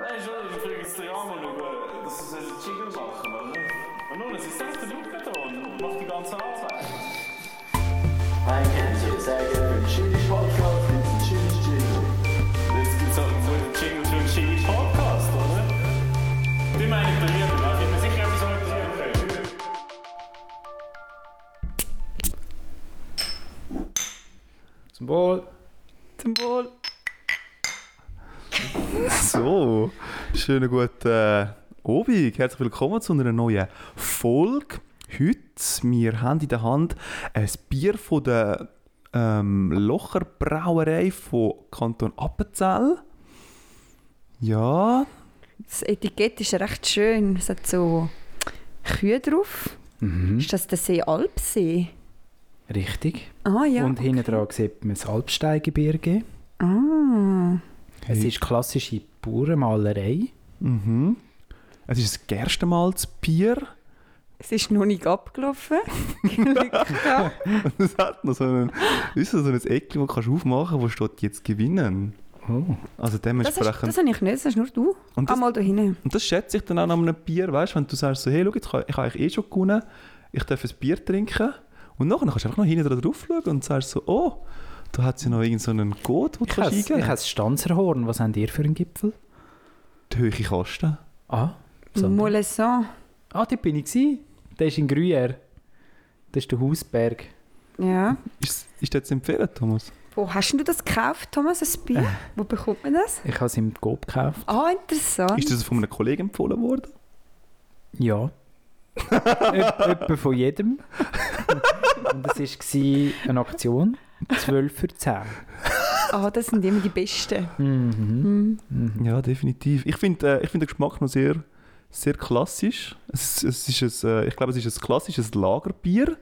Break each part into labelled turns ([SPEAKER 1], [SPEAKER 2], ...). [SPEAKER 1] Nein, schon, ich bringe es dir an und schaue, dass es einen Jingle machen, oder? Und nun, es ist selbst der Luke da und macht die ganze Arbeit.
[SPEAKER 2] Ein Kännchen, sehr gerne für den Schiri Podcast, für den Schiri Jingle.
[SPEAKER 1] Jetzt gibt es halt so einen Jingle für einen Jingle Podcast, oder? Die meine ich bei mir, da bin mir sicher, dass ich etwas anderes okay.
[SPEAKER 3] Zum Wohl.
[SPEAKER 4] Zum Wohl.
[SPEAKER 3] So, schönen guten äh, Abend. Herzlich willkommen zu einer neuen Folge. Heute, wir haben in der Hand ein Bier von der ähm, Locher Brauerei von Kanton Appenzell. Ja,
[SPEAKER 4] Das Etikett ist recht schön. Es hat so Kühe drauf. Ist das der See Alpsee?
[SPEAKER 5] Richtig.
[SPEAKER 4] Ah ja.
[SPEAKER 5] und hinten dran sieht man das Alpsteingebirge.
[SPEAKER 4] ah.
[SPEAKER 5] Es ist klassische Bauernmalerei.
[SPEAKER 3] mhm. Es ist das erste Mal das Bier.
[SPEAKER 4] Es ist noch nicht abgelaufen. Glück gehabt.
[SPEAKER 3] Es hat noch so ein, weißt du, so ein Eckchen, das kannst du aufmachen wo steht jetzt gewinnen.
[SPEAKER 5] Oh.
[SPEAKER 3] Also
[SPEAKER 4] das, hast,
[SPEAKER 3] dementsprechend.
[SPEAKER 4] das habe ich nicht, das hast nur du.
[SPEAKER 3] Und das-
[SPEAKER 4] Einmal da hinten.
[SPEAKER 3] Und das schätze ich dann auch an einem Bier, weißt du, wenn du sagst so, hey, schau, jetzt kann, ich habe eigentlich eh schon gewonnen, ich darf ein Bier trinken. Und nachher kannst du einfach noch hinten dran drauf schauen und sagst so, oh, da hat sie noch irgendeinen so Code, den du
[SPEAKER 5] Ich habe
[SPEAKER 3] kannst
[SPEAKER 5] ich
[SPEAKER 3] eingeben
[SPEAKER 5] habe das Stanzerhorn. Was habt ihr für einen Gipfel?
[SPEAKER 3] Die hohe Kosten.
[SPEAKER 5] Ah, Sandra.
[SPEAKER 4] Molesson.
[SPEAKER 5] ah dort bin ich. Gewesen. Der ist in Gruyère. Das ist der Hausberg.
[SPEAKER 4] Ja.
[SPEAKER 3] Ist, ist das zu empfehlen, Thomas?
[SPEAKER 4] Wo hast denn du das gekauft, Thomas, ein Bier? Wo bekommt man das?
[SPEAKER 5] Ich habe es im Coop gekauft.
[SPEAKER 4] Ah, interessant.
[SPEAKER 3] Ist das von einem Kollegen empfohlen worden?
[SPEAKER 5] Ja. Etwa von jedem. Und es war eine Aktion. 12 für 10.
[SPEAKER 4] Ah, das sind immer die Besten.
[SPEAKER 5] Mhm.
[SPEAKER 4] Hm.
[SPEAKER 3] Ja, definitiv. Ich finde äh, ich find den Geschmack noch sehr, sehr klassisch. Es, ist- es ist ein, äh, ich glaube, es ist ein klassisches Lagerbier.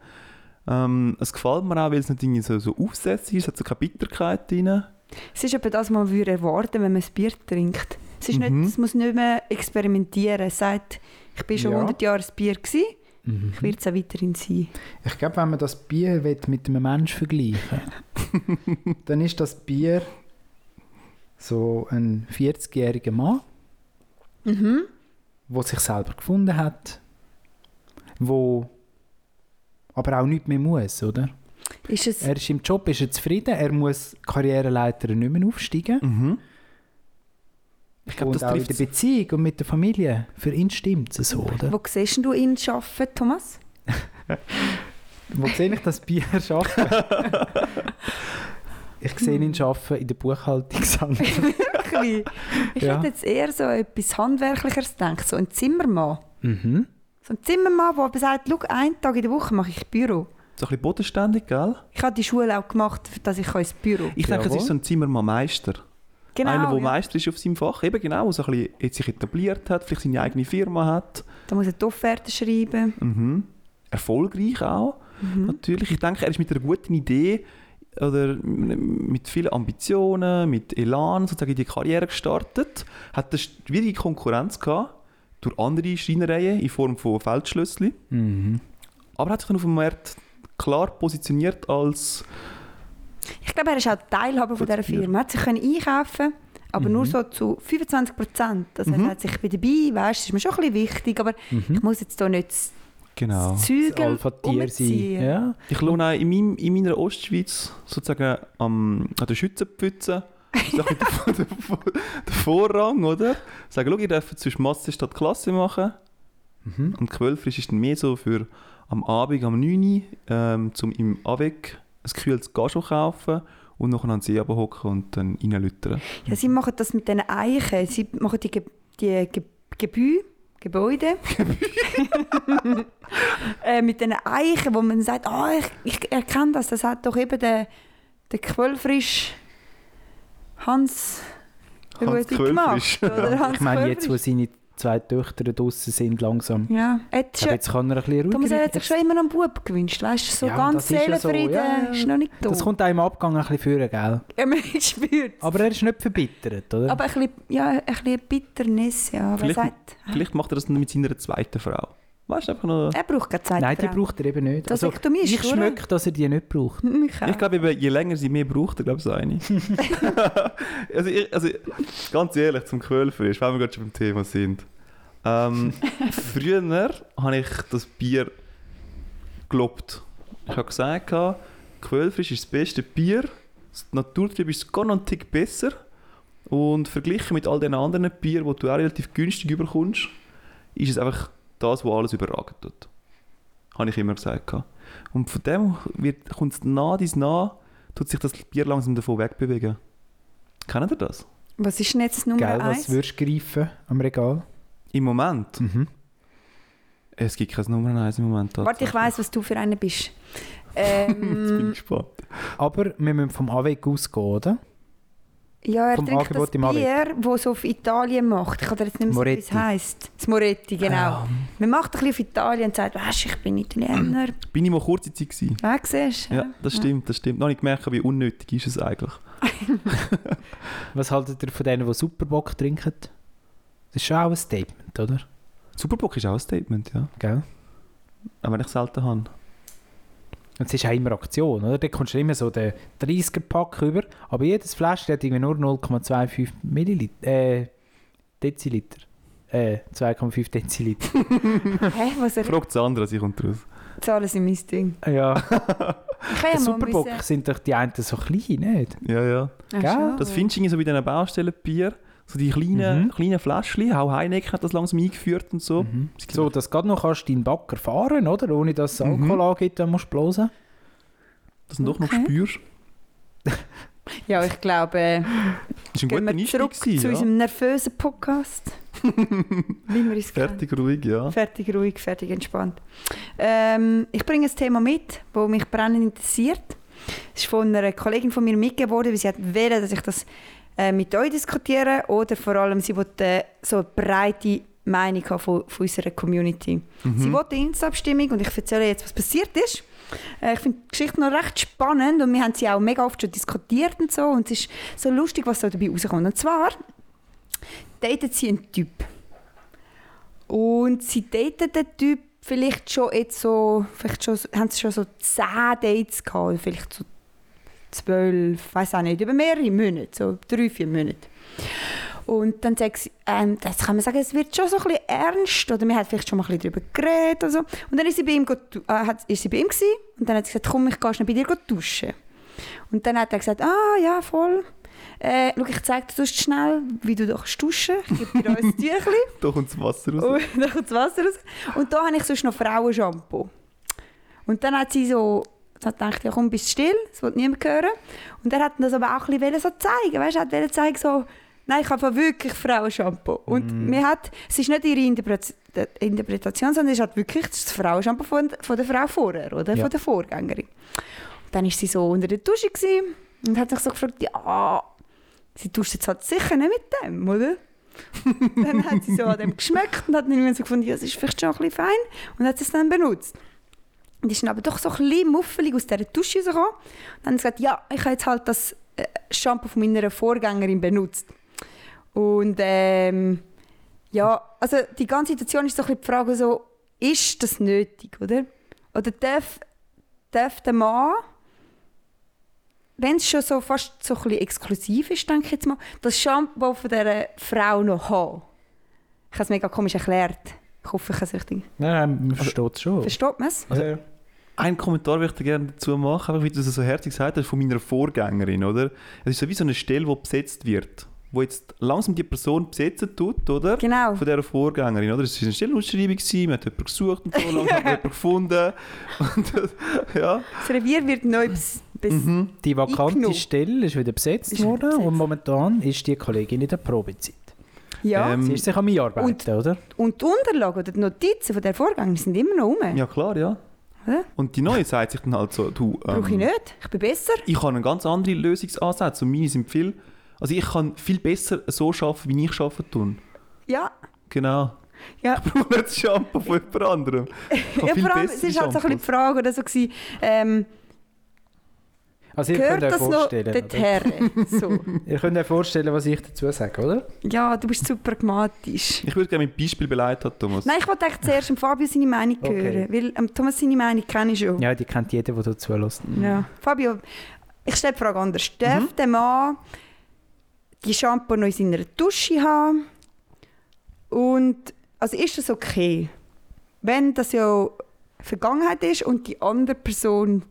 [SPEAKER 3] Ähm, es gefällt mir auch, weil es nicht irgendwie so, so aufsässig ist, es hat so keine Bitterkeit drin.
[SPEAKER 4] Es ist eben das, was man würde erwarten wenn man ein Bier trinkt. Es, ist
[SPEAKER 3] Mhm.
[SPEAKER 4] nicht, es muss nicht mehr experimentieren. Es sagt, ich bin schon
[SPEAKER 5] Ja.
[SPEAKER 4] 100 Jahre ein Bier, gewesen,
[SPEAKER 3] Mhm.
[SPEAKER 4] ich will es auch weiterhin sein.
[SPEAKER 5] Ich glaube, wenn man das Bier will mit einem Menschen vergleichen dann ist das Bier so ein 40-jähriger Mann, der sich selber gefunden hat, wo aber auch nichts mehr muss, oder?
[SPEAKER 4] Ist es,
[SPEAKER 5] Er ist im Job, ist er zufrieden, er muss Karriereleiter nicht mehr aufsteigen.
[SPEAKER 3] Ich glaube,
[SPEAKER 5] und
[SPEAKER 3] das
[SPEAKER 5] auch in
[SPEAKER 3] trifft
[SPEAKER 5] der Beziehung und mit der Familie, für ihn stimmt es so, oder?
[SPEAKER 4] wo siehst du ihn arbeiten, Thomas?
[SPEAKER 5] Wo sehe ich das Bier arbeiten? ich sehe ihn arbeiten in der Buchhaltungshandlung.
[SPEAKER 4] Wirklich? Ich
[SPEAKER 5] Ja.
[SPEAKER 4] hätte jetzt eher so etwas Handwerklicheres gedacht, so ein Zimmermann.
[SPEAKER 5] Mhm.
[SPEAKER 4] So ein Zimmermann, der aber sagt, schau, einen Tag in der Woche mache ich Büro.
[SPEAKER 3] So ein bisschen bodenständig, gell?
[SPEAKER 4] Ich habe die Schule auch gemacht, dass ich ins Büro kann.
[SPEAKER 3] Ich denke, es
[SPEAKER 5] Jawohl.
[SPEAKER 3] ist so ein Zimmermann-Meister.
[SPEAKER 4] Genau,
[SPEAKER 3] Einer, der
[SPEAKER 4] ja.
[SPEAKER 3] Meister ist auf seinem Fach. Eben genau, der so ein bisschen jetzt sich etabliert hat, vielleicht seine eigene Firma hat.
[SPEAKER 4] da muss er die Offerte schreiben.
[SPEAKER 3] Mhm. Erfolgreich auch.
[SPEAKER 4] Mhm.
[SPEAKER 3] Natürlich. Ich denke, er ist mit einer guten Idee oder mit vielen Ambitionen, mit Elan sozusagen in die Karriere gestartet. Hat eine schwierige Konkurrenz gehabt durch andere Schreinereien in Form von Feldschlösschen.
[SPEAKER 5] Mhm.
[SPEAKER 3] Aber hat sich dann auf dem Markt klar positioniert als
[SPEAKER 4] Ich glaube, er ist auch Teilhaber von dieser
[SPEAKER 3] Gutes Bier.
[SPEAKER 4] Firma. Er hat sich können einkaufen aber
[SPEAKER 5] Mhm.
[SPEAKER 4] nur so zu 25 Prozent. Also er hat sich bei dabei, weißt, das ist mir schon ein bisschen wichtig, aber ich muss jetzt hier nicht das
[SPEAKER 3] genau.
[SPEAKER 5] Mhm. Ah, Das
[SPEAKER 4] Zügel
[SPEAKER 5] Alpha-Tier sein.
[SPEAKER 4] umziehen.
[SPEAKER 5] Ja.
[SPEAKER 3] Ich lohne auch in, meinem, in meiner Ostschweiz sozusagen am, an der Schützenpfütze so ein bisschen den, den, den Vorrang, oder? Sagen, schau, ihr dürft zwischen Masse statt Klasse machen. Und Quellfrisch ist dann mehr so für am Abend, am 9 Uhr, ähm, zum im Avec ein kühles Gajo kaufen und nachher an den See hocken und dann reinlüttern.
[SPEAKER 4] Ja, sie machen das mit diesen Eichen. Sie machen die, Ge die Ge Gebü Gebäude. äh, mit diesen Eichen, wo man sagt, ah, ich, ich erkenne das, das hat doch eben der, der Quellfrisch Hans, der
[SPEAKER 3] Hans
[SPEAKER 4] gute gemacht.
[SPEAKER 3] Quellfrisch.
[SPEAKER 4] Oder Hans
[SPEAKER 5] Ich meine, jetzt, wo
[SPEAKER 4] Quellfrisch.
[SPEAKER 5] seine zwei Töchter draußen sind, langsam.
[SPEAKER 4] Ja, jetzt
[SPEAKER 5] Aber jetzt kann er ein bisschen
[SPEAKER 4] Thomas er
[SPEAKER 5] ruhiger
[SPEAKER 4] hat sich schon immer einen Bub gewünscht, weißt du, so
[SPEAKER 5] Ja,
[SPEAKER 4] ganz
[SPEAKER 5] das ist ja so,
[SPEAKER 4] Seelenfrieden
[SPEAKER 5] ja, ja.
[SPEAKER 4] ist noch nicht da.
[SPEAKER 5] Das kommt einem im Abgang ein bisschen führen, gell?
[SPEAKER 4] ja, man spürt
[SPEAKER 5] Aber er ist nicht verbittert, oder?
[SPEAKER 4] Aber ein bisschen, ja, ein bisschen Bitternis, ja, wer
[SPEAKER 3] Vielleicht-
[SPEAKER 4] sagt.
[SPEAKER 3] Vielleicht macht er das dann mit seiner zweiten Frau. Weißt du, einfach noch.
[SPEAKER 4] Er braucht keine Zeit.
[SPEAKER 5] Nein, die braucht er eben nicht.
[SPEAKER 4] Das
[SPEAKER 5] also,
[SPEAKER 4] Rektomie ist
[SPEAKER 5] ich
[SPEAKER 4] durch.
[SPEAKER 5] schmecke, dass er die nicht braucht.
[SPEAKER 4] ich
[SPEAKER 3] Ich
[SPEAKER 4] auch.
[SPEAKER 3] glaube, eben, je länger sie mehr braucht, ich glaube ich, so eine. also, ich, also, ganz ehrlich, zum Quellfisch, wenn wir gerade schon beim Thema sind. Ähm, früher habe ich das Bier gelobt. Ich habe gesagt, Quellfisch ist das beste Bier, das Naturtrüb ist gar noch einen Tick besser. Und verglichen mit all den anderen Bieren, die du auch relativ günstig überkommst, ist es einfach das, was alles überragend tut. Habe ich immer gesagt. gehabt. Und von dem wird, kommt es nah dies nah, tut sich das Bier langsam davon wegbewegen. Kennt ihr das?
[SPEAKER 4] Was ist denn jetzt Nummer
[SPEAKER 5] Gell, was
[SPEAKER 4] 1?
[SPEAKER 5] würdest du greifen am Regal?
[SPEAKER 3] Im Moment?
[SPEAKER 5] Mhm.
[SPEAKER 3] Es gibt kein Nummer 1 im Moment.
[SPEAKER 4] Warte, ich weiß, was du für einen bist.
[SPEAKER 3] Jetzt bin ich
[SPEAKER 4] Ähm,
[SPEAKER 3] gespannt.
[SPEAKER 5] Aber wir müssen vom Anweg ausgehen, oder?
[SPEAKER 4] ja, er
[SPEAKER 5] Vom
[SPEAKER 4] trinkt das
[SPEAKER 5] Angebot im Anweg.
[SPEAKER 4] Bier, das es auf Italien macht. Ich kann dir jetzt nicht mehr sagen, wie es
[SPEAKER 5] Moretti. Ähm.
[SPEAKER 4] heisst. Das Moretti, genau. Man macht ein bisschen auf Italien und sagt, weisst du, ich bin Italiener.
[SPEAKER 3] Bin ich mal kurze Zeit gewesen.
[SPEAKER 4] Ah, siehst du?
[SPEAKER 3] Ja, das stimmt, das stimmt. Noch nicht gemerkt, wie unnötig ist es eigentlich.
[SPEAKER 5] Was haltet ihr von denen, die Superbock trinken? Das ist schon auch ein Statement, oder?
[SPEAKER 3] Superbock ist auch ein Statement, ja.
[SPEAKER 5] Gell?
[SPEAKER 3] Auch wenn ich es selten habe.
[SPEAKER 5] Und es ist auch immer Aktion, oder? Da kommst du immer so den 30er-Pack über, aber jedes Fläschchen hat irgendwie nur 0,25 Milliliter, äh, Deziliter. Äh, 2,5 Deziliter.
[SPEAKER 4] Hä, was er
[SPEAKER 3] Fragt Sandra, sie kommt raus.
[SPEAKER 4] zahlen sie mein Ding.
[SPEAKER 5] ja.
[SPEAKER 4] Ich kann ja mal
[SPEAKER 5] Superbock
[SPEAKER 4] müssen-
[SPEAKER 5] sind doch die einen so klein, nicht?
[SPEAKER 3] Ja, ja.
[SPEAKER 4] Ach,
[SPEAKER 5] Gell?
[SPEAKER 4] schon.
[SPEAKER 3] Das findest du irgendwie so bei diesen Baustellenbier. So die kleinen,
[SPEAKER 5] Mhm.
[SPEAKER 3] kleinen Fläschchen. Auch Heineken hat das langsam eingeführt und so. Es gibt
[SPEAKER 5] So, dass du gerade noch kannst deinen Backer fahren oder? Ohne dass es
[SPEAKER 3] Mhm.
[SPEAKER 5] Alkohol angibt, dann musst du blosen.
[SPEAKER 3] dass du doch noch
[SPEAKER 4] Okay.
[SPEAKER 3] spürst.
[SPEAKER 4] Ja, ich
[SPEAKER 3] Das
[SPEAKER 4] glaube,
[SPEAKER 3] war ein
[SPEAKER 4] gehen
[SPEAKER 3] guter
[SPEAKER 4] wir
[SPEAKER 3] Einstieg.
[SPEAKER 4] zurück
[SPEAKER 3] gewesen,
[SPEAKER 4] zu
[SPEAKER 3] ja.
[SPEAKER 4] unserem nervösen Podcast. Wie wir es kennen.
[SPEAKER 3] Fertig, ruhig, ja.
[SPEAKER 4] Fertig, ruhig, fertig, entspannt. Ähm, ich bringe ein Thema mit, das mich brennend interessiert. Es ist von einer Kollegin von mir mitgegeben worden, weil sie hat wählen, dass ich das äh, mit euch diskutiere. Oder vor allem, sie wollte äh, so eine breite Meinung haben von, von unserer Community. Sie wollte eine Insta-Abstimmung und ich erzähle jetzt, was passiert ist. Äh, ich finde die Geschichte noch recht spannend und wir haben sie auch mega oft schon diskutiert und so. Und es ist so lustig, was da dabei rauskommt. Und zwar datet sie einen Typ. Und sie daten den Typ vielleicht schon jetzt so, vielleicht schon, haben sie schon so 10 Dates gehabt, oder vielleicht so 12, weiß auch nicht, über mehrere Monate, so drei, vier Monate. Und dann sagt sie, ähm, das kann man sagen, es wird schon so ein bisschen ernst, oder man hat vielleicht schon mal ein bisschen darüber geredet oder so. Und dann ist sie bei ihm, go- äh, hat, ist sie bei ihm gewesen, und dann hat sie gesagt, komm, ich gehe schnell bei dir go duschen. Und dann hat er gesagt, ah ja, voll. Äh, schau, ich zeige dir sonst schnell, wie du doch duschen. Ich gebe dir auch ein Tüchli.
[SPEAKER 3] Da kommt das Wasser raus.
[SPEAKER 4] Und dann Oh, kommt das Wasser raus. Und da habe ich sonst noch Frauenshampoo. Und dann hat sie so dann dachte ich, ja, komm, bist still, das will niemand hören. Und er hat das aber auch ein bisschen so zeigen, weißt, er hat wollte zeigen so, nein, ich habe wirklich Frauenshampoo. Und
[SPEAKER 3] Mhm.
[SPEAKER 4] mir hat, es ist nicht ihre Interpre- de- Interpretation, sondern es hat wirklich das Frauenshampoo von, von der Frau vorher, oder?
[SPEAKER 5] Ja.
[SPEAKER 4] Von der Vorgängerin. Und dann war sie so unter der Dusche gewesen und hat sich so gefragt, ja, sie duscht jetzt halt sicher nicht mit dem, oder? dann hat sie so an dem geschmeckt und hat dann irgendwie so gefunden, ja, es ist vielleicht schon ein bisschen fein und hat es dann benutzt. Und ist dann aber doch so ein bisschen muffelig aus dieser Dusche rausgekommen. Und dann hat sie gesagt, ja, ich habe jetzt halt das äh, Shampoo von meiner Vorgängerin benutzt. Und ähm, ja, also die ganze Situation ist so ein bisschen die Frage so, ist das nötig, oder? Oder darf, darf der Mann, wenn es schon so fast so ein bisschen exklusiv ist, denke ich jetzt mal, das Shampoo von dieser Frau noch haben? Ich habe es mega komisch erklärt. Ich hoffe, ich habe es richtig...
[SPEAKER 5] Nein, nein, man versteht es
[SPEAKER 3] Oh.
[SPEAKER 5] schon.
[SPEAKER 4] Versteht man es?
[SPEAKER 5] Also,
[SPEAKER 3] Einen Kommentar würde ich da gerne dazu machen, einfach wie du das so herzig gesagt hast, von meiner Vorgängerin, oder? Es ist so wie so eine Stelle, die besetzt wird. Wo jetzt langsam die Person besetzen tut, oder?
[SPEAKER 4] Genau.
[SPEAKER 3] Von dieser Vorgängerin, oder? Es war eine Stellenausschreibung, gewesen, man hat jemanden gesucht und so, langsam hat man jemanden gefunden. Und das, ja.
[SPEAKER 4] Das Revier wird neu bes bes-
[SPEAKER 3] Mhm.
[SPEAKER 5] die vakante
[SPEAKER 4] Eingenommen.
[SPEAKER 5] Stelle ist wieder besetzt
[SPEAKER 4] Ist wieder
[SPEAKER 5] worden
[SPEAKER 4] besetzt.
[SPEAKER 5] und momentan ist die Kollegin in der Probezeit.
[SPEAKER 4] Ja.
[SPEAKER 3] Ähm,
[SPEAKER 5] Sie ist sich am Einarbeiten,
[SPEAKER 4] Und-
[SPEAKER 5] oder?
[SPEAKER 4] Und die Unterlagen oder die Notizen von der Vorgänger sind immer noch rum.
[SPEAKER 3] ja, klar, ja.
[SPEAKER 4] Hä?
[SPEAKER 3] Und die Neue sagt sich dann halt so, du... ähm,
[SPEAKER 4] Brauche ich nicht. Ich bin besser.
[SPEAKER 3] ich habe einen ganz anderen Lösungsansatz und meine sind viel... Also ich kann viel besser so arbeiten, wie ich arbeiten tun.
[SPEAKER 4] Ja.
[SPEAKER 3] Genau.
[SPEAKER 4] Ja.
[SPEAKER 3] Ich brauche nicht das Shampoo von jemand anderem. Ich habe
[SPEAKER 4] ja
[SPEAKER 3] viel
[SPEAKER 4] vor allem, es halt
[SPEAKER 3] bessere
[SPEAKER 4] ist halt so ein bisschen die
[SPEAKER 3] Shampoos.
[SPEAKER 4] Frage oder so gewesen, ähm,
[SPEAKER 5] Also ihr
[SPEAKER 4] Gehört
[SPEAKER 5] könnt euch
[SPEAKER 4] das noch
[SPEAKER 5] vorstellen. Oder?
[SPEAKER 4] dorthin? So.
[SPEAKER 5] Ihr könnt euch vorstellen, was ich dazu sage, oder?
[SPEAKER 4] Ja, du bist super pragmatisch.
[SPEAKER 3] Ich würde gerne mit Beispiel beleidigt haben, Thomas.
[SPEAKER 4] Nein, ich wollte eigentlich zuerst dem Fabio seine Meinung
[SPEAKER 5] Okay.
[SPEAKER 4] hören, weil ähm, Thomas seine Meinung kenne ich schon.
[SPEAKER 5] Ja, die kennt jeder, der dazu lässt.
[SPEAKER 4] Ja. Fabio, ich stelle die Frage anders. Darf der Mann die Shampoo noch in seiner Dusche haben? Und also ist das okay? Wenn das ja Vergangenheit ist und die andere Person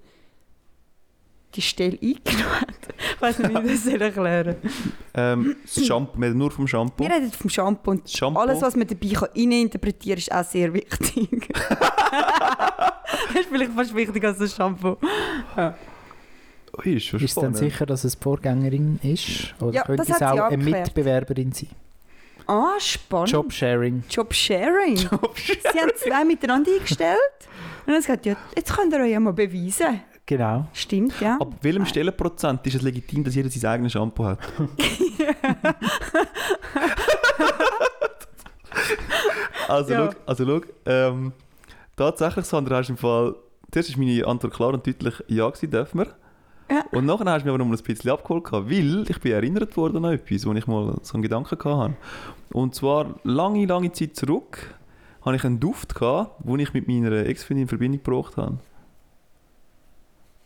[SPEAKER 4] die Stelle eingenommen hat. Ich weiß nicht, wie ich das soll erklären soll.
[SPEAKER 3] Ähm, das Shampoo, wir reden nur vom Shampoo.
[SPEAKER 4] Wir reden vom Shampoo und
[SPEAKER 3] Das Shampoo.
[SPEAKER 4] alles, was man dabei kann interpretieren kann, ist auch sehr wichtig. das ist vielleicht fast wichtiger als das Shampoo.
[SPEAKER 3] Ui, Oh, ist schon
[SPEAKER 5] Ist dann
[SPEAKER 3] spannend.
[SPEAKER 5] sicher, dass es die Vorgängerin ist? Oder
[SPEAKER 4] Ja,
[SPEAKER 5] könnte
[SPEAKER 4] das
[SPEAKER 5] es
[SPEAKER 4] hat
[SPEAKER 5] auch
[SPEAKER 4] sie
[SPEAKER 5] eine
[SPEAKER 4] abgeklärt.
[SPEAKER 5] Mitbewerberin sein?
[SPEAKER 4] Ah, spannend.
[SPEAKER 5] Jobsharing.
[SPEAKER 4] Jobsharing. Sie haben zwei miteinander eingestellt. Und dann gesagt, ja, jetzt könnt ihr euch ja mal beweisen.
[SPEAKER 5] Genau.
[SPEAKER 4] Stimmt, ja.
[SPEAKER 3] Ab welchem Stellenprozent ist es legitim, dass jeder sein eigenes Shampoo hat? also,
[SPEAKER 4] Ja.
[SPEAKER 3] schau, also schau, ähm, tatsächlich, Sandra, hast du im Fall, zuerst ist meine Antwort klar und deutlich, ja gewesen, dürfen wir.
[SPEAKER 4] Ja.
[SPEAKER 3] Und nachher hast du mich aber noch mal ein bisschen abgeholt, gehabt, weil ich bin erinnert worden an etwas, wo ich mal so einen Gedanken gehabt habe. Und zwar lange, lange Zeit zurück hatte ich einen Duft, gehabt, den ich mit meiner Ex-Freundin in Verbindung gebracht habe.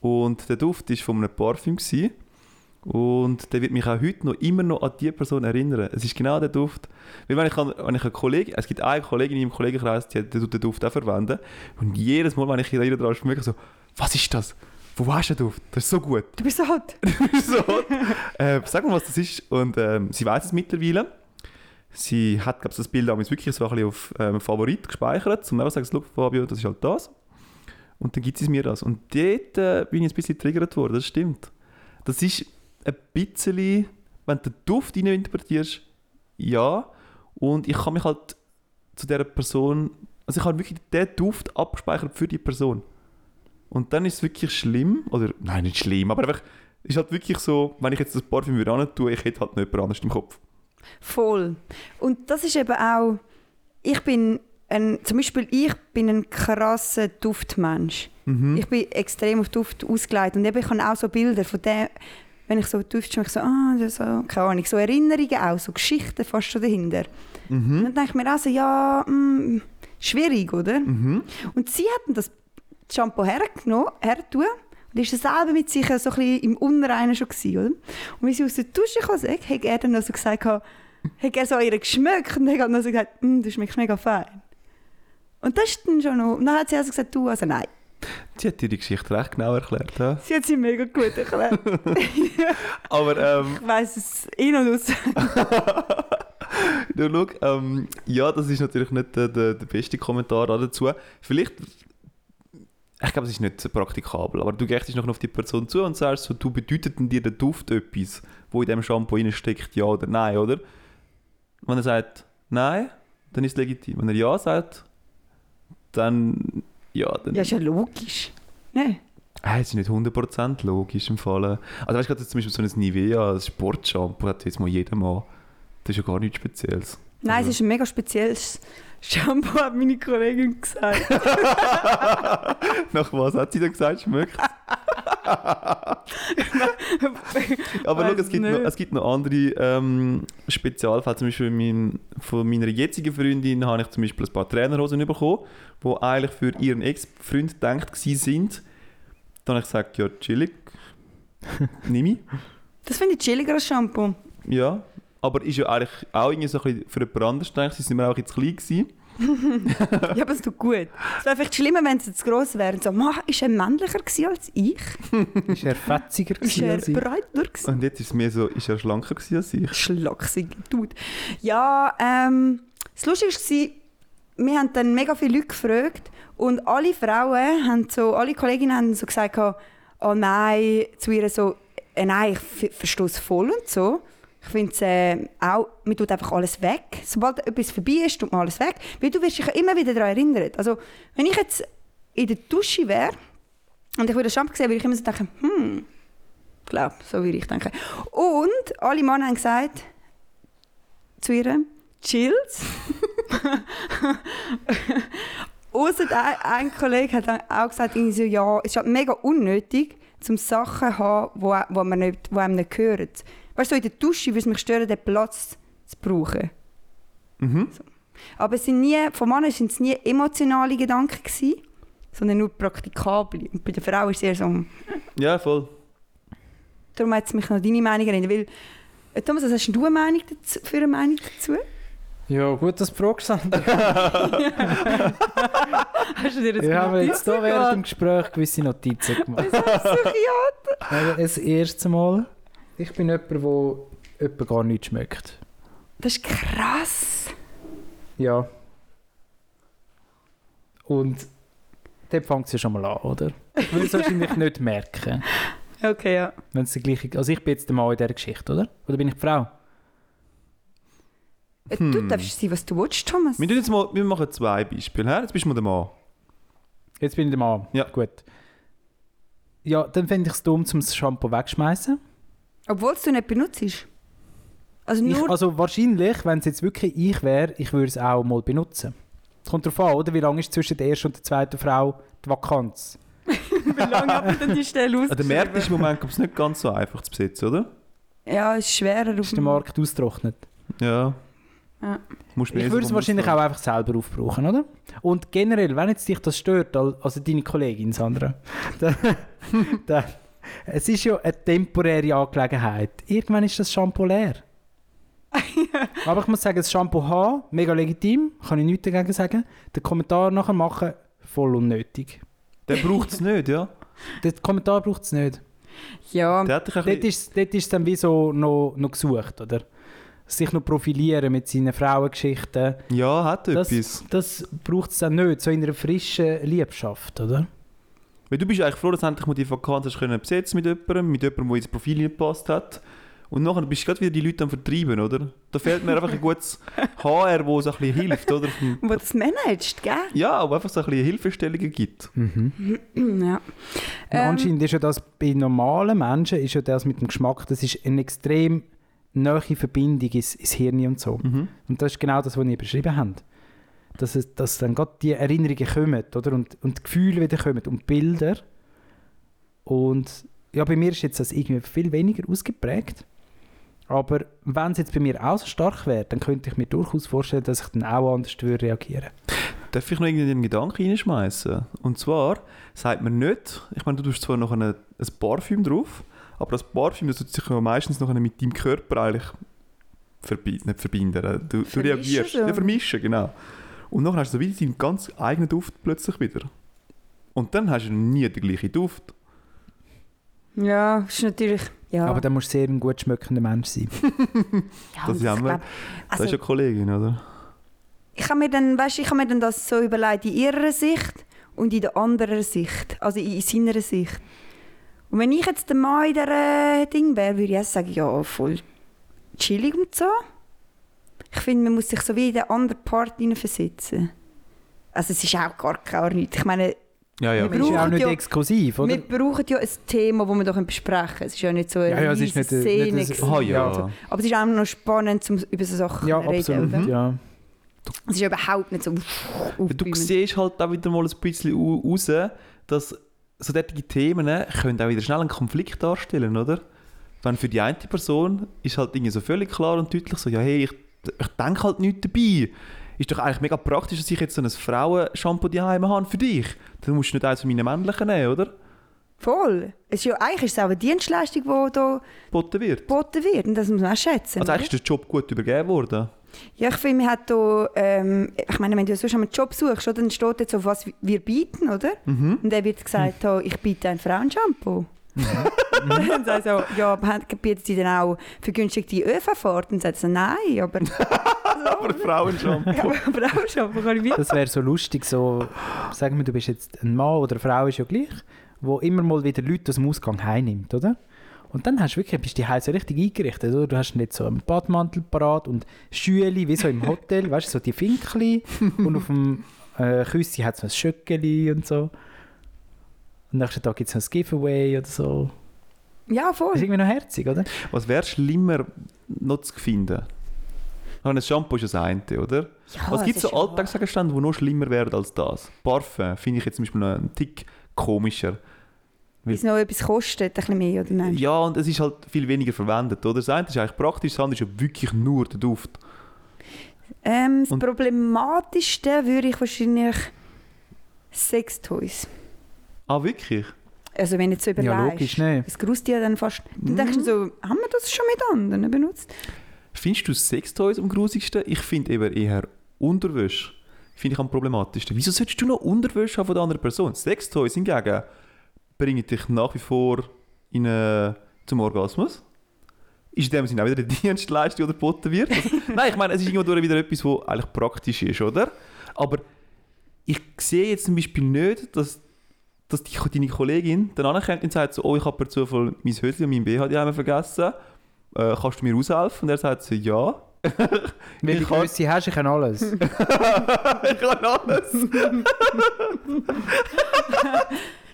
[SPEAKER 3] Und der Duft war von einem Parfüm. Gewesen. Und der wird mich auch heute noch immer noch an die Person erinnern. Es ist genau der Duft. Weil wenn ich, an- wenn ich einen Kollegen, es gibt eine Kollegin in meinem Kollegenkreis, die, hat- die tut den Duft auch verwenden. Und jedes Mal, wenn ich ihr daran schmecke, so, was ist das? Wo hast du den Duft? Das ist so gut.
[SPEAKER 4] Du bist halt so hot.
[SPEAKER 3] so, äh, sag mal, was das ist. Und ähm, sie weiß es mittlerweile. Sie hat, glaube ich, das Bild damals wirklich so ein bisschen auf ähm, Favorit gespeichert, um einfach zu sagen, «Schau, Fabio, das ist halt das. Und dann gibt sie es mir das. Und dort äh, bin ich ein bisschen getriggert worden, das stimmt. Das ist ein bisschen, wenn du den Duft rein interpretierst, ja. Und ich kann mich halt zu dieser Person, also ich habe wirklich den Duft abgespeichert für die Person. Und dann ist es wirklich schlimm, oder nein, nicht schlimm, aber einfach, es ist halt wirklich so, wenn ich jetzt das Parfüm wieder ran tue, ich hätte halt noch jemand anderes im Kopf.
[SPEAKER 4] Voll. Und das ist eben auch, ich bin ein, zum Beispiel ich bin ein krasser Duftmensch. Ich bin extrem auf Duft ausgelegt und eben ich habe auch so Bilder von dem, wenn ich so Duft schmecke, so, ah, das, so, keine Ahnung, so Erinnerungen auch, so Geschichten fast schon dahinter. Und dann denke ich mir auch so, ja, mm, schwierig, oder? Und sie hatten das Shampoo hergenommen, hergetan. Und ist selber mit sich so ein bisschen im Unreinen schon gewesen, oder? Und wie sie aus der Dusche kam, hat er dann noch so gesagt, hat er so ihr geschmeckt und hat noch so gesagt, «Mm, du schmeckst mega fein. Und das ist dann schon noch, und dann hat sie also gesagt, du, also nein.
[SPEAKER 3] Sie hat dir die Geschichte recht genau erklärt. Ja?
[SPEAKER 4] Sie hat sie mega gut erklärt.
[SPEAKER 3] Aber ähm,
[SPEAKER 4] ich weiss es in- und aus.
[SPEAKER 3] nur schau, ähm, ja, das ist natürlich nicht der, der, der beste Kommentar dazu. Vielleicht, ich glaube, es ist nicht so praktikabel, aber du gehst noch auf die Person zu und sagst so, du bedeutet denn dir der Duft etwas, wo in dem Shampoo steckt, ja oder nein, oder? Wenn er sagt nein, dann ist es legitim. Wenn er ja sagt, dann ja, dann
[SPEAKER 4] Ja, ist ja logisch. Ne?
[SPEAKER 3] Ah, es ist nicht 100% logisch im Fall. Also weißt du, gerade jetzt zum Beispiel so ein Nivea, ein Sportshampoo hat jetzt mal jeder mal. Das ist ja gar nichts Spezielles.
[SPEAKER 4] Nein,
[SPEAKER 3] Also-
[SPEAKER 4] es ist ein mega spezielles Shampoo, hat meine Kollegin gesagt.
[SPEAKER 3] Nach was hat sie denn gesagt, schmeckt? Aber schau,
[SPEAKER 4] Weiss
[SPEAKER 3] es gibt,
[SPEAKER 4] nicht.
[SPEAKER 3] noch, es gibt noch andere ähm, Spezialfälle. Zum Beispiel mein, von meiner jetzigen Freundin habe ich zum Beispiel ein paar Trainerhosen bekommen, die eigentlich für ihren Ex-Freund gedacht gewesen sind. Dann habe ich gesagt, ja, chillig. Nimm ich.
[SPEAKER 4] Das finde ich chilliger als Shampoo.
[SPEAKER 3] Ja, aber ist ja eigentlich auch irgendwie so ein bisschen für jemand anderes gedacht. Sie sind mir auch jetzt klein gewesen.
[SPEAKER 4] Ja, aber es tut gut. Es wäre vielleicht schlimmer, wenn es jetzt gross wäre. und So, «Ma, ist er männlicher gewesen als ich?
[SPEAKER 5] Ist er fetziger
[SPEAKER 4] Ist
[SPEAKER 5] gewesen
[SPEAKER 4] er
[SPEAKER 5] als ich?
[SPEAKER 4] breiter gewesen?
[SPEAKER 3] Und jetzt ist es mehr so, ist er schlanker gewesen als ich?
[SPEAKER 4] Schlagsig, Dude. Ja, ähm, das Lustige war, wir haben dann mega viele Leute gefragt und alle Frauen, haben so, alle Kolleginnen haben so gesagt, oh nein, zu ihr so, «Äh, nein, ich ver- verstehe es voll und so. Ich finde es äh, auch, man tut einfach alles weg. Sobald etwas vorbei ist, tut man alles weg. Weil du wirst dich ja immer wieder daran erinnert. Also, wenn ich jetzt in der Dusche wäre und ich würde Shampoo sehen, würde ich immer so denken, hm, ich glaube, so würde ich denken. Und alle Männer haben gesagt zu ihr, chills. Außer ein, ein Kollege hat dann auch gesagt, irgendwie so, ja, es ist halt mega unnötig, um Sachen zu haben, wo, wo, man nicht, wo einem nicht gehören. Weißt du, so in der Dusche würde es mich stören, den Platz zu brauchen.
[SPEAKER 3] Mhm.
[SPEAKER 4] Aber es sind nie, von Männern waren es nie emotionale Gedanken, gewesen, sondern nur praktikable. Und bei der Frau ist es eher so, hm.
[SPEAKER 3] Ja, voll.
[SPEAKER 4] darum hat es mich noch deine Meinung erinnert. Weil, äh, Thomas, was hast denn du eine Meinung dazu, für eine Meinung dazu?
[SPEAKER 5] Ja, gut, dass du fragst, Sandra.
[SPEAKER 4] Hast du dir
[SPEAKER 5] Wir haben jetzt hier während dem
[SPEAKER 4] gemacht?
[SPEAKER 5] Gespräch gewisse Notizen gemacht.
[SPEAKER 4] Das hast du
[SPEAKER 5] Also, das erste Mal, ich bin jemand, der jemand gar nichts schmeckt.
[SPEAKER 4] Das ist krass.
[SPEAKER 5] Ja. Und dort fängt es ja schon mal an, oder? Ich würde es wahrscheinlich nicht merken.
[SPEAKER 4] Okay, ja.
[SPEAKER 5] Wenn es die gleiche, also ich bin jetzt der Mann in dieser Geschichte, oder? Oder bin ich die Frau?
[SPEAKER 4] Äh, Du
[SPEAKER 3] Hm.
[SPEAKER 4] darfst sein, was du willst, Thomas.
[SPEAKER 3] Wir, tun jetzt mal, wir machen zwei Beispiele. hä? Jetzt bist du mal der Mann.
[SPEAKER 5] Jetzt bin ich der Mann.
[SPEAKER 3] Ja.
[SPEAKER 5] Gut. Ja, dann finde ich es dumm, zum das Shampoo wegschmeißen.
[SPEAKER 4] Obwohl du es nicht benutzt. Also
[SPEAKER 5] Ich,
[SPEAKER 4] nur...
[SPEAKER 5] also wahrscheinlich, wenn es jetzt wirklich ich wäre, ich würde es auch mal benutzen. Es kommt darauf an, oder? Wie lange ist zwischen der ersten und der zweiten Frau die Vakanz?
[SPEAKER 4] Wie lange hat man denn die Stelle
[SPEAKER 3] Der Markt ist im Moment glaub ich, nicht ganz so einfach zu besitzen, oder?
[SPEAKER 4] Ja, es ist schwerer auf
[SPEAKER 5] Ist der Markt austrocknet?
[SPEAKER 3] Ja.
[SPEAKER 4] Ja.
[SPEAKER 3] Musst mir
[SPEAKER 5] Ich
[SPEAKER 3] eh
[SPEAKER 5] würde es
[SPEAKER 3] so
[SPEAKER 5] wahrscheinlich auch
[SPEAKER 3] vom
[SPEAKER 5] einfach selber aufbrauchen, oder? Und generell, wenn jetzt dich das stört, al- also deine Kollegin Sandra, dann, dann, es ist ja eine temporäre Angelegenheit. Irgendwann ist das Shampoo leer. Aber ich muss sagen, das Shampoo haben, mega legitim, kann ich nichts dagegen sagen. Den Kommentar nachher machen, voll unnötig.
[SPEAKER 3] Ausland. Der braucht es nicht, ja.
[SPEAKER 5] Den Kommentar braucht es nicht.
[SPEAKER 4] Ja,
[SPEAKER 3] Der hat dich ein
[SPEAKER 5] Dort
[SPEAKER 3] bisschen...
[SPEAKER 5] ist dort ist es dann wie so noch, noch gesucht, oder? Sich noch profilieren mit seinen Frauengeschichten.
[SPEAKER 3] Ja, hat
[SPEAKER 5] Das-
[SPEAKER 3] etwas.
[SPEAKER 5] Das braucht es dann nicht, so in einer frischen Liebschaft, oder?
[SPEAKER 3] Weil du bist eigentlich froh, dass du endlich mal die Vakanz hast können besetzen mit jemandem, mit jemandem, der ins Profil nicht gepasst hat. Und nachher bist du gerade wieder die Leute am Vertreiben, oder? Da fehlt mir einfach ein gutes HR, das so ein bisschen hilft, oder?
[SPEAKER 4] wo das managst, gell?
[SPEAKER 3] Ja, wo einfach so ein bisschen Hilfestellungen gibt.
[SPEAKER 4] Ja.
[SPEAKER 5] Und anscheinend ist ja das bei normalen Menschen ist ja das mit dem Geschmack, das ist eine extrem nahe Verbindung ins, ins Hirn und so.
[SPEAKER 3] Mhm.
[SPEAKER 5] Und das ist genau das, was ihr beschrieben habt. Dass, es, dass dann gerade die Erinnerungen kommen, oder? Und, und die Gefühle wieder kommen und Bilder. Und ja, bei mir ist jetzt das irgendwie viel weniger ausgeprägt. Aber wenn es jetzt bei mir auch so stark wäre, dann könnte ich mir durchaus vorstellen, dass ich dann auch anders würde reagieren
[SPEAKER 3] Darf ich noch irgendeinen Gedanken reinschmeißen? Und zwar sagt man nicht, ich meine, du tust zwar noch eine, ein Parfüm drauf, aber das Parfüm, das tut sich ja meistens noch mit deinem Körper eigentlich verbi nicht verbinden. äh, Du, du
[SPEAKER 4] Vermischen
[SPEAKER 3] reagierst.
[SPEAKER 4] so.
[SPEAKER 3] Ja, vermischen, genau. Und dann hast du so wieder deinen ganz eigenen Duft plötzlich wieder. Und dann hast du nie den gleichen Duft.
[SPEAKER 4] Ja, ist natürlich... Ja,
[SPEAKER 5] Aber dann musst du sehr ein gut schmeckender Mensch sein.
[SPEAKER 4] ja,
[SPEAKER 3] das
[SPEAKER 4] und
[SPEAKER 3] ist auch
[SPEAKER 4] ich
[SPEAKER 3] mal-
[SPEAKER 4] glaub-
[SPEAKER 3] Das
[SPEAKER 4] also,
[SPEAKER 3] ist ja eine Kollegin, oder?
[SPEAKER 4] ich habe mir, dann, weißt, ich habe mir dann das so überlegt in ihrer Sicht und in der anderen Sicht. Also in, in seiner Sicht. Und wenn ich jetzt der Mann in dieser äh, Ding wäre, würde ich auch sagen, ja, voll chillig und so. Ich finde, man muss sich so wie in den anderen Part versetzen. Also es ist auch gar, gar nichts. Ich meine,
[SPEAKER 3] Ja, ja.
[SPEAKER 5] Das ist ja auch
[SPEAKER 4] brauchen
[SPEAKER 5] nicht
[SPEAKER 4] ja-
[SPEAKER 5] exklusiv, oder?
[SPEAKER 4] Wir brauchen ja ein Thema, das wir doch besprechen können. Es ist ja nicht so eine
[SPEAKER 5] Ja, ja, es ist
[SPEAKER 4] riesige
[SPEAKER 5] nicht-
[SPEAKER 4] Szene.
[SPEAKER 5] nicht ein-
[SPEAKER 4] gewesen.
[SPEAKER 3] Ah,
[SPEAKER 5] Ja.
[SPEAKER 3] ja.
[SPEAKER 4] Aber es ist auch noch spannend, um über so Sachen
[SPEAKER 5] Ja,
[SPEAKER 4] zu reden.
[SPEAKER 5] absolut.
[SPEAKER 4] oder?
[SPEAKER 5] Ja.
[SPEAKER 4] Es ist ja überhaupt nicht so
[SPEAKER 3] Du
[SPEAKER 4] aufbäumend.
[SPEAKER 3] siehst halt auch wieder mal ein bisschen au- raus, dass so derartige Themen können auch wieder schnell einen Konflikt darstellen, oder? Wenn für die eine Person ist halt irgendwie so völlig klar und deutlich so, ja hey, ich, ich denke halt nichts dabei. Ist doch eigentlich mega praktisch, dass ich jetzt so ein Frauenshampoo daheim habe für dich. Dann musst du nicht eins von meinen männlichen nehmen, oder?
[SPEAKER 4] Voll. Es ist ja, eigentlich ist es auch eine Dienstleistung, die hier
[SPEAKER 3] Boten wird.
[SPEAKER 4] geboten wird. Und das muss man auch schätzen.
[SPEAKER 3] Also eigentlich ist der Job gut übergeben worden.
[SPEAKER 4] Ja, ich finde, man hat hier, ähm, ich meine, wenn du sonst einen Job suchst, oder, dann steht jetzt auf, was wir bieten, oder?
[SPEAKER 3] Mhm.
[SPEAKER 4] Und dann wird gesagt, oh, ich biete ein Frauenshampoo.
[SPEAKER 3] Mhm.
[SPEAKER 4] dann sagen sie so, ja, aber haben- bieten sie dann auch vergünstigte ÖV-Fahrt? Dann sagen sie, nein, aber,
[SPEAKER 3] Aber Frauenshampoo.
[SPEAKER 4] aber Frauenshampoo kann ich
[SPEAKER 3] Also,
[SPEAKER 4] mit.
[SPEAKER 5] Das wäre so lustig, so, sagen wir, du bist jetzt ein Mann oder eine Frau, ist ja gleich, wo immer mal wieder Leute aus dem Ausgang heimnimmt, oder? Und dann hast du wirklich, bist du heim so richtig eingerichtet, oder? Du hast nicht so einen Badmantel parat und Schüle, wie so im Hotel, weißt du, so die Finkli und auf dem äh, Küssi hat es noch ein Schöckeli und so. Am nächsten Tag gibt es noch ein Giveaway oder so.
[SPEAKER 4] Ja,
[SPEAKER 5] Das ist
[SPEAKER 4] voll.
[SPEAKER 5] irgendwie noch herzig, oder?
[SPEAKER 3] Was wäre schlimmer noch zu finden? Ich meine, Ein Shampoo ist das eine, oder?
[SPEAKER 4] Ja,
[SPEAKER 3] Was
[SPEAKER 4] es
[SPEAKER 3] gibt
[SPEAKER 4] ist
[SPEAKER 3] so
[SPEAKER 4] ja-
[SPEAKER 3] Alltagsgegenstände, die noch schlimmer wären als das? Parfum finde ich jetzt zum Beispiel noch einen Tick komischer.
[SPEAKER 4] Weil es noch etwas kostet, ein bisschen mehr, oder nein?
[SPEAKER 3] Ja, und es ist halt viel weniger verwendet, oder? Das eine ist eigentlich praktisch, das andere ist ja wirklich nur der Duft.
[SPEAKER 4] Ähm, das
[SPEAKER 3] Und-
[SPEAKER 4] Problematischste würde ich wahrscheinlich Sextoys.
[SPEAKER 3] Ah, wirklich?
[SPEAKER 4] Also wenn du jetzt so überlegst.
[SPEAKER 5] Ja, logisch, ne?
[SPEAKER 4] Es grüßt ja dann fast. Dann
[SPEAKER 3] Mhm.
[SPEAKER 4] denkst du so, haben wir das schon mit anderen benutzt?
[SPEAKER 3] Findest du Sextoys am grusigsten? Ich finde eben eher Unterwäsche. Finde ich am problematischsten. Wieso solltest du noch Unterwäsche haben von der anderen Person? Sextoys hingegen bringen dich nach wie vor in, äh, zum Orgasmus. Ist in dem Sinne auch wieder eine Dienstleistung, die geboten wird. Also, nein, ich meine, es ist irgendwo wieder etwas, was eigentlich praktisch ist, oder? Aber ich sehe jetzt zum Beispiel nicht, dass, dass die, deine Kollegin dann ankommt und sagt so, «Oh, ich habe per Zufall mein Höschen und mein BH daheim vergessen. Äh, kannst du mir aushelfen?» Und er sagt so, «Ja.»
[SPEAKER 5] Welche
[SPEAKER 3] Ich kann-
[SPEAKER 5] Größe hast du? Ich kann alles.
[SPEAKER 3] ich kann alles.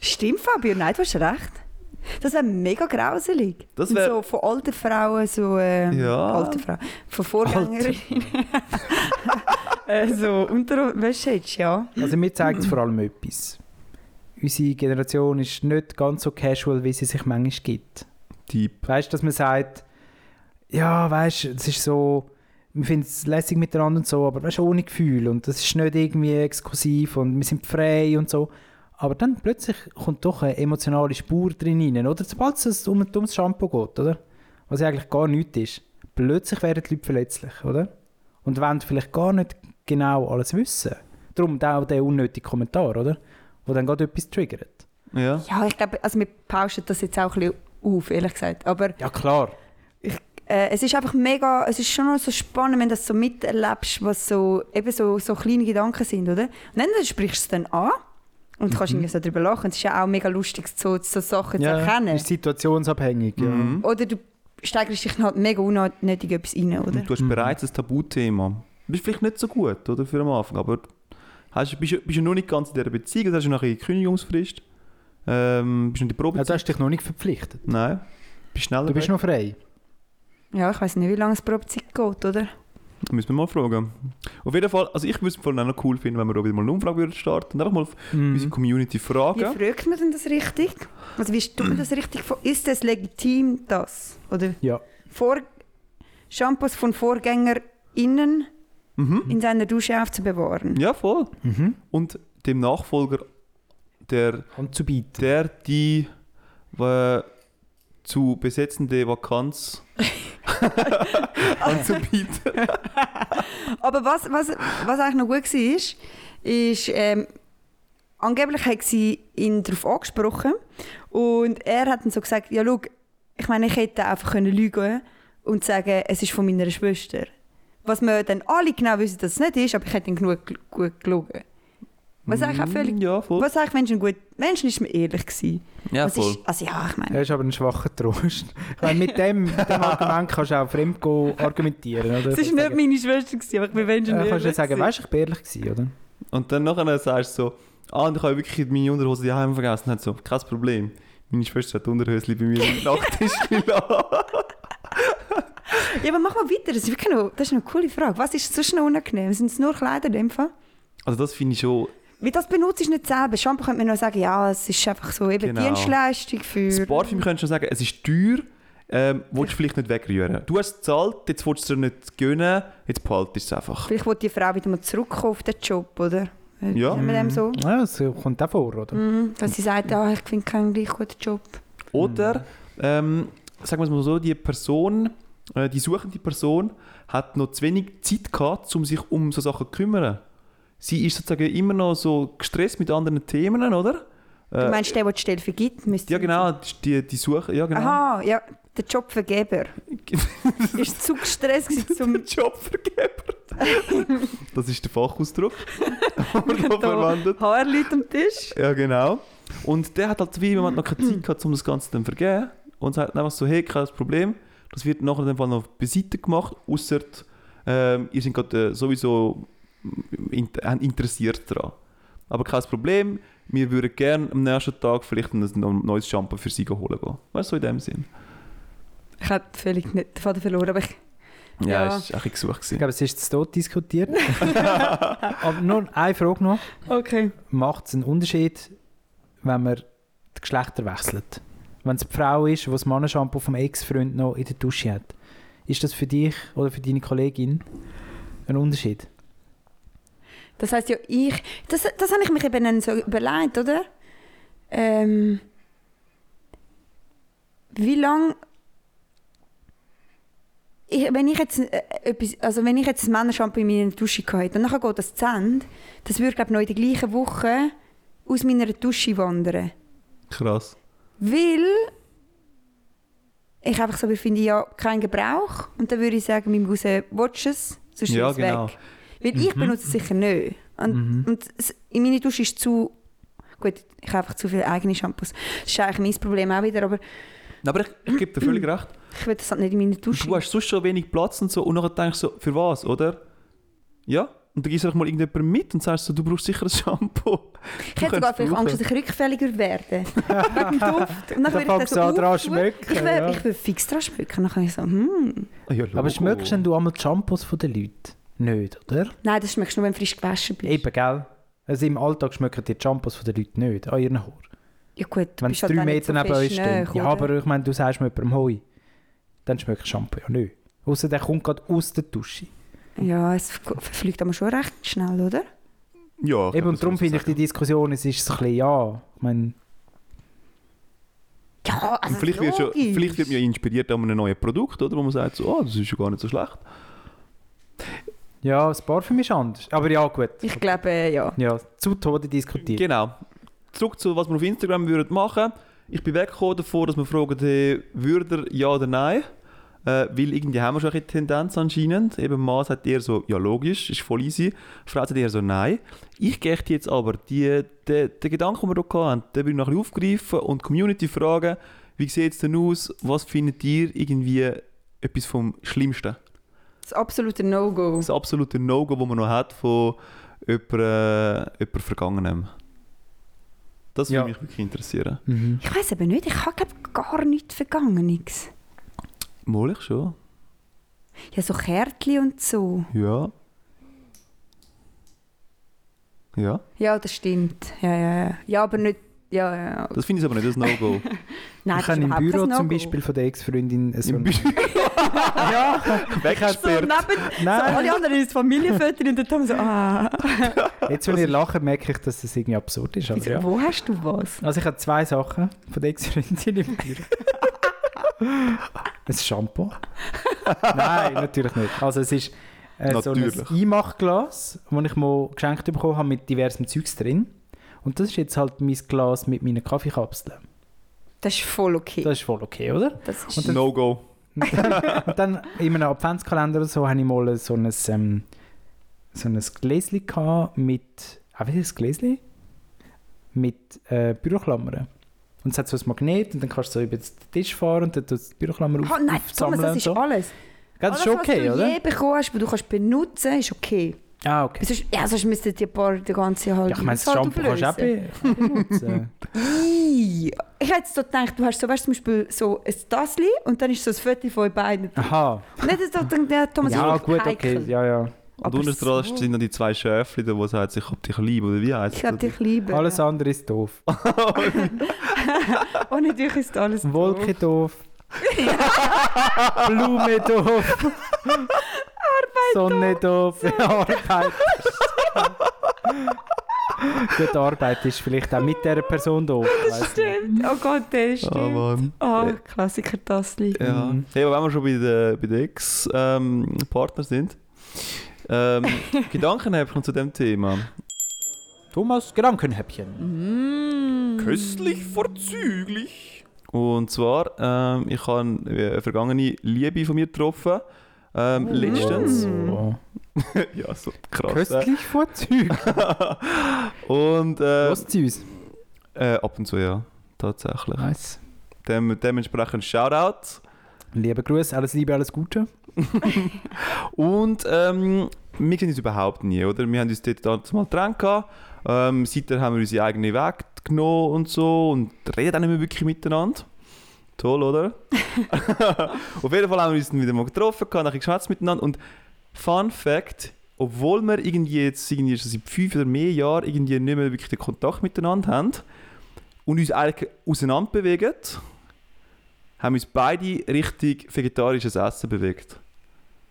[SPEAKER 4] Stimmt, Fabian, nein, du hast recht. Das wäre mega grauselig.
[SPEAKER 3] Das
[SPEAKER 4] Und
[SPEAKER 3] wär-
[SPEAKER 4] so von alten Frauen, so äh,
[SPEAKER 3] Ja.
[SPEAKER 4] alte Frauen, von Vorgängerinnen. äh, so Unterwäsche jetzt, ja.
[SPEAKER 5] Also mir zeigt es vor allem etwas. Unsere Generation ist nicht ganz so casual, wie sie sich manchmal gibt.
[SPEAKER 3] Typ.
[SPEAKER 5] Weißt du, dass man sagt, ja, weißt du, es ist so, wir finden es lässig miteinander und so, aber weißt du, ohne Gefühl und das ist nicht irgendwie exklusiv und wir sind frei und so. Aber dann plötzlich kommt doch eine emotionale Spur drin rein, oder? Sobald es um ein dummes Shampoo geht, oder? Was ja eigentlich gar nichts ist. Plötzlich werden die Leute verletzlich, oder? Und wollen vielleicht gar nicht genau alles wissen. Darum da auch der unnötige Kommentar, oder? Wo dann gerade etwas triggert.
[SPEAKER 3] Ja.
[SPEAKER 4] Ja, ich glaube, also wir pauschen das jetzt auch ein bisschen auf, ehrlich gesagt. Aber
[SPEAKER 5] Ja, klar.
[SPEAKER 4] äh, es ist einfach mega, es ist schon noch so spannend, wenn du das so miterlebst, was so, eben so, so kleine Gedanken sind, oder? Und dann sprichst du es dann an und kannst irgendwie so darüber lachen. Es ist ja auch mega lustig, so, so Sachen zu erkennen.
[SPEAKER 5] ist situationsabhängig. Ja.
[SPEAKER 3] Mhm.
[SPEAKER 4] Oder du steigerst dich halt mega unnötig in etwas rein, oder?
[SPEAKER 3] Und
[SPEAKER 5] Mhm.
[SPEAKER 3] du hast bereits ein Tabuthema. Du bist vielleicht nicht so gut, oder? Für am Anfang, aber hast, bist, bist ja noch nicht ganz in dieser Beziehung, also hast du noch eine Kündigungsfrist. Ähm, bist du in der Probezeit?
[SPEAKER 5] Also hast du dich noch nicht verpflichtet.
[SPEAKER 3] Nein. Bist schneller
[SPEAKER 5] Du bist
[SPEAKER 3] weg.
[SPEAKER 5] noch frei.
[SPEAKER 4] Ja, ich weiß nicht, wie lange es Probezeit geht, oder?
[SPEAKER 3] Müssen wir mal fragen. Auf jeden Fall, also ich würde es vor allem auch noch cool finden, wenn wir auch wieder mal eine Umfrage würden starten und einfach mal
[SPEAKER 5] Mhm.
[SPEAKER 3] unsere Community
[SPEAKER 4] Wie
[SPEAKER 3] fragen.
[SPEAKER 4] fragt man denn das richtig? Also wie tut man das richtig? vor- Ist das legitim, das? Oder
[SPEAKER 5] Ja.
[SPEAKER 4] vor Shampoos von VorgängerInnen
[SPEAKER 3] Mhm.
[SPEAKER 4] in seiner Dusche aufzubewahren?
[SPEAKER 3] Ja, voll.
[SPEAKER 5] Mhm.
[SPEAKER 3] Und dem Nachfolger, der,
[SPEAKER 5] Anzubieten.
[SPEAKER 3] der die äh, zu besetzende Vakanz anzubieten.
[SPEAKER 4] Aber was, was, was eigentlich noch gut war, ist, ist ähm, angeblich hat sie ihn darauf angesprochen und er hat dann so gesagt, ja schau, ich meine, ich hätte einfach können lügen und sagen, es ist von meiner Schwester. Was wir dann alle genau wissen, dass es nicht ist, aber ich hätte ihn genug gel- gut gelogen. Was eigentlich auch völlig...
[SPEAKER 3] Mm, Ja,
[SPEAKER 5] Mhm.
[SPEAKER 3] voll.
[SPEAKER 4] Was eigentlich, wenn ein guter Mensch ist, mir ehrlich gewesen.
[SPEAKER 3] Ja,
[SPEAKER 4] Was
[SPEAKER 3] voll.
[SPEAKER 4] ist, also ja, ich meine...
[SPEAKER 5] Das ist aber ein schwacher Trost. Ich meine, mit dem, mit dem Argument kannst du auch fremd go argumentieren. Oder?
[SPEAKER 4] Es war nicht meine Schwester, gewesen, aber ich bin Menschen
[SPEAKER 5] Du kannst du
[SPEAKER 4] ehrlich.
[SPEAKER 5] nicht sagen, weißt du, ich bin ehrlich gewesen, oder?
[SPEAKER 3] Und dann nachher sagst du so, ah, und ich habe wirklich meine Unterhose daheim vergessen. Und hat so, kein Problem. Meine Schwester hat die Unterhösli bei mir im Nachttisch gelassen.
[SPEAKER 4] Ja, aber mach mal weiter. Das ist, wirklich noch, das ist eine coole Frage. Was ist sonst noch unangenehm? Sind es nur Kleider in dem Fall?
[SPEAKER 3] Also das finde ich schon
[SPEAKER 4] Weil das benutzt ist nicht selber. Shampoo könnte man noch sagen, ja, es ist einfach so eben
[SPEAKER 3] Genau.
[SPEAKER 4] Dienstleistung für...
[SPEAKER 3] Das Parfüm könntest du sagen, es ist teuer, ähm, willst du vielleicht nicht wegrühren. Du hast es gezahlt, jetzt willst du es dir nicht gönnen, jetzt behaltest du es einfach.
[SPEAKER 4] Vielleicht will die Frau wieder mal zurückkommen auf den Job, oder?
[SPEAKER 3] Ja. Mhm.
[SPEAKER 4] Sagen wir dem so?
[SPEAKER 5] Mhm. Ja, das kommt auch vor, oder?
[SPEAKER 4] Mhm. Dass sie sagt, ja, ich finde keinen gleich guten Job.
[SPEAKER 3] Oder, ähm, sagen wir es mal so, die Person, äh, die suchende Person hat noch zu wenig Zeit gehabt, um sich um so Sachen zu kümmern. Sie ist sozusagen immer noch so gestresst mit anderen Themen, oder?
[SPEAKER 4] Du
[SPEAKER 3] Äh,
[SPEAKER 4] meinst, der, der die Stelle vergibt, müsste...
[SPEAKER 3] ja, genau, die, die Suche, ja, genau.
[SPEAKER 4] Aha, ja, der Jobvergeber. ist zu gestresst gewesen, zum...
[SPEAKER 3] Jobvergeber. das ist der Fachausdruck, den man da
[SPEAKER 4] da
[SPEAKER 3] verwendet.
[SPEAKER 4] Haarleute am Tisch.
[SPEAKER 3] Ja, genau. Und der hat halt wie im Moment noch keine Zeit gehabt, um das Ganze dann zu vergeben. Und sagt einfach so, hey, kein Problem. Das wird nachher dann noch beiseite gemacht, außer ähm, ihr seid gerade äh, sowieso mm, in, haben interessiert daran. Aber kein Problem, wir würden gerne am nächsten Tag vielleicht ein neues Shampoo für sie holen gehen. Weißt du, so in dem Sinn.
[SPEAKER 4] Ich habe völlig nicht den Faden verloren, aber ich...
[SPEAKER 3] Ja,
[SPEAKER 4] Ja.
[SPEAKER 3] das war ein bisschen gesucht.
[SPEAKER 5] Ich
[SPEAKER 3] gewesen.
[SPEAKER 5] glaube, es ist zu tot diskutiert. aber nur eine Frage noch.
[SPEAKER 4] Okay.
[SPEAKER 5] Macht es einen Unterschied, wenn man die Geschlechter wechselt. Wenn es eine Frau ist, die das Mannenshampoo vom Ex-Freund noch in der Dusche hat, ist das für dich oder für deine Kollegin ein Unterschied?
[SPEAKER 4] Das heisst ja, ich. Das, das habe ich mich eben dann so überlegt, oder? Ähm, wie lange. Ich, wenn ich jetzt äh, etwas, also wenn ich jetzt ein Männershampoo in meiner Dusche gehabt hätte und nachher geht das zu Ende, das würde glaube ich noch in der gleichen Woche aus meiner Dusche wandern.
[SPEAKER 3] Krass.
[SPEAKER 4] Weil ich einfach so finde, ja, kein Gebrauch. Und dann würde ich sagen, meinem Guse, watch es, sonst
[SPEAKER 3] Ja,
[SPEAKER 4] ist es
[SPEAKER 3] genau.
[SPEAKER 4] weg. Weil
[SPEAKER 5] Mhm.
[SPEAKER 4] ich benutze es sicher nicht. Und, und es, in meiner Dusche ist zu... Gut, ich habe einfach zu viele eigene Shampoos. Das ist eigentlich mein Problem auch wieder, aber
[SPEAKER 3] Aber ich, ich gebe dir völlig recht.
[SPEAKER 4] ich will das halt nicht in meiner Dusche.
[SPEAKER 3] Du hast sonst schon wenig Platz und so. Und dann denkst du so, für was, oder? Ja? Und dann gehst du einfach mal irgendjemandem mit und sagst so, du brauchst sicher ein Shampoo.
[SPEAKER 4] Ich hätte sogar vielleicht Angst, dass ich rückfälliger werde. Wegen dem Duft. Und dann würde ich das
[SPEAKER 5] fängst du
[SPEAKER 4] so
[SPEAKER 5] an, dran
[SPEAKER 4] auftun.
[SPEAKER 5] schmecken,
[SPEAKER 4] Ich würde
[SPEAKER 5] ja.
[SPEAKER 4] ich würde fix dran schmecken. Dann kann ich so, hm.
[SPEAKER 3] Ah, ja,
[SPEAKER 5] Aber
[SPEAKER 3] Logo.
[SPEAKER 5] schmeckst denn du einmal die Shampoos von den Leuten? Nicht, oder?
[SPEAKER 4] Nein, das schmeckst du nur, wenn du frisch gewaschen bist.
[SPEAKER 5] Eben, gell? Also im Alltag schmecken die Shampoos von den Leuten nicht, an ihren Haaren.
[SPEAKER 4] Ja gut, du
[SPEAKER 5] Wenn
[SPEAKER 4] bist
[SPEAKER 5] es drei
[SPEAKER 4] halt auch nicht
[SPEAKER 5] Meter
[SPEAKER 4] so
[SPEAKER 5] neben
[SPEAKER 4] fest
[SPEAKER 5] euch stehen.
[SPEAKER 4] nah,
[SPEAKER 5] Ja,
[SPEAKER 4] oder?
[SPEAKER 5] aber ich meine, du sagst mir jemandem Hoi, dann schmeckt Shampoo ja nicht. Außer der kommt gerade aus der Dusche.
[SPEAKER 4] Ja, es verfliegt aber schon recht schnell, oder?
[SPEAKER 3] Ja, ich glaub,
[SPEAKER 5] Eben, und darum
[SPEAKER 3] das muss
[SPEAKER 5] finde ich die Diskussion, es ist so ein bisschen, ja, ich meine,
[SPEAKER 4] Ja,
[SPEAKER 3] Und
[SPEAKER 4] also
[SPEAKER 3] vielleicht, wird schon,
[SPEAKER 4] logisch.
[SPEAKER 3] vielleicht wird man ja inspiriert an einem neuen Produkt, oder? Wo man sagt, so, ah, das ist ja gar nicht so schlecht.
[SPEAKER 5] ja, das Parfüm ist anders. Aber ja, gut.
[SPEAKER 4] Ich glaube, äh, ja.
[SPEAKER 5] Ja, zu Tode diskutiert.
[SPEAKER 3] Genau. Zurück zu was wir auf Instagram würden machen. Ich bin weggekommen davon, dass wir fragen, hey, würde er ja oder nein? Äh, weil irgendwie haben wir schon eine Tendenz anscheinend. Eben Mann sagt eher so, ja logisch, ist voll easy. Frau sagt eher so, nein. Ich gehe jetzt aber die, die, den Gedanken, den wir hier hatten, den will ich noch ein bisschen aufgreifen und die Community fragen, wie sieht es denn aus? Was findet ihr irgendwie etwas vom Schlimmsten?
[SPEAKER 4] Das absolute No-Go.
[SPEAKER 3] Das absolute No-Go, das man noch hat von jemandem, äh, jemandem Vergangenem. Das würde
[SPEAKER 5] Ja.
[SPEAKER 3] mich wirklich interessieren.
[SPEAKER 5] Mhm.
[SPEAKER 4] Ich weiß eben nicht, ich habe glaub, gar nichts Vergangenes.
[SPEAKER 3] Mal ich schon.
[SPEAKER 4] Ja, so Kärtchen und so.
[SPEAKER 3] Ja. Ja.
[SPEAKER 4] Ja, das stimmt. Ja, ja, ja. Ja, aber nicht... Ja, ja, ja.
[SPEAKER 3] Das finde ich aber nicht das No-Go.
[SPEAKER 4] Nein,
[SPEAKER 5] ich habe im
[SPEAKER 4] überhaupt
[SPEAKER 5] Büro
[SPEAKER 4] kein
[SPEAKER 5] zum
[SPEAKER 4] No-Go.
[SPEAKER 5] Beispiel von der Ex-Freundin so
[SPEAKER 3] Im
[SPEAKER 5] ein-
[SPEAKER 3] Büro.
[SPEAKER 5] Ja,
[SPEAKER 4] So neben... So
[SPEAKER 5] Nein,
[SPEAKER 4] alle anderen ist Familienfotos und dann haben so... Ah,
[SPEAKER 5] jetzt, wenn ihr lachen, merke ich, dass das irgendwie absurd ist. Aber
[SPEAKER 4] so,
[SPEAKER 5] ja.
[SPEAKER 4] wo hast du was?
[SPEAKER 5] Also ich habe zwei Sachen von der Ex-Freundin im Büro. ein Shampoo? Nein, natürlich nicht. Also es ist äh, so ein
[SPEAKER 3] Natürlich.
[SPEAKER 5] Einmachglas, das ich mal geschenkt bekommen habe mit diversem Zeugs drin. Und das ist jetzt halt mein Glas mit meinen Kaffeekapseln.
[SPEAKER 4] Das ist voll okay.
[SPEAKER 5] Das ist voll okay, oder?
[SPEAKER 4] Das ist...
[SPEAKER 3] No-Go.
[SPEAKER 5] Und dann in einem Adventskalender oder so habe ich mal so ein, ähm, so ein Gläschen gehabt mit. Ah, wie ist das Gläschen? Mit äh, Büroklammern. Und es hat so ein Magnet und dann kannst du so über den Tisch fahren und dann tust du die Büroklammer auf,
[SPEAKER 4] Oh nein, Thomas,
[SPEAKER 5] aufsammeln
[SPEAKER 4] das
[SPEAKER 5] und
[SPEAKER 4] ist
[SPEAKER 5] so.
[SPEAKER 4] alles.
[SPEAKER 5] Gell, das ist
[SPEAKER 4] alles,
[SPEAKER 5] okay,
[SPEAKER 4] was du
[SPEAKER 5] oder?
[SPEAKER 4] je bekommen hast, was du kannst benutzen, ist okay.
[SPEAKER 5] Ah, okay.
[SPEAKER 4] Sonst, ja, sonst müssten die paar den ganzen halt...
[SPEAKER 5] Ja, ich meine, das
[SPEAKER 4] halt
[SPEAKER 5] Shampoo kannst du auch
[SPEAKER 4] auflösen.
[SPEAKER 5] be- benutzen.
[SPEAKER 4] Ei. Ich hätte so gedacht, du hast so, weißt, du, zum Beispiel so ein Tassli und dann ist so ein Viertel von beiden.
[SPEAKER 5] Aha.
[SPEAKER 4] Nicht, dass du denkst, der Thomas
[SPEAKER 5] ja,
[SPEAKER 4] ist wirklich
[SPEAKER 5] gut, okay.
[SPEAKER 4] heikel.
[SPEAKER 5] Ja, ja.
[SPEAKER 3] Und
[SPEAKER 4] Aber
[SPEAKER 3] unten dran sind noch die zwei Schäfchen, die sagen, ich hab halt dich lieb, oder wie heißt
[SPEAKER 4] Ich hab dich lieb.
[SPEAKER 5] Alles andere ist doof.
[SPEAKER 4] Ohne dich ist alles
[SPEAKER 5] Wolke doof. Blume doof. Arbeit Sonne doof. Arbeit. Gut, Arbeit ist vielleicht auch mit dieser Person doof. weiss nicht.
[SPEAKER 4] Stimmt. Oh Gott, der ist
[SPEAKER 3] Oh
[SPEAKER 4] stimmt.
[SPEAKER 3] Mann.
[SPEAKER 4] Oh, Klassiker Tassli.
[SPEAKER 3] Ja.
[SPEAKER 5] Mhm.
[SPEAKER 3] Hey, aber wenn wir schon bei den, bei den Ex-Partner sind, ähm, Gedanken habe ich zu dem Thema.
[SPEAKER 5] Thomas, Gedankenhäppchen.
[SPEAKER 3] Köstlich vorzüglich. Und zwar, ähm, ich habe eine vergangene Liebe von mir getroffen. Ähm, Letztens.
[SPEAKER 5] Oh.
[SPEAKER 3] ja, so krass. äh.
[SPEAKER 5] Köstlich vorzüglich.
[SPEAKER 3] Und äh,
[SPEAKER 5] Los zu uns.
[SPEAKER 3] äh, ab und zu ja, tatsächlich.
[SPEAKER 5] Nice.
[SPEAKER 3] Dem, dementsprechend Shoutout.
[SPEAKER 5] Liebe Grüße, alles Liebe, alles Gute.
[SPEAKER 3] Und ähm, wir sehen uns überhaupt nie, oder? Wir haben uns dort damals mal getrennt. gehabt. Ähm, seitdem haben wir unsere eigenen Weg genommen und so und reden auch nicht mehr wirklich miteinander. Toll, oder? Auf jeden Fall haben wir uns dann wieder mal getroffen, gehabt, nachher geschwätzt miteinander. Und Fun Fact, obwohl wir irgendwie jetzt irgendwie schon seit fünf oder mehr Jahren irgendwie nicht mehr wirklich den Kontakt miteinander haben, und uns eigentlich auseinander bewegt, haben uns beide richtig vegetarisches Essen bewegt.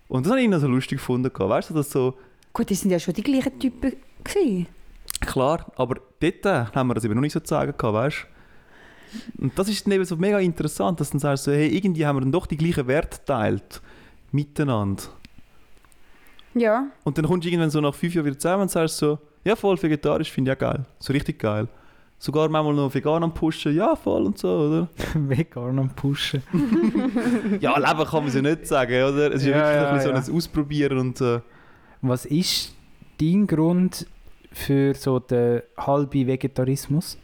[SPEAKER 3] Und das habe ich noch so lustig gefunden. Weißt du, dass so,
[SPEAKER 4] Gut, das sind ja schon die gleichen Typen gewesen.
[SPEAKER 3] klar, aber dort äh, haben wir das eben noch nicht so zeigen können, weißt du? Und das ist dann eben so mega interessant, dass du dann sagst, so, hey, irgendwie haben wir dann doch die gleichen Werte geteilt. Miteinander.
[SPEAKER 4] Ja.
[SPEAKER 3] Und dann kommst du irgendwann so nach fünf Jahren wieder zusammen und sagst so, ja voll, vegetarisch finde ich auch geil. So richtig geil. Sogar manchmal noch vegan am Pushen, ja voll und so, oder?
[SPEAKER 5] Vegan am Pushen.
[SPEAKER 3] Ja, Leben kann man es ja nicht sagen, oder? Es ist ja,
[SPEAKER 5] Ja,
[SPEAKER 3] wirklich
[SPEAKER 5] ja,
[SPEAKER 3] ein bisschen
[SPEAKER 5] ja.
[SPEAKER 3] so ein Ausprobieren und äh,
[SPEAKER 5] Was ist dein Grund für so den halben Vegetarismus?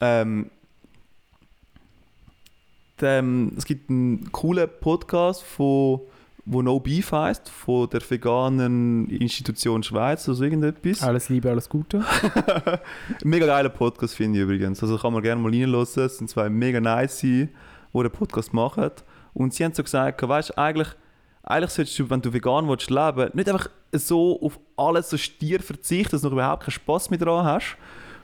[SPEAKER 3] ähm, dem, es gibt einen coolen Podcast von wo No Beef heißt von der veganen Institution Schweiz oder so irgendetwas.
[SPEAKER 5] Alles Liebe, alles Gute.
[SPEAKER 3] mega geiler Podcast finde ich übrigens. Also kann man gerne mal reinhören. Es sind zwei mega nice, die den Podcast machen. Und sie haben so gesagt, weißt du, eigentlich, eigentlich solltest du, wenn du vegan willst, leben, nicht einfach so auf alles so stier verzichten, dass du noch überhaupt keinen Spass mehr dran hast.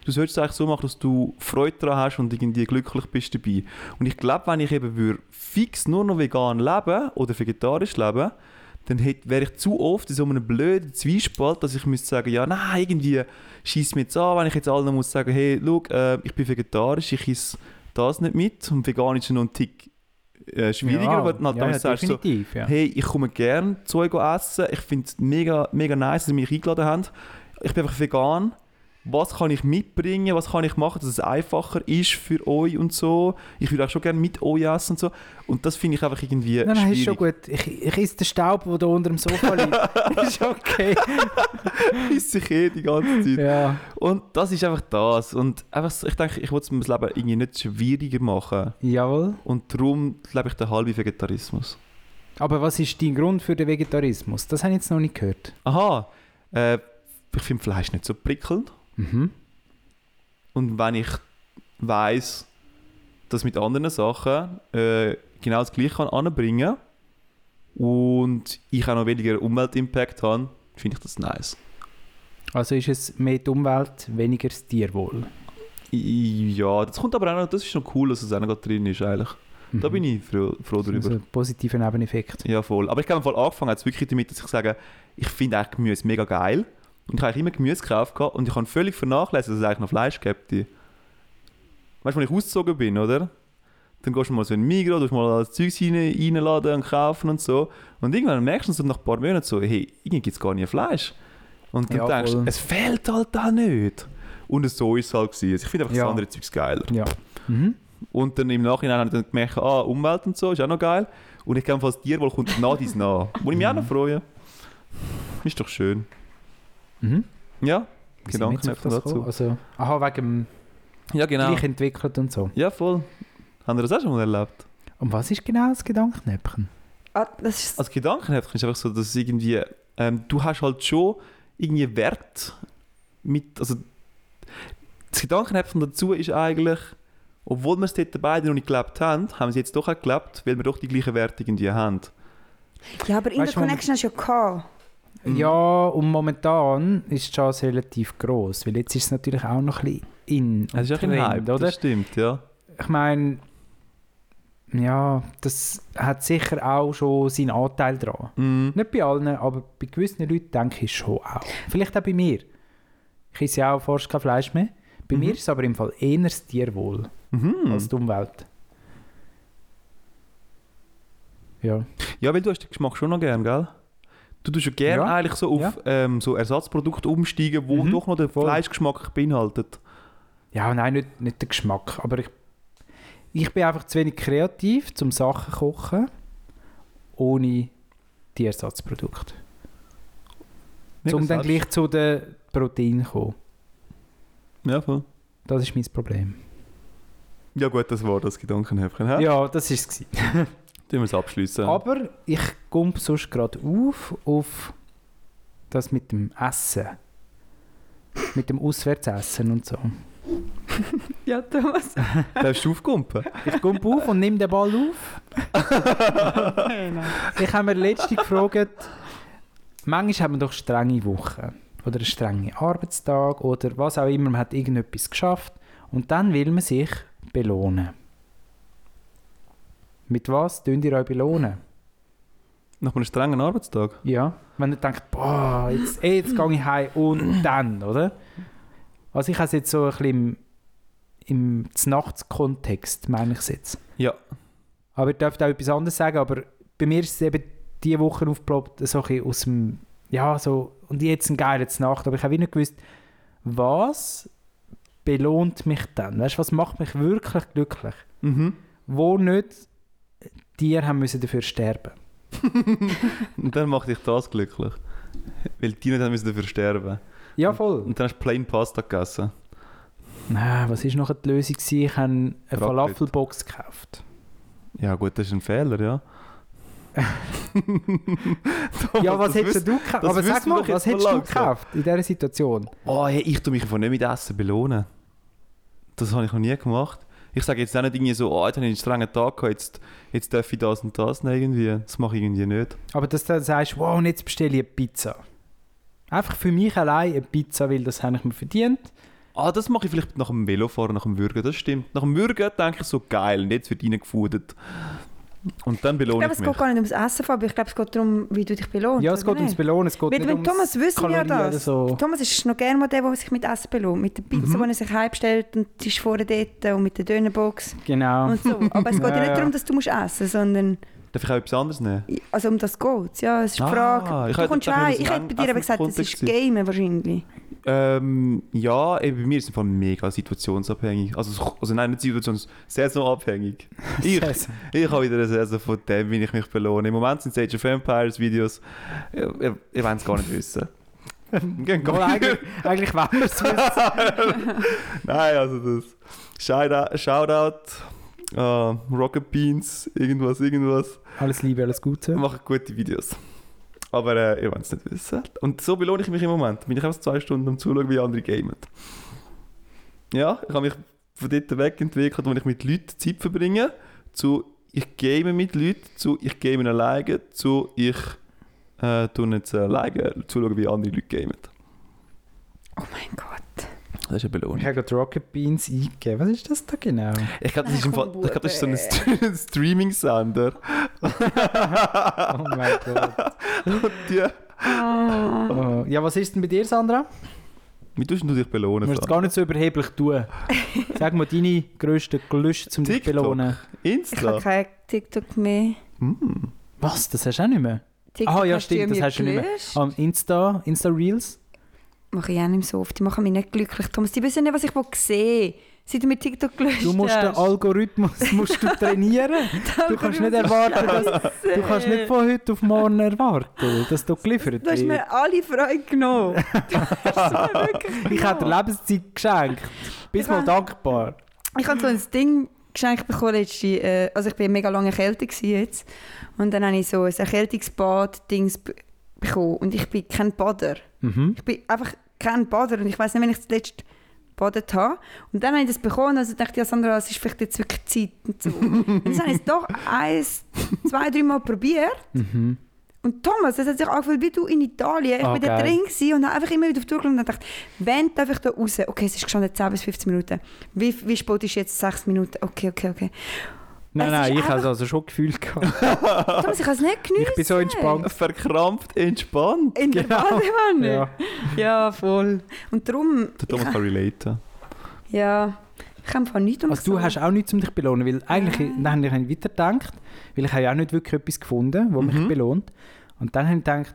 [SPEAKER 3] Du solltest es eigentlich so machen, dass du Freude daran hast und irgendwie glücklich bist dabei. Und ich glaube, wenn ich eben würde fix nur noch vegan leben oder vegetarisch leben, dann hätte, wäre ich zu oft in so einem blöden Zwiespalt, dass ich müsste sagen, ja, nein, irgendwie schießt mir jetzt an, wenn ich jetzt allen muss sagen, hey, schau, äh, ich bin vegetarisch, ich esse das nicht mit. Und vegan ist ja noch ein Tick äh, schwieriger, aber dann halt dann sagst du so,
[SPEAKER 5] definitiv, ja.
[SPEAKER 3] hey, ich komme gerne zu euch essen, ich finde es mega, mega nice, dass ihr mich eingeladen habt. Ich bin einfach vegan. Was kann ich mitbringen, was kann ich machen, dass es einfacher ist für euch und so. Ich würde auch schon gerne mit euch essen und so. Und das finde ich einfach irgendwie
[SPEAKER 5] Nein, nein,
[SPEAKER 3] schwierig.
[SPEAKER 5] ist schon gut. Ich, ich esse den Staub, der da unter dem Sofa liegt. ist okay.
[SPEAKER 3] Piss ich eh die ganze Zeit.
[SPEAKER 5] Ja.
[SPEAKER 3] Und das ist einfach das. Und einfach, so- ich denke, ich will mir das Leben irgendwie nicht schwieriger machen.
[SPEAKER 5] Jawohl.
[SPEAKER 3] Und darum lebe ich den halben Vegetarismus.
[SPEAKER 5] Aber was ist dein Grund für den Vegetarismus? Das habe ich jetzt noch nicht gehört.
[SPEAKER 3] Aha, äh, ich finde Fleisch nicht so prickelnd.
[SPEAKER 5] Mhm.
[SPEAKER 3] Und wenn ich weiß, dass mit anderen Sachen äh, genau das Gleiche kann anbringen und ich auch noch weniger Umweltimpact habe, finde ich das nice.
[SPEAKER 5] Also ist es mehr die Umwelt, weniger das Tierwohl.
[SPEAKER 3] I- Ja, das kommt aber auch noch, das ist schon cool, dass es auch noch drin ist eigentlich. Da bin ich froh, froh
[SPEAKER 5] drüber.
[SPEAKER 3] darüber.
[SPEAKER 5] Also ein positiver Nebeneffekt.
[SPEAKER 3] Ja, voll. Aber ich habe am Fall angefangen jetzt wirklich damit, dass ich sage, ich finde eigentlich Gemüse mega geil. Und ich habe eigentlich immer Gemüse gekauft gehabt und ich habe völlig vernachlässigt, dass es eigentlich noch Fleisch gibt. Weißt du, wenn ich ausgezogen bin, oder? Dann gehst du mal so in den Migros, du musst mal das Zeug rein, reinladen und kaufen und so. Und irgendwann merkst du so nach ein paar Monaten so, hey, irgendwie gibt es gar nie Fleisch. Und dann
[SPEAKER 5] Ja,
[SPEAKER 3] denkst du,
[SPEAKER 5] voll.
[SPEAKER 3] es fehlt halt auch nicht. Und so ist es halt gewesen. Also Ich finde einfach
[SPEAKER 5] Ja.
[SPEAKER 3] das andere Zeug geiler.
[SPEAKER 5] Ja. Mhm.
[SPEAKER 3] Und dann im Nachhinein habe ich dann gemerkt, ah, Umwelt und so ist auch noch geil. Und ich glaube, das Tierwohl kommt nach dies nach. Wo ich mich auch noch freue. Ist doch schön.
[SPEAKER 5] Mhm.
[SPEAKER 3] Ja,
[SPEAKER 5] Wie sind wir jetzt auf
[SPEAKER 3] Gedankenknöpfe
[SPEAKER 5] das
[SPEAKER 3] dazu.
[SPEAKER 5] gekommen? Also, aha, wegen dem
[SPEAKER 3] ja genau.
[SPEAKER 5] gleich entwickelt und so.
[SPEAKER 3] Ja, voll. Haben wir das auch schon mal erlebt?
[SPEAKER 5] Und was ist genau das Gedankenknäppchen?
[SPEAKER 4] Ah, das ist
[SPEAKER 5] Also,
[SPEAKER 3] Als Gedankenknöpfe Also, ist einfach so, dass es irgendwie, ähm, du hast halt schon irgendwie Wert mit, also das Gedankenknöpfe dazu ist eigentlich, obwohl wir es dort beide noch nicht gelebt haben, haben wir es jetzt doch auch gelebt, weil wir doch die gleichen Werte irgendwie haben.
[SPEAKER 4] ja, aber in der
[SPEAKER 5] Weißt du, wo man-
[SPEAKER 4] Connection hast du ja gehabt.
[SPEAKER 3] Mhm.
[SPEAKER 5] Ja, und momentan ist die Chance relativ groß, weil jetzt ist es natürlich auch noch ein bisschen in. und
[SPEAKER 3] Es ist auch ein
[SPEAKER 5] Trend,
[SPEAKER 3] Hype,
[SPEAKER 5] oder?
[SPEAKER 3] das stimmt, ja.
[SPEAKER 5] Ich meine, ja, das hat sicher auch schon seinen Anteil dran.
[SPEAKER 3] Mhm.
[SPEAKER 5] Nicht bei allen, aber bei gewissen Leuten denke ich schon auch. Vielleicht auch bei mir. Ich esse ja auch fast kein Fleisch mehr. Bei
[SPEAKER 3] Mhm.
[SPEAKER 5] mir ist es aber im Fall eher das Tierwohl
[SPEAKER 3] Mhm.
[SPEAKER 5] als die Umwelt. Ja.
[SPEAKER 3] ja, weil du hast den Geschmack schon noch gern, gell? Du tust ja gern
[SPEAKER 5] Ja,
[SPEAKER 3] eigentlich so auf
[SPEAKER 5] ja.
[SPEAKER 3] ähm, so Ersatzprodukte umsteigen, wo
[SPEAKER 5] Mhm,
[SPEAKER 3] doch noch der
[SPEAKER 5] voll.
[SPEAKER 3] Fleischgeschmack beinhaltet.
[SPEAKER 5] Ja, nein, nicht, nicht der Geschmack. Aber ich, ich bin einfach zu wenig kreativ, um Sachen zu kochen, ohne die Ersatzprodukte.
[SPEAKER 3] Mega
[SPEAKER 5] um dann
[SPEAKER 3] selbst-
[SPEAKER 5] gleich zu den Proteinen zu kommen.
[SPEAKER 3] Ja, voll.
[SPEAKER 5] Das ist mein Problem.
[SPEAKER 3] Ja gut, das war das Gedankenhäppchen. hä?
[SPEAKER 5] Ja, das war es.
[SPEAKER 3] Tun wir es abschliessen.
[SPEAKER 5] Aber ich komme sonst gerade auf, auf das mit dem Essen. Mit dem Auswärtsessen und so.
[SPEAKER 4] Ja, Thomas.
[SPEAKER 3] Darfst du aufkumpen?
[SPEAKER 5] Ich komme auf und nehme den Ball auf. ich habe mir letzte gefragt, manchmal haben wir doch strenge Wochen oder einen strengen Arbeitstag oder was auch immer, man hat irgendetwas geschafft Und dann will man sich belohnen. Mit was dünnt ihr euch belohnen?
[SPEAKER 3] Nach einem strengen Arbeitstag.
[SPEAKER 5] Ja. Wenn ihr denkt, boah, jetzt, eh, jetzt gehe ich heim und dann, oder? Also ich habe es jetzt so ein bisschen im, im Znachtskontext, meine ich es jetzt.
[SPEAKER 3] Ja.
[SPEAKER 5] Aber ihr dürft auch etwas anderes sagen, aber bei mir ist es eben diese Woche aufgeploppt, so ein bisschen aus dem, ja, so, und jetzt eine geile Nacht, aber ich habe wie nicht gewusst, was belohnt mich dann? Weißt du, was macht mich wirklich glücklich?
[SPEAKER 3] Mhm.
[SPEAKER 5] Wo nicht Tiere haben müssen dafür sterben.
[SPEAKER 3] Und dann macht dich das glücklich. Weil die nicht haben müssen dafür sterben.
[SPEAKER 5] Ja, voll.
[SPEAKER 3] Und dann hast du plain Pasta gegessen.
[SPEAKER 5] Nein, was war noch die Lösung? gewesen? Ich habe eine
[SPEAKER 3] Raclette.
[SPEAKER 5] Falafelbox gekauft.
[SPEAKER 3] Ja gut, das ist ein Fehler, ja.
[SPEAKER 5] ja, was
[SPEAKER 3] hättest
[SPEAKER 5] hättest du gekauft?
[SPEAKER 3] das
[SPEAKER 5] Aber sag
[SPEAKER 3] wissen wir
[SPEAKER 5] mal,
[SPEAKER 3] doch jetzt mal
[SPEAKER 5] was hättest du
[SPEAKER 3] langsam.
[SPEAKER 5] gekauft in dieser Situation?
[SPEAKER 3] Oh, hey, ich tue mich von nicht mit Essen belohnen. Das habe ich noch nie gemacht. Ich sage jetzt auch nicht irgendwie so, oh, jetzt habe ich einen strengen Tag gehabt, jetzt, jetzt darf ich das und das. Nein, irgendwie. Das mache ich irgendwie nicht.
[SPEAKER 5] Aber dass du dann sagst, wow, und jetzt bestelle ich eine Pizza. Einfach für mich allein eine Pizza, weil das habe ich mir verdient.
[SPEAKER 3] Ah, das mache ich vielleicht nach dem Velofahren, nach dem Würgen, das stimmt. Nach dem Würgen denke ich so, geil, und jetzt wird reingefudert. Und dann
[SPEAKER 4] Ich
[SPEAKER 3] belohne
[SPEAKER 4] glaube,
[SPEAKER 3] ich,
[SPEAKER 4] es geht
[SPEAKER 3] mich.
[SPEAKER 4] gar nicht ums Essen, Fabi. Ich glaube, es geht darum, wie du dich belohnst.
[SPEAKER 5] ja, es
[SPEAKER 4] oder
[SPEAKER 5] geht ums
[SPEAKER 4] nicht?
[SPEAKER 5] Belohnen, es geht
[SPEAKER 4] Weil,
[SPEAKER 5] nicht
[SPEAKER 4] wenn
[SPEAKER 5] ums
[SPEAKER 4] Thomas wissen
[SPEAKER 5] Kalorien
[SPEAKER 4] ja
[SPEAKER 5] oder
[SPEAKER 4] das.
[SPEAKER 5] so. Mhm.
[SPEAKER 4] Thomas ist noch gerne mal der, der sich mit Essen belohnt. Mit der Pizza, die er sich heimbestellt und die ist vorne dort und mit der Dönerbox
[SPEAKER 5] Genau.
[SPEAKER 4] und so. Aber es geht ja,
[SPEAKER 5] Ja,
[SPEAKER 4] nicht
[SPEAKER 5] ja.
[SPEAKER 4] darum, dass du musst essen sondern
[SPEAKER 3] Darf ich auch etwas anderes nehmen?
[SPEAKER 4] also um das geht es. Ja, es ist die
[SPEAKER 3] Ah,
[SPEAKER 4] Frage.
[SPEAKER 3] ich
[SPEAKER 4] du
[SPEAKER 3] hätte
[SPEAKER 4] kommst
[SPEAKER 3] gedacht,
[SPEAKER 4] rein.
[SPEAKER 3] das
[SPEAKER 4] Ich hätte bei dir aber gesagt, das
[SPEAKER 3] Kontext
[SPEAKER 4] ist Game wahrscheinlich.
[SPEAKER 3] Ähm, ja, ey, bei mir ist es im Fall mega situationsabhängig. Also, es- also nein, nicht situations, saisonabhängig. Ich,
[SPEAKER 5] Saison.
[SPEAKER 3] ich habe wieder eine Saison von dem, wie ich mich belohne. Im Moment sind es Age of Empires Videos. Ich, ich, ich will es gar nicht wissen. Gehen
[SPEAKER 5] Mal
[SPEAKER 3] gar
[SPEAKER 5] eigentlich, eigentlich wollen wir es wissen.
[SPEAKER 3] Nein, also das. Shoutout, Shoutout äh, Rocket Beans, irgendwas, irgendwas.
[SPEAKER 5] Alles Liebe, alles Gute.
[SPEAKER 3] Machen gute Videos. Aber äh, ihr wollt es nicht wissen. Und so belohne ich mich im Moment. Bin ich einfach zwei Stunden am Zuschauen, wie andere gamen. Ja, ich habe mich von dort wegentwickelt, wo ich mit Leuten Zeit verbringe, zu ich game mit Leuten, zu ich game alleine, zu ich äh, tue nicht alleine, zuschauen, wie andere Leute gamen.
[SPEAKER 4] Oh mein Gott.
[SPEAKER 3] Das ist eine Belohnung.
[SPEAKER 5] Ich habe gerade Rocket Beans eingegeben. Was ist das da genau?
[SPEAKER 3] Ich glaube, das, ist
[SPEAKER 4] Ach,
[SPEAKER 3] im Fall-
[SPEAKER 4] komm,
[SPEAKER 3] ich glaub, das ist so ein
[SPEAKER 4] Bube.
[SPEAKER 3] St- ein Streaming-Sender.
[SPEAKER 5] Oh mein Gott.
[SPEAKER 3] Und die,
[SPEAKER 4] Ah.
[SPEAKER 5] Oh. Ja, was ist denn bei dir, Sandra?
[SPEAKER 3] wie tust du dich
[SPEAKER 5] Du
[SPEAKER 3] belohnen?
[SPEAKER 5] musst es
[SPEAKER 3] Fran?
[SPEAKER 5] gar nicht so überheblich tun. Sag mal deine grössten Gelüste zum dich
[SPEAKER 3] TikTok.
[SPEAKER 5] belohnen.
[SPEAKER 4] Ich habe
[SPEAKER 3] Insta.
[SPEAKER 4] kein TikTok mehr.
[SPEAKER 3] Mm.
[SPEAKER 5] Was? Das hast du auch nicht mehr?
[SPEAKER 4] TikTok
[SPEAKER 5] Ah, ja,
[SPEAKER 4] hast du
[SPEAKER 5] stimmt, das
[SPEAKER 4] mir
[SPEAKER 5] hast du nicht mehr. Ah.
[SPEAKER 4] gelöscht.
[SPEAKER 5] Am Insta, Insta Reels?
[SPEAKER 4] Mache ich auch nicht so oft. Die machen mich nicht glücklich, Thomas. Die wissen nicht, was ich will sehen Seit du mir TikTok gelöscht
[SPEAKER 5] Du musst den
[SPEAKER 4] hast.
[SPEAKER 5] Algorithmus musst du trainieren. du kannst nicht erwarten, dass, du kannst nicht von heute auf morgen erwarten, dass du geliefert
[SPEAKER 4] Du hast
[SPEAKER 5] wirst.
[SPEAKER 4] mir alle Freude genommen. Du hast mir wirklich
[SPEAKER 5] Ich habe dir Lebenszeit geschenkt. Bist mal
[SPEAKER 4] Ich
[SPEAKER 5] dankbar.
[SPEAKER 4] Ich habe so ein Ding geschenkt bekommen letzte, äh, also ich bin mega lange erkältet gewesen jetzt und dann habe ich so ein Erkältungsbad Dings be- bekommen und ich bin kein Bader.
[SPEAKER 5] Mhm.
[SPEAKER 4] Ich bin einfach kein Bader und ich weiß nicht, wenn ich das letzte badet habe. Und dann habe ich das bekommen also dachte ich, ja Sandra, es ist vielleicht jetzt wirklich Zeit und so. und dann habe ich es doch eins, zwei, dreimal probiert
[SPEAKER 5] Mhm.
[SPEAKER 4] und Thomas, das hat sich angefühlt wie du in Italien. Ich
[SPEAKER 5] Ah,
[SPEAKER 4] war da
[SPEAKER 5] geil.
[SPEAKER 4] drin gewesen und habe einfach immer wieder auf die Uhr geschaut und dachte, wenn darf ich da raus? Okay, es ist gestanden 10 bis 15 Minuten. Wie, wie spät ist jetzt? 6 Minuten. Okay, okay, okay.
[SPEAKER 5] Nein,
[SPEAKER 4] Es
[SPEAKER 5] nein,
[SPEAKER 4] ist
[SPEAKER 5] ich habe es also schon gefühlt. gehabt.
[SPEAKER 4] Thomas, ich kann es nicht geniessen.
[SPEAKER 5] Ich bin so entspannt.
[SPEAKER 3] Verkrampft, entspannt.
[SPEAKER 4] In der
[SPEAKER 5] Genau.
[SPEAKER 4] Badewanne.
[SPEAKER 5] Ja.
[SPEAKER 4] Ja. voll. Und darum,
[SPEAKER 3] Der Thomas kann relaten.
[SPEAKER 4] ja, ich kann einfach nichts
[SPEAKER 5] Also du hast auch nichts, um dich zu belohnen, weil eigentlich dann habe ich nicht weitergedacht, weil ich habe ja auch nicht wirklich etwas gefunden, das mich
[SPEAKER 3] Mhm.
[SPEAKER 5] belohnt. Und dann habe ich gedacht,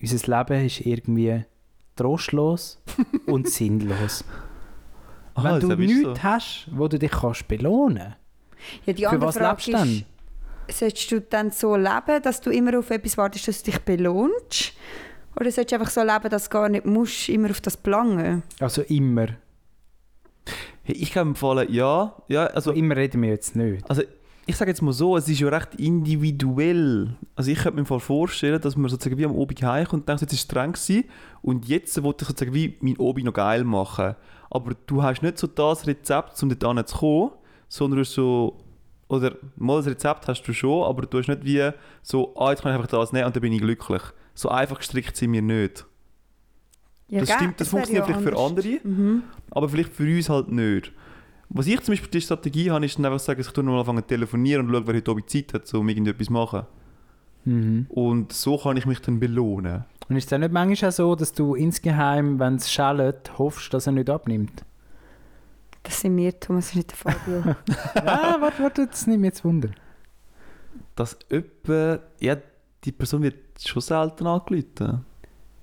[SPEAKER 5] unser Leben ist irgendwie trostlos und sinnlos.
[SPEAKER 3] Ah,
[SPEAKER 5] Wenn du
[SPEAKER 3] das ist
[SPEAKER 5] nichts
[SPEAKER 3] so.
[SPEAKER 5] hast, wo du dich kannst belohnen
[SPEAKER 4] ja, die
[SPEAKER 5] kannst, für
[SPEAKER 4] andere
[SPEAKER 5] was
[SPEAKER 4] Frage
[SPEAKER 5] lebst du dann?
[SPEAKER 4] Ist, solltest du dann so leben, dass du immer auf etwas wartest, dass du dich belohnst? Oder solltest du einfach so leben, dass du gar nicht musst, immer auf das Belangen?
[SPEAKER 5] Also immer.
[SPEAKER 3] Hey, ich kann empfehlen, ja, ja,
[SPEAKER 5] So
[SPEAKER 3] also
[SPEAKER 5] immer reden wir jetzt nicht.
[SPEAKER 3] Also ich sage jetzt mal so, es ist ja recht individuell. Also ich könnte mir im Fall vorstellen, dass man sozusagen wie am Obi heimkommt und denkt, jetzt ist es streng gewesen und jetzt wollte ich sozusagen wie mein Obi noch geil machen. Aber du hast nicht so das Rezept, um dort zu kommen, sondern du hast so, oder mal das Rezept hast du schon, aber du hast nicht wie so, ah, jetzt kann ich einfach das nehmen und dann bin ich glücklich. So einfach gestrickt sind wir nicht.
[SPEAKER 4] Ja,
[SPEAKER 3] das
[SPEAKER 4] gell?
[SPEAKER 3] stimmt, das
[SPEAKER 4] Es wäre
[SPEAKER 3] funktioniert
[SPEAKER 4] ja
[SPEAKER 3] vielleicht für
[SPEAKER 4] anders.
[SPEAKER 3] andere,
[SPEAKER 4] Mhm.
[SPEAKER 3] aber vielleicht für uns halt nicht. Was ich zum Beispiel die Strategie habe, ist dann einfach zu sagen, ich tue nochmal anfangen zu telefonieren und schaue, wer heute Abend Zeit hat, um irgendetwas zu machen.
[SPEAKER 5] Mhm.
[SPEAKER 3] Und so kann ich mich dann belohnen.
[SPEAKER 5] Und ist es auch nicht manchmal auch so, dass du insgeheim, wenn es schellt, hoffst, dass er nicht abnimmt?
[SPEAKER 4] Das sind wir, Thomas, das ist nicht der Fabio.
[SPEAKER 5] ah, warte, warte, das nimmt mich jetzt Wunder.
[SPEAKER 3] Dass jemand, ja, die Person wird schon selten angerufen.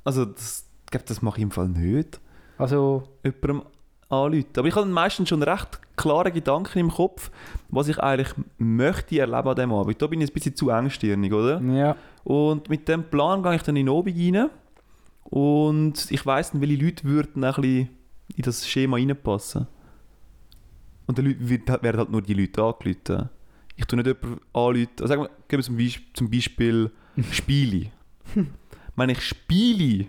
[SPEAKER 3] Also, das, ich glaube, das mache ich im Fall nicht.
[SPEAKER 5] Also,
[SPEAKER 3] jemandem anrufen. Aber ich habe dann meistens schon recht klare Gedanken im Kopf, was ich eigentlich möchte erleben an diesem Abend. Da bin ich ein bisschen zu engstirnig, oder?
[SPEAKER 5] ja.
[SPEAKER 3] Und mit dem Plan gehe ich dann in den Abend rein und ich weiss dann, welche Leute würden ein bisschen in das Schema reinpassen. Und dann Leute wird- werden halt nur die Leute angerufen. Ich tue nicht jemanden anrufen. Also sagen wir, geben wir zum Beispiel, zum Beispiel Spiele. Wenn ich Spiele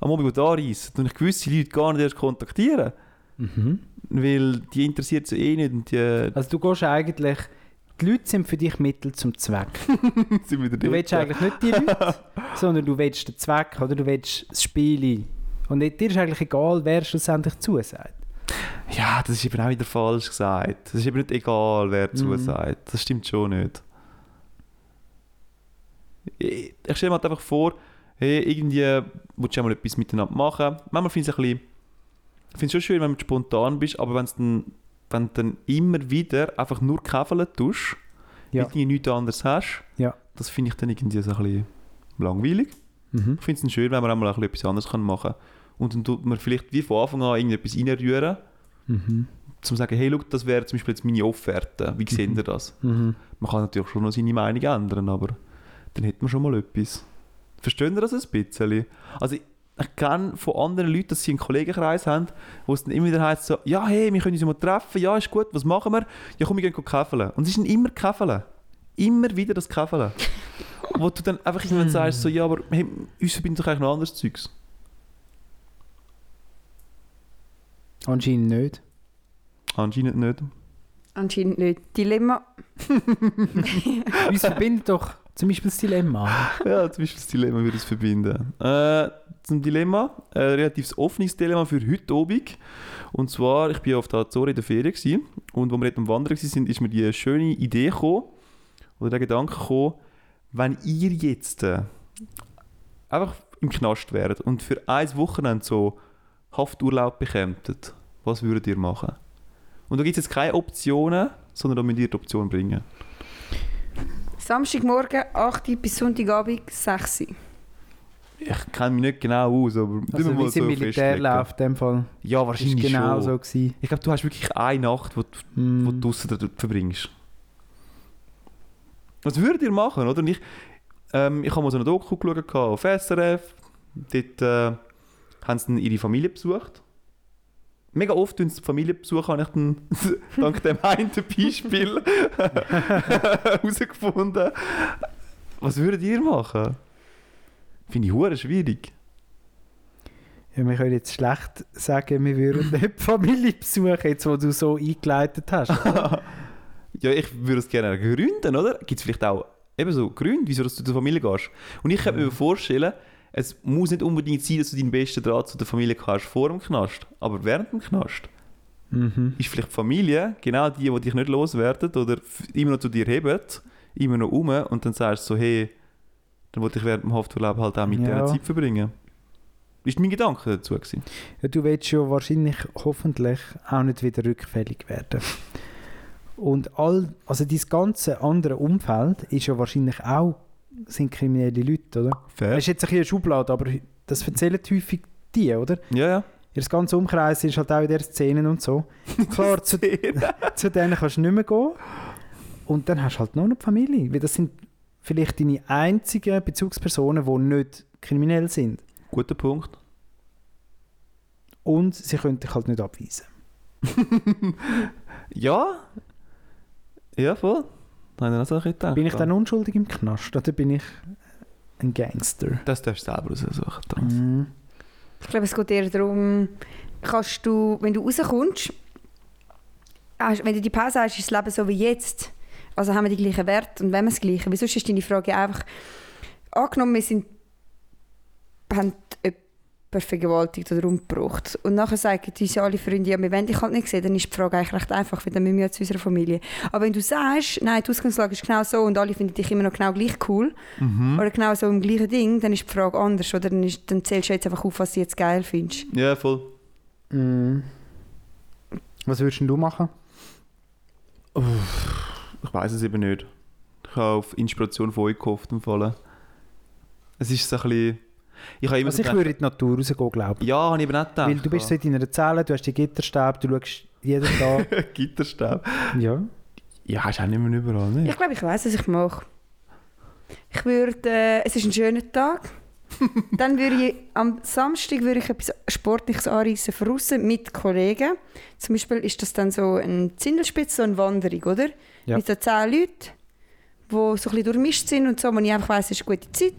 [SPEAKER 3] am Abend anreisse, dann ich gewisse Leute gar nicht erst kontaktieren,
[SPEAKER 5] Mhm.
[SPEAKER 3] weil die interessiert sie eh nicht und die
[SPEAKER 5] Also du gehst eigentlich, die Leute sind für dich Mittel zum Zweck.
[SPEAKER 3] sind wieder
[SPEAKER 5] Du willst eigentlich nicht die Leute, sondern du willst den Zweck oder du willst das Spiel. Und dir ist eigentlich egal, wer schlussendlich zusagt.
[SPEAKER 3] Ja, das ist eben auch wieder falsch gesagt. Es ist eben nicht egal, wer
[SPEAKER 5] Mhm.
[SPEAKER 3] zusagt. Das stimmt schon nicht. Ich ich stelle mir halt einfach vor, hey, irgendwie willst du ja mal etwas miteinander machen. Manchmal finde ich es ein bisschen... Ich finde es schon schön, wenn du spontan bist, aber wenn's dann, wenn du dann immer wieder einfach nur Käfeln tust,
[SPEAKER 5] Ja.
[SPEAKER 3] weil du nichts anderes hast,
[SPEAKER 5] Ja.
[SPEAKER 3] das finde ich dann irgendwie so ein bisschen langweilig.
[SPEAKER 5] Mhm.
[SPEAKER 3] Ich finde es dann schön, wenn man auch mal ein bisschen etwas anderes machen kann. Und dann tut man vielleicht wie von Anfang an irgendetwas reinrühren
[SPEAKER 5] Mhm.
[SPEAKER 3] zum sagen, hey, schau, das wäre zum Beispiel jetzt meine Offerte, wie seht ihr das?
[SPEAKER 5] Mhm.
[SPEAKER 3] Man kann natürlich schon noch seine Meinung ändern, aber dann hätte man schon mal etwas. Verstehen ihr das ein bisschen? Also ich, ich kenne von anderen Leuten, dass sie einen Kollegenkreis haben, wo es dann immer wieder heisst so, ja, hey, wir können uns mal treffen, ja, ist gut, was machen wir? Ja, komm, wir gehen käfeln. Und es ist dann immer käfeln. Immer wieder das Käfeln. wo du dann einfach irgendwann sagst so, ja, aber hey, uns verbindet doch eigentlich noch anderes Zeugs.
[SPEAKER 5] Anscheinend nicht.
[SPEAKER 3] Anscheinend nicht.
[SPEAKER 4] Anscheinend nicht. Dilemma.
[SPEAKER 5] Uns verbindet doch zum Beispiel das Dilemma.
[SPEAKER 3] Ja, zum Beispiel das Dilemma würde es verbinden. Äh, zum Dilemma, äh, relativ offenes Dilemma für heute Abend. Und zwar, ich bin auf der Azore in der Ferien gewesen, und wo wir dort am Wandern waren, ist mir die schöne Idee gekommen, oder der Gedanke gekommen, wenn ihr jetzt äh, einfach im Knast wäret und für ein Wochenende so Hafturlaub bekämpftet, was würdet ihr machen? Und da gibt es jetzt keine Optionen, sondern da müsst ihr die Option bringen.
[SPEAKER 4] Samstagmorgen, 8 Uhr bis Sonntagabend, 6 Uhr.
[SPEAKER 3] Ich kenne mich nicht genau aus, aber tun wir
[SPEAKER 5] Also wie es im Militär
[SPEAKER 3] festlegen.
[SPEAKER 5] läuft in dem Fall.
[SPEAKER 3] Ja,
[SPEAKER 5] Das war
[SPEAKER 3] wahrscheinlich
[SPEAKER 5] genau
[SPEAKER 3] schon.
[SPEAKER 5] so. Gewesen.
[SPEAKER 3] Ich glaube, du hast wirklich eine Nacht, die du-
[SPEAKER 5] Mhm.
[SPEAKER 3] wo du draußen dort verbringst. Was würdet ihr machen, oder? Und ich ähm, ich habe mal so eine Doku geschaut gehabt auf SRF. Dort äh, haben sie dann ihre Familie besucht. Mega oft tun sie die Familie besuchen, habe ich dann dank dem einen Beispiel herausgefunden. Was würdet ihr machen? Finde ich hure schwierig.
[SPEAKER 5] Ja, wir können jetzt schlecht sagen, wir würden nicht die Familie besuchen, jetzt wo du so eingeleitet hast.
[SPEAKER 3] Ja, ich würde es gerne gründen, oder? Gibt es vielleicht auch eben so Gründe, wieso dass du zur Familie gehst? Und ich kann mir
[SPEAKER 5] Mhm.
[SPEAKER 3] vorstellen, es muss nicht unbedingt sein, dass du deinen besten Draht zu der Familie hast vor dem Knast, aber während dem Knast
[SPEAKER 5] mhm.
[SPEAKER 3] ist vielleicht die Familie genau die, die dich nicht loswerden oder f- immer noch zu dir hebt, immer noch um und dann sagst du so, hey, dann wollte ich während dem Hafturlaub halt auch mit
[SPEAKER 5] Ja.
[SPEAKER 3] dieser Zeit verbringen. Ist mein Gedanke dazu gewesen.
[SPEAKER 5] Ja, du willst ja wahrscheinlich hoffentlich auch nicht wieder rückfällig werden. Und all, also dein ganze andere Umfeld ist ja wahrscheinlich auch, sind kriminelle Leute, oder?
[SPEAKER 3] Fair.
[SPEAKER 5] Das ist jetzt ein bisschen eine Schublade, aber das erzählen häufig die, oder?
[SPEAKER 3] Ja, ja.
[SPEAKER 5] Ihr ganze Umkreis ist halt auch in der Szenen und so. Klar, zu, zu denen kannst du nicht mehr gehen. Und dann hast du halt nur noch die Familie, weil das sind vielleicht deine einzigen Bezugspersonen, die nicht kriminell sind.
[SPEAKER 3] Guter Punkt.
[SPEAKER 5] Und sie können dich halt nicht abweisen.
[SPEAKER 3] Ja. Ja, voll. Da habe ich auch so gedacht.
[SPEAKER 5] Bin ich dann unschuldig im Knast oder bin ich ein Gangster?
[SPEAKER 3] Das darfst du selber aussuchen. Thomas.
[SPEAKER 5] Mhm.
[SPEAKER 4] Ich glaube, es geht eher darum, kannst du, wenn du rauskommst, hast, wenn du die Pause hast, ist das Leben so wie jetzt. Also haben wir die gleichen Werte und wenn wir das Gleiche. Wieso ist deine Frage einfach, angenommen, wir sind, haben vergewaltigt oder umgebracht. Und nachher sagen unsere alle Freunde, ja, wir wollen dich halt nicht sehen, dann ist die Frage eigentlich recht einfach, weil dann müssen wir ja zu unserer Familie. Aber wenn du sagst, nein, die Ausgangslage ist genau so und alle finden dich immer noch genau gleich cool oder genau so im gleichen Ding, dann ist die Frage anders, oder? Dann, ist, dann zählst du jetzt einfach auf, was du jetzt geil findest.
[SPEAKER 3] Ja, voll.
[SPEAKER 5] Mhm. Was würdest denn du machen?
[SPEAKER 3] Ich weiß es eben nicht. Ich habe auf Inspiration von euch gehofft im Fall. Es ist so ein bisschen... Ich habe immer
[SPEAKER 5] Also
[SPEAKER 3] so
[SPEAKER 5] ich
[SPEAKER 3] gedacht,
[SPEAKER 5] würde in die Natur rausgehen, glaube ich.
[SPEAKER 3] Ja, habe ich eben nicht gedacht.
[SPEAKER 5] Weil du bist so
[SPEAKER 3] Ja.
[SPEAKER 5] in deiner Zelle, du hast die Gitterstäbe, du schaust jeden Tag.
[SPEAKER 3] Gitterstäbe.
[SPEAKER 5] ja.
[SPEAKER 3] Ja, hast du auch nicht mehr überall, ne?
[SPEAKER 4] Ich glaube, ich weiß, was ich mache. Ich würde, äh, es ist ein schöner Tag. Dann würde ich am Samstag würde ich etwas Sportliches anreisen von aussen mit Kollegen. Zum Beispiel ist das dann so ein Zindelspitz, so eine Wanderung, oder?
[SPEAKER 5] Ja.
[SPEAKER 4] Mit so zehn Leuten, die so ein bisschen durchmischt sind und so, wo ich einfach weiss, es ist eine gute Zeit.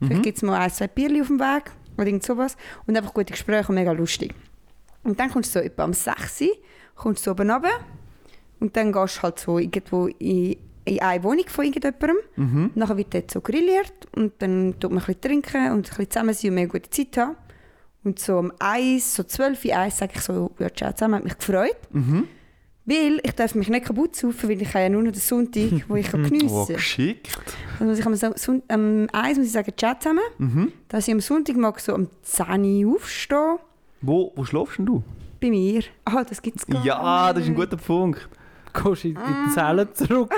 [SPEAKER 4] Vielleicht gibt es mal ein, zwei Bierchen auf dem Weg oder irgend sowas. Und einfach gute Gespräche und mega lustig. Und dann kommst du so etwa am 6 Uhr, kommst du oben runter und dann gehst du halt so irgendwo in, in eine Wohnung von irgendjemandem.
[SPEAKER 3] Mhm.
[SPEAKER 4] Nachher wird dort so grilliert und dann tut man ein bisschen trinken und ein bisschen zusammen sein und mehr gute Zeit haben. Und so um 1, so 12 Uhr, 1 sage ich so, ja, ciao zusammen, hat mich gefreut.
[SPEAKER 3] Mhm.
[SPEAKER 4] Weil ich darf mich nicht kaputt saufen, weil ich habe ja nur noch den Sonntag, wo ich geniessen
[SPEAKER 3] Oh,
[SPEAKER 4] kann.
[SPEAKER 3] geschickt.
[SPEAKER 4] Also muss ich am Son- Son- am 1 muss ich sagen, ciao zusammen,
[SPEAKER 3] Mhm.
[SPEAKER 4] dass ich am Sonntag mag so um 10 Uhr aufstehen
[SPEAKER 3] Wo, wo schläfst denn du?
[SPEAKER 4] bei mir. Ah, das gibt es gar
[SPEAKER 3] Ja, das ist ein
[SPEAKER 4] nicht.
[SPEAKER 3] guter Punkt.
[SPEAKER 5] Gehst in, in die Zelle zurück.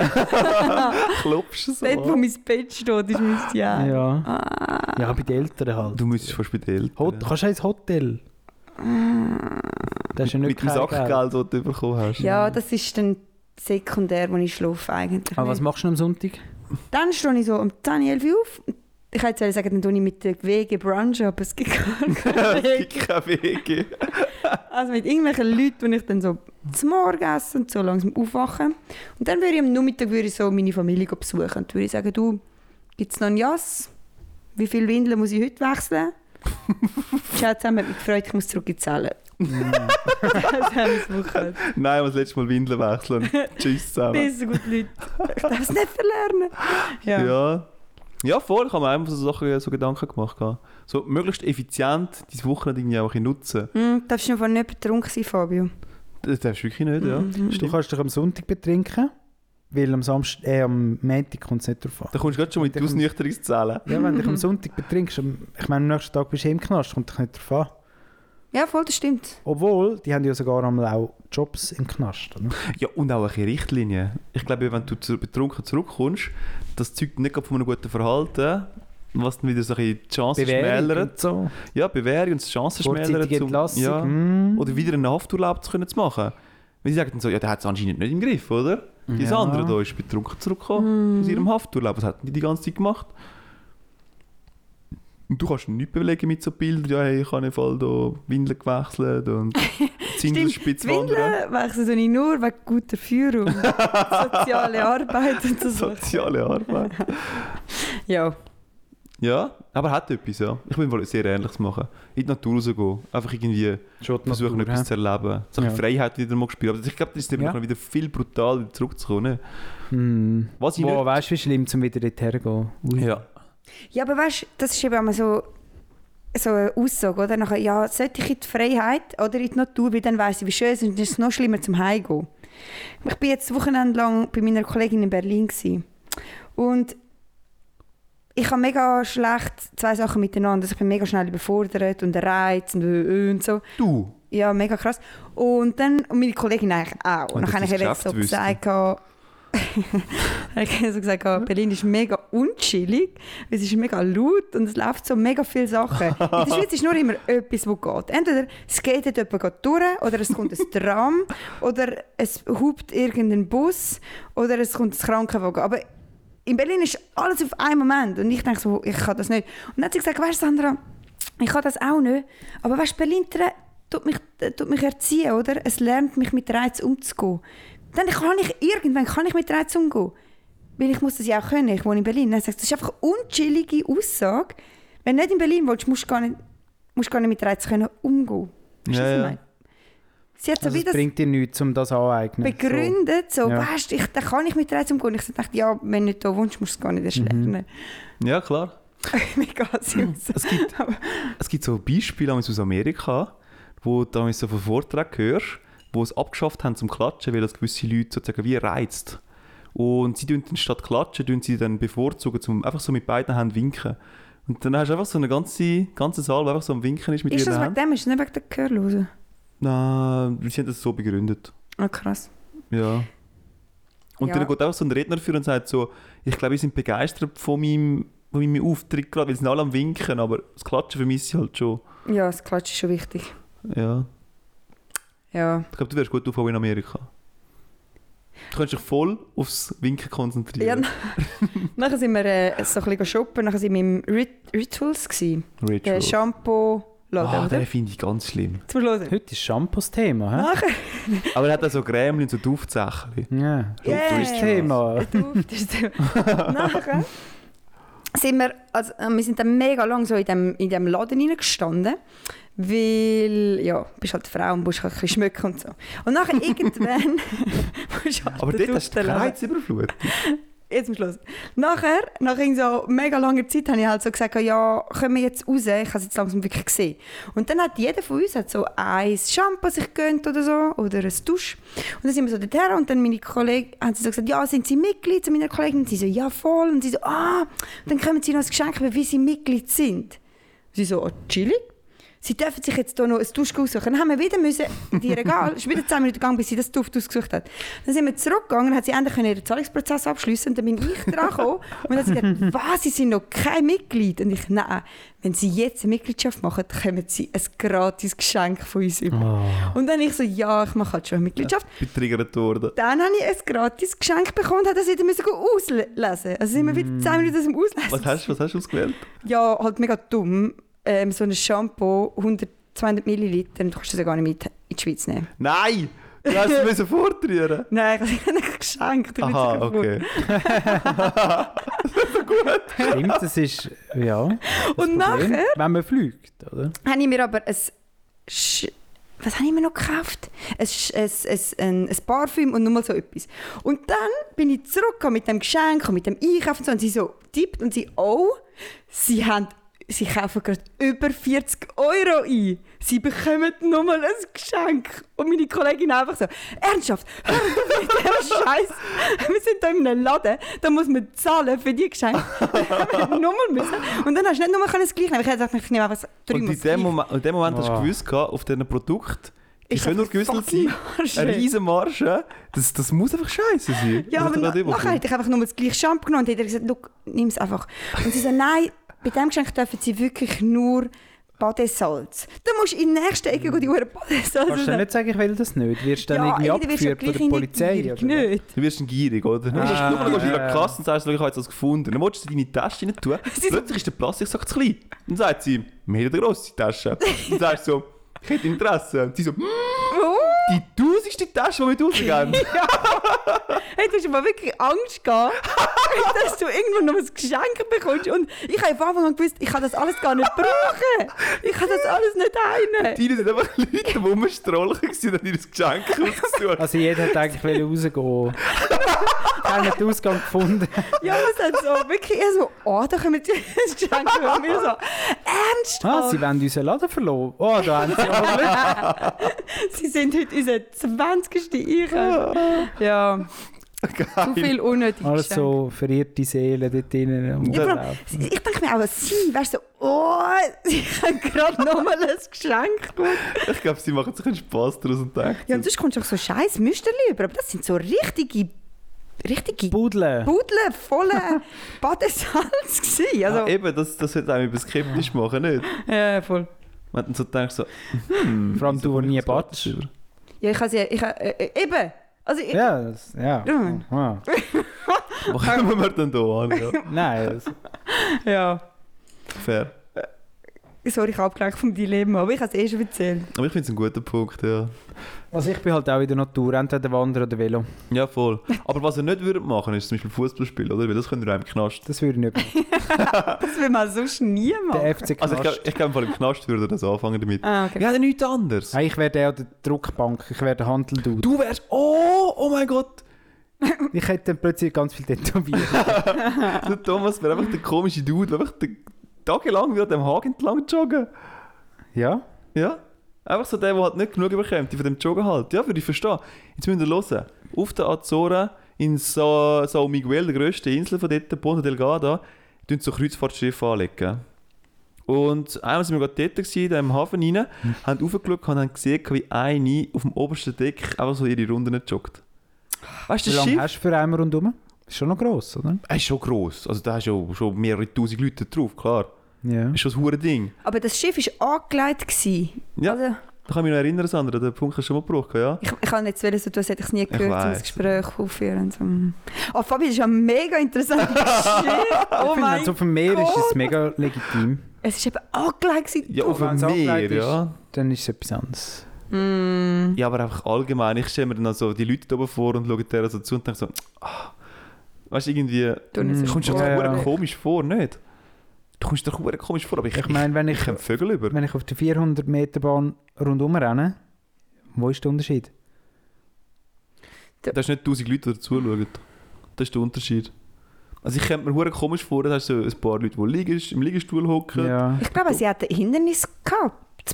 [SPEAKER 3] Klopfst du so?
[SPEAKER 4] Dort, wo mein Bett steht, ist mein Jahr. Ah.
[SPEAKER 5] ja. Ja, bei den Eltern halt.
[SPEAKER 3] Du müsstest fast bei den Eltern.
[SPEAKER 5] Hot Kannst du ins Hotel?
[SPEAKER 4] Äh,
[SPEAKER 5] Das ist ja nicht
[SPEAKER 3] Mit dem
[SPEAKER 5] kein Geld.
[SPEAKER 3] Sackgeld, das du bekommen hast.
[SPEAKER 4] Ja, das ist dann sekundär, wo ich schlafe eigentlich.
[SPEAKER 5] Aber Ah, was
[SPEAKER 4] nicht.
[SPEAKER 5] machst du am Sonntag?
[SPEAKER 4] Dann stehe ich so um 10, 11 Uhr auf. Ich hätte jetzt ehrlich sagen, dann tue ich mit der Wege brunchen, aber es gibt gar
[SPEAKER 3] Es
[SPEAKER 4] keinen
[SPEAKER 3] gibt keine Wege.
[SPEAKER 4] Also mit irgendwelchen Leuten, die ich dann so zum Morgen esse und so langsam aufwachen. Und dann würde ich am Nachmittag würde ich so meine Familie go besuchen. Und dann würde ich sagen, du, gibt es noch einen Jass? Wie viele Windeln muss ich heute wechseln? Ciao zusammen, hat mich gefreut, ich muss zurück in die Zelle. das haben wir es gemacht.
[SPEAKER 3] Nein, ich muss das letzte Mal Windeln wechseln. Tschüss zusammen.
[SPEAKER 4] Bis so gut, Leute. Ich darf es nicht verlernen.
[SPEAKER 3] Ja. ja. voll. Ich habe mir einfach so, Sachen, äh, so Gedanken gemacht. gehabt. So möglichst effizient dein Wochenende irgendwie auch ein bisschen nutzen.
[SPEAKER 4] Hm, darfst du noch nicht betrunken sein, Fabio? Mhm.
[SPEAKER 3] Das darfst du wirklich nicht, ja.
[SPEAKER 5] Du kannst dich am Sonntag betrinken, weil am Samstag, äh, am Montag kommt es nicht drauf an.
[SPEAKER 3] Da kommst du gerade schon mit
[SPEAKER 5] Dann kommst-
[SPEAKER 3] Ausnüchterungszahlen.
[SPEAKER 5] Ja, wenn du dich am Sonntag betrinkst, am- ich meine, am nächsten Tag bist du eh im Knast, kommt dich nicht drauf an.
[SPEAKER 4] Ja, voll, das stimmt.
[SPEAKER 5] Obwohl, die haben ja sogar einmal auch Jobs im Knast. Oder?
[SPEAKER 3] Ja, und auch ein bisschen Richtlinien. Ich glaube, wenn du zu, betrunken zurückkommst, das zeugt nicht gerade von einem guten Verhalten, was dann wieder so ein bisschen die Chancen schmälert.
[SPEAKER 5] und so.
[SPEAKER 3] Ja, Bewährung und die Chancen schmälert.
[SPEAKER 5] Vorzeitige
[SPEAKER 3] zum-
[SPEAKER 5] Entlassung.
[SPEAKER 3] Ja.
[SPEAKER 5] Mm.
[SPEAKER 3] Oder wieder einen Hafturlaub zu, können zu machen. Weil sie sagen dann so, ja, der hat es anscheinend nicht im Griff, oder? Dieses
[SPEAKER 5] Ja. Hm.
[SPEAKER 3] andere da ist betrunken zurückgekommen aus ihrem Hafturlaub. Was hat denn die die ganze Zeit gemacht? Und du kannst nichts belegen mit so Bildern. Ja, hey, ich habe im Fall da Windeln gewechselt und Zindelspitz wandern.
[SPEAKER 4] Windeln wechseln tue ich nur wegen guter Führung. Soziale Arbeit und so. Sachen.
[SPEAKER 3] Soziale Arbeit.
[SPEAKER 4] Ja.
[SPEAKER 3] Ja, aber hat etwas, ja. Ich will wohl sehr Ähnliches machen. In die Natur rausgehen. Einfach irgendwie
[SPEAKER 5] Schon die
[SPEAKER 3] versuchen,
[SPEAKER 5] Natur,
[SPEAKER 3] etwas
[SPEAKER 5] hä?
[SPEAKER 3] zu erleben. So
[SPEAKER 5] Ja.
[SPEAKER 3] ja. Freiheit wieder mal spüren. Aber ich glaube, das ist dann
[SPEAKER 5] Ja.
[SPEAKER 3] noch wieder viel brutal zurückzukommen. ne?
[SPEAKER 5] Mm.
[SPEAKER 3] Was ich
[SPEAKER 5] Boah, weißt du, wie schlimm, um wieder dorthin zu gehen? Ui.
[SPEAKER 3] nicht... Ja.
[SPEAKER 4] ja, aber weißt du, das ist eben immer so, so eine Aussage, oder? Nachher, ja, sollte ich in die Freiheit oder in die Natur, weil dann weiss ich, wie schön es ist und dann ist es noch schlimmer zum Heimgehen. Ich war jetzt Wochenende lang bei meiner Kollegin in Berlin. Gewesen. Und ich habe mega schlecht zwei Sachen miteinander. Also ich bin mega schnell überfordert und erreizt und, und so.
[SPEAKER 3] Du.
[SPEAKER 4] Ja, mega krass. Und dann, und meine Kollegin eigentlich auch.
[SPEAKER 3] Wenn das
[SPEAKER 4] Und dann habe ich
[SPEAKER 3] das
[SPEAKER 4] ihr jetzt so
[SPEAKER 3] Geschäft wüsste.
[SPEAKER 4] gesagt, habe ich ihr so gesagt, habe, Berlin ist mega unchillig, es ist mega laut und es läuft so mega viele Sachen. In der Schweiz ist nur immer etwas, was geht. Entweder skatet jemand gerade durch, oder es kommt ein Tram, oder es hupt irgendein Bus, oder es kommt ein Krankenwagen. Aber in Berlin ist alles auf einen Moment und ich denke so, ich kann das nicht. Und dann hat sie gesagt, weißt du Sandra, ich kann das auch nicht, aber weißt du, Berlin tra- tut mich, äh, tut mich erziehen, oder? Es lernt mich mit Reiz umzugehen. Dann kann ich irgendwann kann ich mit Reiz umgehen, weil ich muss das ja auch können, ich wohne in Berlin. Dann sagt sie, das ist einfach eine unchillige Aussage. Wenn du nicht in Berlin wohnst, musst du gar nicht, musst du gar nicht mit Reiz können umgehen. Weißt du,
[SPEAKER 3] Ja,
[SPEAKER 4] was ich
[SPEAKER 3] ja.
[SPEAKER 4] meine? Sie hat so
[SPEAKER 5] Also
[SPEAKER 4] wie
[SPEAKER 5] es
[SPEAKER 4] das
[SPEAKER 5] bringt dir nichts, um das anzueignen.
[SPEAKER 4] begründet, so,
[SPEAKER 5] Ja.
[SPEAKER 4] weißt du, ich- da kann ich mit Reiz umgehen. Ich so dachte, ja, wenn du nicht da wohnst, musst du es gar nicht erst lernen.
[SPEAKER 3] Ja, klar.
[SPEAKER 4] Mega süß.
[SPEAKER 3] Es gibt, es gibt so Beispiele damals aus Amerika, wo du damals so von Vorträgen hörst, wo es abgeschafft haben zum Klatschen, weil das gewisse Leute sozusagen wie reizt. Und sie tun dann statt Klatschen, tun sie dann bevorzugen, zum einfach so mit beiden Händen winken. Und dann hast du einfach so eine ganze, ganze Saal, die einfach so am Winken ist mit
[SPEAKER 4] Ist
[SPEAKER 3] ihren
[SPEAKER 4] das wegen
[SPEAKER 3] Händen.
[SPEAKER 4] dem? Ist das nicht wegen der Gehörlosen?
[SPEAKER 3] Nein, sie haben das so begründet.
[SPEAKER 4] Ah, krass.
[SPEAKER 3] Ja. Und
[SPEAKER 4] Ja.
[SPEAKER 3] dann geht einfach so ein Redner für und sagt so, ich glaube, ihr sind begeistert von meinem, von meinem Auftritt gerade, weil sie sind alle am Winken, aber das Klatschen vermisse ich halt schon.
[SPEAKER 4] Ja, das Klatschen ist schon wichtig.
[SPEAKER 3] Ja.
[SPEAKER 4] Ja.
[SPEAKER 3] Ich glaube, du wärst gut aufgehauen in Amerika. Du könntest dich voll aufs Winken
[SPEAKER 4] ja.
[SPEAKER 3] konzentrieren.
[SPEAKER 4] na- nachher sind wir äh, so ein bisschen shoppen, nachher sind wir im Rit Rituals. Gewesen. Der
[SPEAKER 3] Ritual.
[SPEAKER 4] Shampoo-Laden,
[SPEAKER 3] Ah,
[SPEAKER 4] oder?
[SPEAKER 3] den finde ich ganz schlimm.
[SPEAKER 4] Zum Hören.
[SPEAKER 5] Heute ist Shampoo das Thema, hä?
[SPEAKER 3] Aber er hat auch so Gremlin, so Duftsächchen.
[SPEAKER 5] Ja.
[SPEAKER 4] Yeah.
[SPEAKER 5] Heute ist das Thema.
[SPEAKER 4] Duft ist der- Nachher sind wir, also, äh, wir sind dann mega lang so in dem, in dem Laden hineingestanden, weil, ja, du bist halt Frau und musst halt ein bisschen schmücken und so. Und nachher irgendwann musst du halt
[SPEAKER 3] Aber
[SPEAKER 4] den
[SPEAKER 3] dort
[SPEAKER 4] Duft
[SPEAKER 3] hast du
[SPEAKER 4] erleben.
[SPEAKER 3] keine Heizüberflut.
[SPEAKER 4] Jetzt am Schluss. Nachher, nach irgend so mega langer Zeit, habe ich halt so gesagt, ja, können wir jetzt raus? Ich habe es jetzt langsam wirklich gesehen. Und dann hat jeder von uns hat so ein Shampoo sich gönnt oder so, oder ein Dusch. Und dann sind wir so dorthin und dann meine Kollegen haben sie so gesagt, ja, sind sie Mitglied? Zu meiner Kollegin und sie so, ja, voll. Und sie so, ah, und dann können sie noch ein Geschenk über, wie sie Mitglied sind. Sie so, oh, chillig. Sie dürfen sich jetzt hier noch ein Dusch aussuchen. Dann haben wir wieder müssen in die Regal. Es ist wieder 10 Minuten gegangen, bis sie das Duft ausgesucht hat. Dann sind wir zurückgegangen, dann hat sie endlich können ihren Zahlungsprozess abschließen und dann bin ich dran gekommen und hat sie gesagt, was, sie sind noch kein Mitglied? Und ich, nein, wenn sie jetzt eine Mitgliedschaft machen, kommen sie ein gratis Geschenk von uns über.
[SPEAKER 3] Oh.
[SPEAKER 4] Und dann ich so, ja, ich mache halt schon eine Mitgliedschaft.
[SPEAKER 3] Betriggert worden.
[SPEAKER 4] Dann habe ich ein gratis Geschenk bekommen und habe das wieder müssen auslesen. Also sind wir wieder 10 Minuten aus dem Auslesen.
[SPEAKER 3] Was hast, was hast du ausgewählt?
[SPEAKER 4] Ja, halt mega dumm. Ähm, so ein Shampoo, 100, 200 Milliliter, du kannst das ja gar nicht mit in die Schweiz nehmen.
[SPEAKER 3] Nein! Du hast es müssen vortrühren.
[SPEAKER 4] Nein, ich habe es nicht geschenkt. ich bin
[SPEAKER 3] Aha,
[SPEAKER 4] so kaputt.
[SPEAKER 3] okay. gut.
[SPEAKER 5] Stimmt, das ist, ja. Das
[SPEAKER 4] Und nachher
[SPEAKER 5] Wenn man fliegt, oder?
[SPEAKER 4] habe ich mir aber ein. Sch was habe ich mir noch gekauft? Ein, Sch- ein, ein, ein, ein Parfüm und nochmal so etwas. Und dann bin ich zurückgekommen mit dem Geschenk und mit dem Einkauf und so. Und sie so tippt und sie, oh, sie haben. Sie kaufen gerade über 40 Euro ein. Sie bekommen nochmal ein Geschenk. Und meine Kollegin einfach so, ernsthaft, hör auf mit dieser Scheiß. Wir sind hier in einem Laden, da muss man zahlen für die Geschenke. Wir haben nochmal müssen. Und dann hast du nicht nochmal das Gleiche nehmen. Ich hätte gesagt, ich nehme einfach drei
[SPEAKER 3] Und in dem Moment, in dem Moment hast du
[SPEAKER 5] Wow.
[SPEAKER 3] gewusst, gehabt, auf diesen Produkt, die
[SPEAKER 4] Ist
[SPEAKER 3] können nur
[SPEAKER 4] einfach
[SPEAKER 3] gewusselt
[SPEAKER 4] fucking
[SPEAKER 3] sein,
[SPEAKER 4] Marge.
[SPEAKER 3] eine riesen Marge, das, das muss einfach scheiße sein.
[SPEAKER 4] Ja,
[SPEAKER 3] Das
[SPEAKER 4] aber
[SPEAKER 3] hat er gerade
[SPEAKER 4] na, nachher
[SPEAKER 3] überkommen.
[SPEAKER 4] hätte ich einfach nur das gleiche Shampoo genommen und hätte gesagt, «Look, nimm es einfach. Und sie so, nein, bei diesem Geschenk dürfen sie wirklich nur Badesalz. Dann musst du in der nächsten Ecke gehen, die Uhr Badesalz.
[SPEAKER 5] Kannst du dann nicht sagen, ich will das nicht? Wirst du dann irgendwie
[SPEAKER 4] wirst du
[SPEAKER 5] abgeführt
[SPEAKER 4] gleich
[SPEAKER 5] von der Polizei?
[SPEAKER 4] indigniert,
[SPEAKER 5] oder?
[SPEAKER 4] Nicht.
[SPEAKER 3] Du wirst ein gierig, oder? Du gehst
[SPEAKER 5] Ah,
[SPEAKER 3] nur gehst du in
[SPEAKER 5] ja,
[SPEAKER 3] der
[SPEAKER 5] ja.
[SPEAKER 3] Kasse und sagst, «Schau, ich habe jetzt was gefunden. Dann willst du deine Tasche rein tun.
[SPEAKER 4] Sie so-
[SPEAKER 3] Plötzlich ist der Plastiksack zu klein. Dann sagt sie, wir haben eine grosse Tasche. Dann sagst du so, ich hätte Interesse. Und sie so, «Hm,
[SPEAKER 4] Oh,
[SPEAKER 3] die tausendste Tasche, die wir rausgeben.
[SPEAKER 4] hey, du hast aber wirklich Angst gehabt, dass du irgendwann noch ein Geschenk bekommst. Und ich habe von Anfang an gewusst, ich kann das alles gar nicht brauchen. Ich kann das alles nicht einnehmen.
[SPEAKER 3] Deine sind einfach Leute, die rumstrollen waren und ihr Geschenk ausgesucht
[SPEAKER 5] Also jeder hat eigentlich will rausgehen. Keiner hat den Ausgang gefunden.
[SPEAKER 4] Ja, was hat so wirklich eher so, oh, da kommen jetzt ein Geschenk von mir so, ernsthaft?
[SPEAKER 5] Ah, sie wollen unseren Laden verloren. Oh, da haben sie auch Glück.
[SPEAKER 4] Sie sind heute unser 20. Einkauf. Ja, zu viel unnötig.
[SPEAKER 5] Ah. Alles so verirrte Seelen dort drinnen. am
[SPEAKER 4] Ja, vor allem,
[SPEAKER 5] Laufen.
[SPEAKER 4] ich denke mir auch, sie, weißt du, so, oh, sie haben gerade nochmal ein Geschenk. bekommen.
[SPEAKER 3] Ich glaube, sie machen sich einen Spass daraus und denken.
[SPEAKER 4] Ja, und sonst kommst du auch so scheiß Müsterli über, aber das sind so richtige, richtige
[SPEAKER 5] Budeln.
[SPEAKER 4] Budeln voller Badesalz gewesen.
[SPEAKER 3] Ah,
[SPEAKER 4] Also,
[SPEAKER 3] eben, das, das wird einem etwas skeptisch machen, nicht?
[SPEAKER 4] ja, voll.
[SPEAKER 3] Wenn du so denkst, so,
[SPEAKER 5] Vor allem du, der nie badst.
[SPEAKER 4] Ja, ich habe sie, ich habe, äh, äh, eben, also, ich,
[SPEAKER 5] Ja, das, ja.
[SPEAKER 4] Mhm.
[SPEAKER 5] Ah.
[SPEAKER 3] wo kommen wir denn da an? Ja,
[SPEAKER 5] Nein, das,
[SPEAKER 4] ja.
[SPEAKER 3] fair.
[SPEAKER 4] Sorry, ich habe abgelenkt vom Dilemma, aber ich habe es eh schon erzählt.
[SPEAKER 3] Aber ich finde es einen guten Punkt, ja.
[SPEAKER 5] also ich bin halt auch in der Natur, entweder wandern oder Velo.
[SPEAKER 3] Ja, voll. Aber was ihr nicht würdet machen, ist zum Beispiel Fußball spielen, oder? Weil das könnt ihr auch im Knast.
[SPEAKER 5] Das würde ich nicht machen.
[SPEAKER 4] Das will man sonst nie machen.
[SPEAKER 5] Der FC Knast.
[SPEAKER 3] Also ich glaube, ich glaub, im Fall im Knast würde ihr das anfangen damit.
[SPEAKER 4] Ah, okay.
[SPEAKER 3] Wir haben ja nichts anderes.
[SPEAKER 5] Nein, ich wäre der an der Druckbank, ich wäre der Handeldude.
[SPEAKER 3] Du wärst, oh, oh mein Gott.
[SPEAKER 5] Ich hätte dann plötzlich ganz viel tätowiert.
[SPEAKER 3] Der Thomas wäre einfach der komische Dude, der einfach den, tagelang wieder an dem Haken entlang joggen.
[SPEAKER 5] Ja?
[SPEAKER 3] Ja. Einfach so der, der halt nicht genug bekommt, die von dem Joggen halt. Ja, würde ich verstehen. Jetzt müsst ihr hören. Auf den Azoren, in Sa- São Miguel, der grössten Insel von dort, Ponta Delgada, tun so Kreuzfahrtschiffe anlegen. Und einmal sind wir gerade dort gewesen, da im Hafen rein, haben raufgeschaut und haben gesehen, wie eine auf dem obersten Deck einfach so ihre Runden joggt. Weißt du,
[SPEAKER 5] Wie
[SPEAKER 3] das
[SPEAKER 5] lange
[SPEAKER 3] Schiff
[SPEAKER 5] hast du für einmal rundherum? Ist schon noch gross, oder?
[SPEAKER 3] Er ist schon gross. Also da hast du ja schon mehrere tausend Leute drauf, klar.
[SPEAKER 5] Ja.
[SPEAKER 3] Das ist schon ein hure Ding.
[SPEAKER 4] Aber das Schiff war angelegt. gewesen.
[SPEAKER 3] Ja.
[SPEAKER 4] Also,
[SPEAKER 3] Da kann ich mich noch erinnern, Sandra, den Punkt hast du schon mal gebraucht, ja?
[SPEAKER 4] ich, ich kann jetzt wollen, so tun, als hätte ich es nie gehört, um
[SPEAKER 3] weiss.
[SPEAKER 4] das Gespräch aufzuführen. So. Oh, Fabi, das ist ja mega interessant. oh
[SPEAKER 5] ich finde, wenn
[SPEAKER 4] mein
[SPEAKER 5] es also auf dem Meer ist, ist
[SPEAKER 4] Gott.
[SPEAKER 5] es mega legitim.
[SPEAKER 4] Es war eben angelegt. gewesen.
[SPEAKER 3] Ja, auf dem
[SPEAKER 5] wenn's
[SPEAKER 3] Meer,
[SPEAKER 5] angelegt ist.
[SPEAKER 3] ja.
[SPEAKER 5] Dann ist es etwas anderes.
[SPEAKER 3] Ja, aber einfach allgemein. Ich stelle mir dann also die Leute da oben vor und schaue denen so zu und denke so, ah. Weißt du, irgendwie,
[SPEAKER 4] Tu nicht so
[SPEAKER 5] Mm,
[SPEAKER 3] kommst du
[SPEAKER 5] Ja,
[SPEAKER 3] doch
[SPEAKER 5] ja.
[SPEAKER 3] hure komisch vor, nicht? Du kommst doch hure komisch vor, aber ich,
[SPEAKER 5] Ich meine, wenn
[SPEAKER 3] ich,
[SPEAKER 5] ich,
[SPEAKER 3] ich komme Vögel über.
[SPEAKER 5] wenn ich auf der 400-Meter-Bahn rundherum renne, wo ist der Unterschied?
[SPEAKER 3] Da ist nicht tausend Leute, die zuschauen. Das ist der Unterschied. Also ich komme mir hure komisch vor, da hast du so ein paar Leute, die liegen, im Liegestuhl hocken.
[SPEAKER 5] Ja.
[SPEAKER 4] Ich glaube, sie hatten ein Hindernis gehabt, zu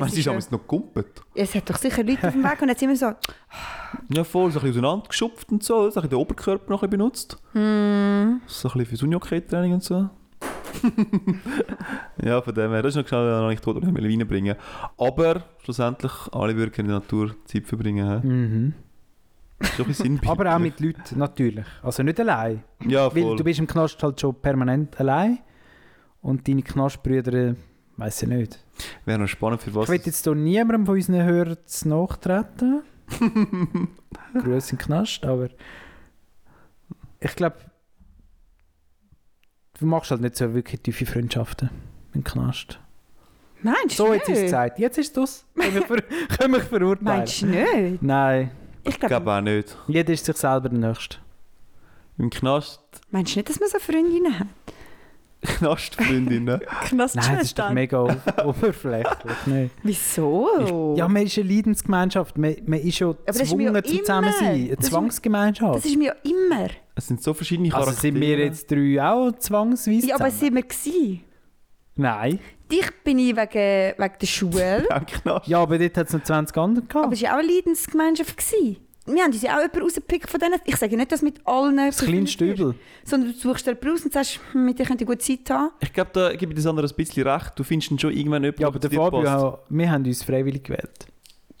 [SPEAKER 3] Weißt du,
[SPEAKER 4] ist
[SPEAKER 3] sie
[SPEAKER 4] ja-
[SPEAKER 3] haben es noch gegumpelt.
[SPEAKER 4] es hat doch sicher Leute auf dem Weg und jetzt immer so,
[SPEAKER 3] Ja, voll, so ein bisschen auseinandergeschupft und so, so ein bisschen den Oberkörper noch ein bisschen benutzt. So ein bisschen fürs Unihockey-Training und so. ja, von dem her, das ist noch schnell eine Anekdote, die ich will reinbringen Aber schlussendlich, alle Bürger in der Natur Zeit verbringen. hä?
[SPEAKER 5] Mhm.
[SPEAKER 3] Ist doch ein bisschen sinnbildlich.
[SPEAKER 5] Aber auch mit Leuten, natürlich. Also nicht allein.
[SPEAKER 3] Ja,
[SPEAKER 5] Weil
[SPEAKER 3] voll.
[SPEAKER 5] du bist im Knast halt schon permanent allein. Und deine Knastbrüder, äh, weiß ich nicht.
[SPEAKER 3] Wäre noch spannend, für
[SPEAKER 5] Ich
[SPEAKER 3] was.
[SPEAKER 5] will jetzt hier niemandem von unseren Hörern zu nachtreten. Grüße in den Knast, aber ich glaube, du machst halt nicht so wirklich tiefe Freundschaften im Knast.
[SPEAKER 4] meinst du
[SPEAKER 5] So,
[SPEAKER 4] nicht?
[SPEAKER 5] jetzt ist es Zeit. Jetzt ist es Können wir ver- können mich verurteilen.
[SPEAKER 4] Meinst du nicht?
[SPEAKER 5] Nein,
[SPEAKER 4] Ich
[SPEAKER 3] Ich
[SPEAKER 4] glaube,
[SPEAKER 3] glaube auch nicht.
[SPEAKER 5] jeder ist sich selber der Nächste.
[SPEAKER 3] Im Knast,
[SPEAKER 4] meinst du nicht, dass man so Freundinnen hat?
[SPEAKER 3] Knastfreundinnen.
[SPEAKER 5] Nein, das ist doch
[SPEAKER 4] Knastschwestern?
[SPEAKER 5] mega o- oberflächlich. Nein.
[SPEAKER 4] Wieso?
[SPEAKER 5] Ja, man ist eine Leidensgemeinschaft. Man, man ist schon
[SPEAKER 4] Oh. das ist mir
[SPEAKER 5] gezwungen,
[SPEAKER 4] ja
[SPEAKER 5] zum zusammen
[SPEAKER 4] immer.
[SPEAKER 5] sein. Eine
[SPEAKER 4] Das ist- das
[SPEAKER 5] Zwangsgemeinschaft.
[SPEAKER 4] ist mir ja immer.
[SPEAKER 3] es sind so verschiedene
[SPEAKER 5] Also sind wir jetzt drei auch zwangsweise
[SPEAKER 4] Ja, aber
[SPEAKER 5] zusammen?
[SPEAKER 4] sind wir gewesen?
[SPEAKER 5] Nein.
[SPEAKER 4] Dich bin ich wegen, wegen der Schule,
[SPEAKER 3] Im Knast.
[SPEAKER 5] Ja, aber dort hat es noch 20 andere gehabt.
[SPEAKER 4] aber es war ja auch eine Leidensgemeinschaft. Gewesen. Wir haben uns ja auch jemanden rausgepickt von denen. Ich sage nicht, dass mit allen...
[SPEAKER 5] das kleinste Übel.
[SPEAKER 4] Sondern du suchst dir jemanden raus und sagst, hm, mit dir könnte ich gute Zeit haben.
[SPEAKER 3] Ich glaube, da gebe ich dir anderen ein bisschen recht. Du findest dann schon irgendwann jemanden,
[SPEAKER 5] Ja, aber
[SPEAKER 3] zu
[SPEAKER 5] der
[SPEAKER 3] dir
[SPEAKER 5] Fabio,
[SPEAKER 3] passt.
[SPEAKER 5] auch- wir haben uns freiwillig gewählt.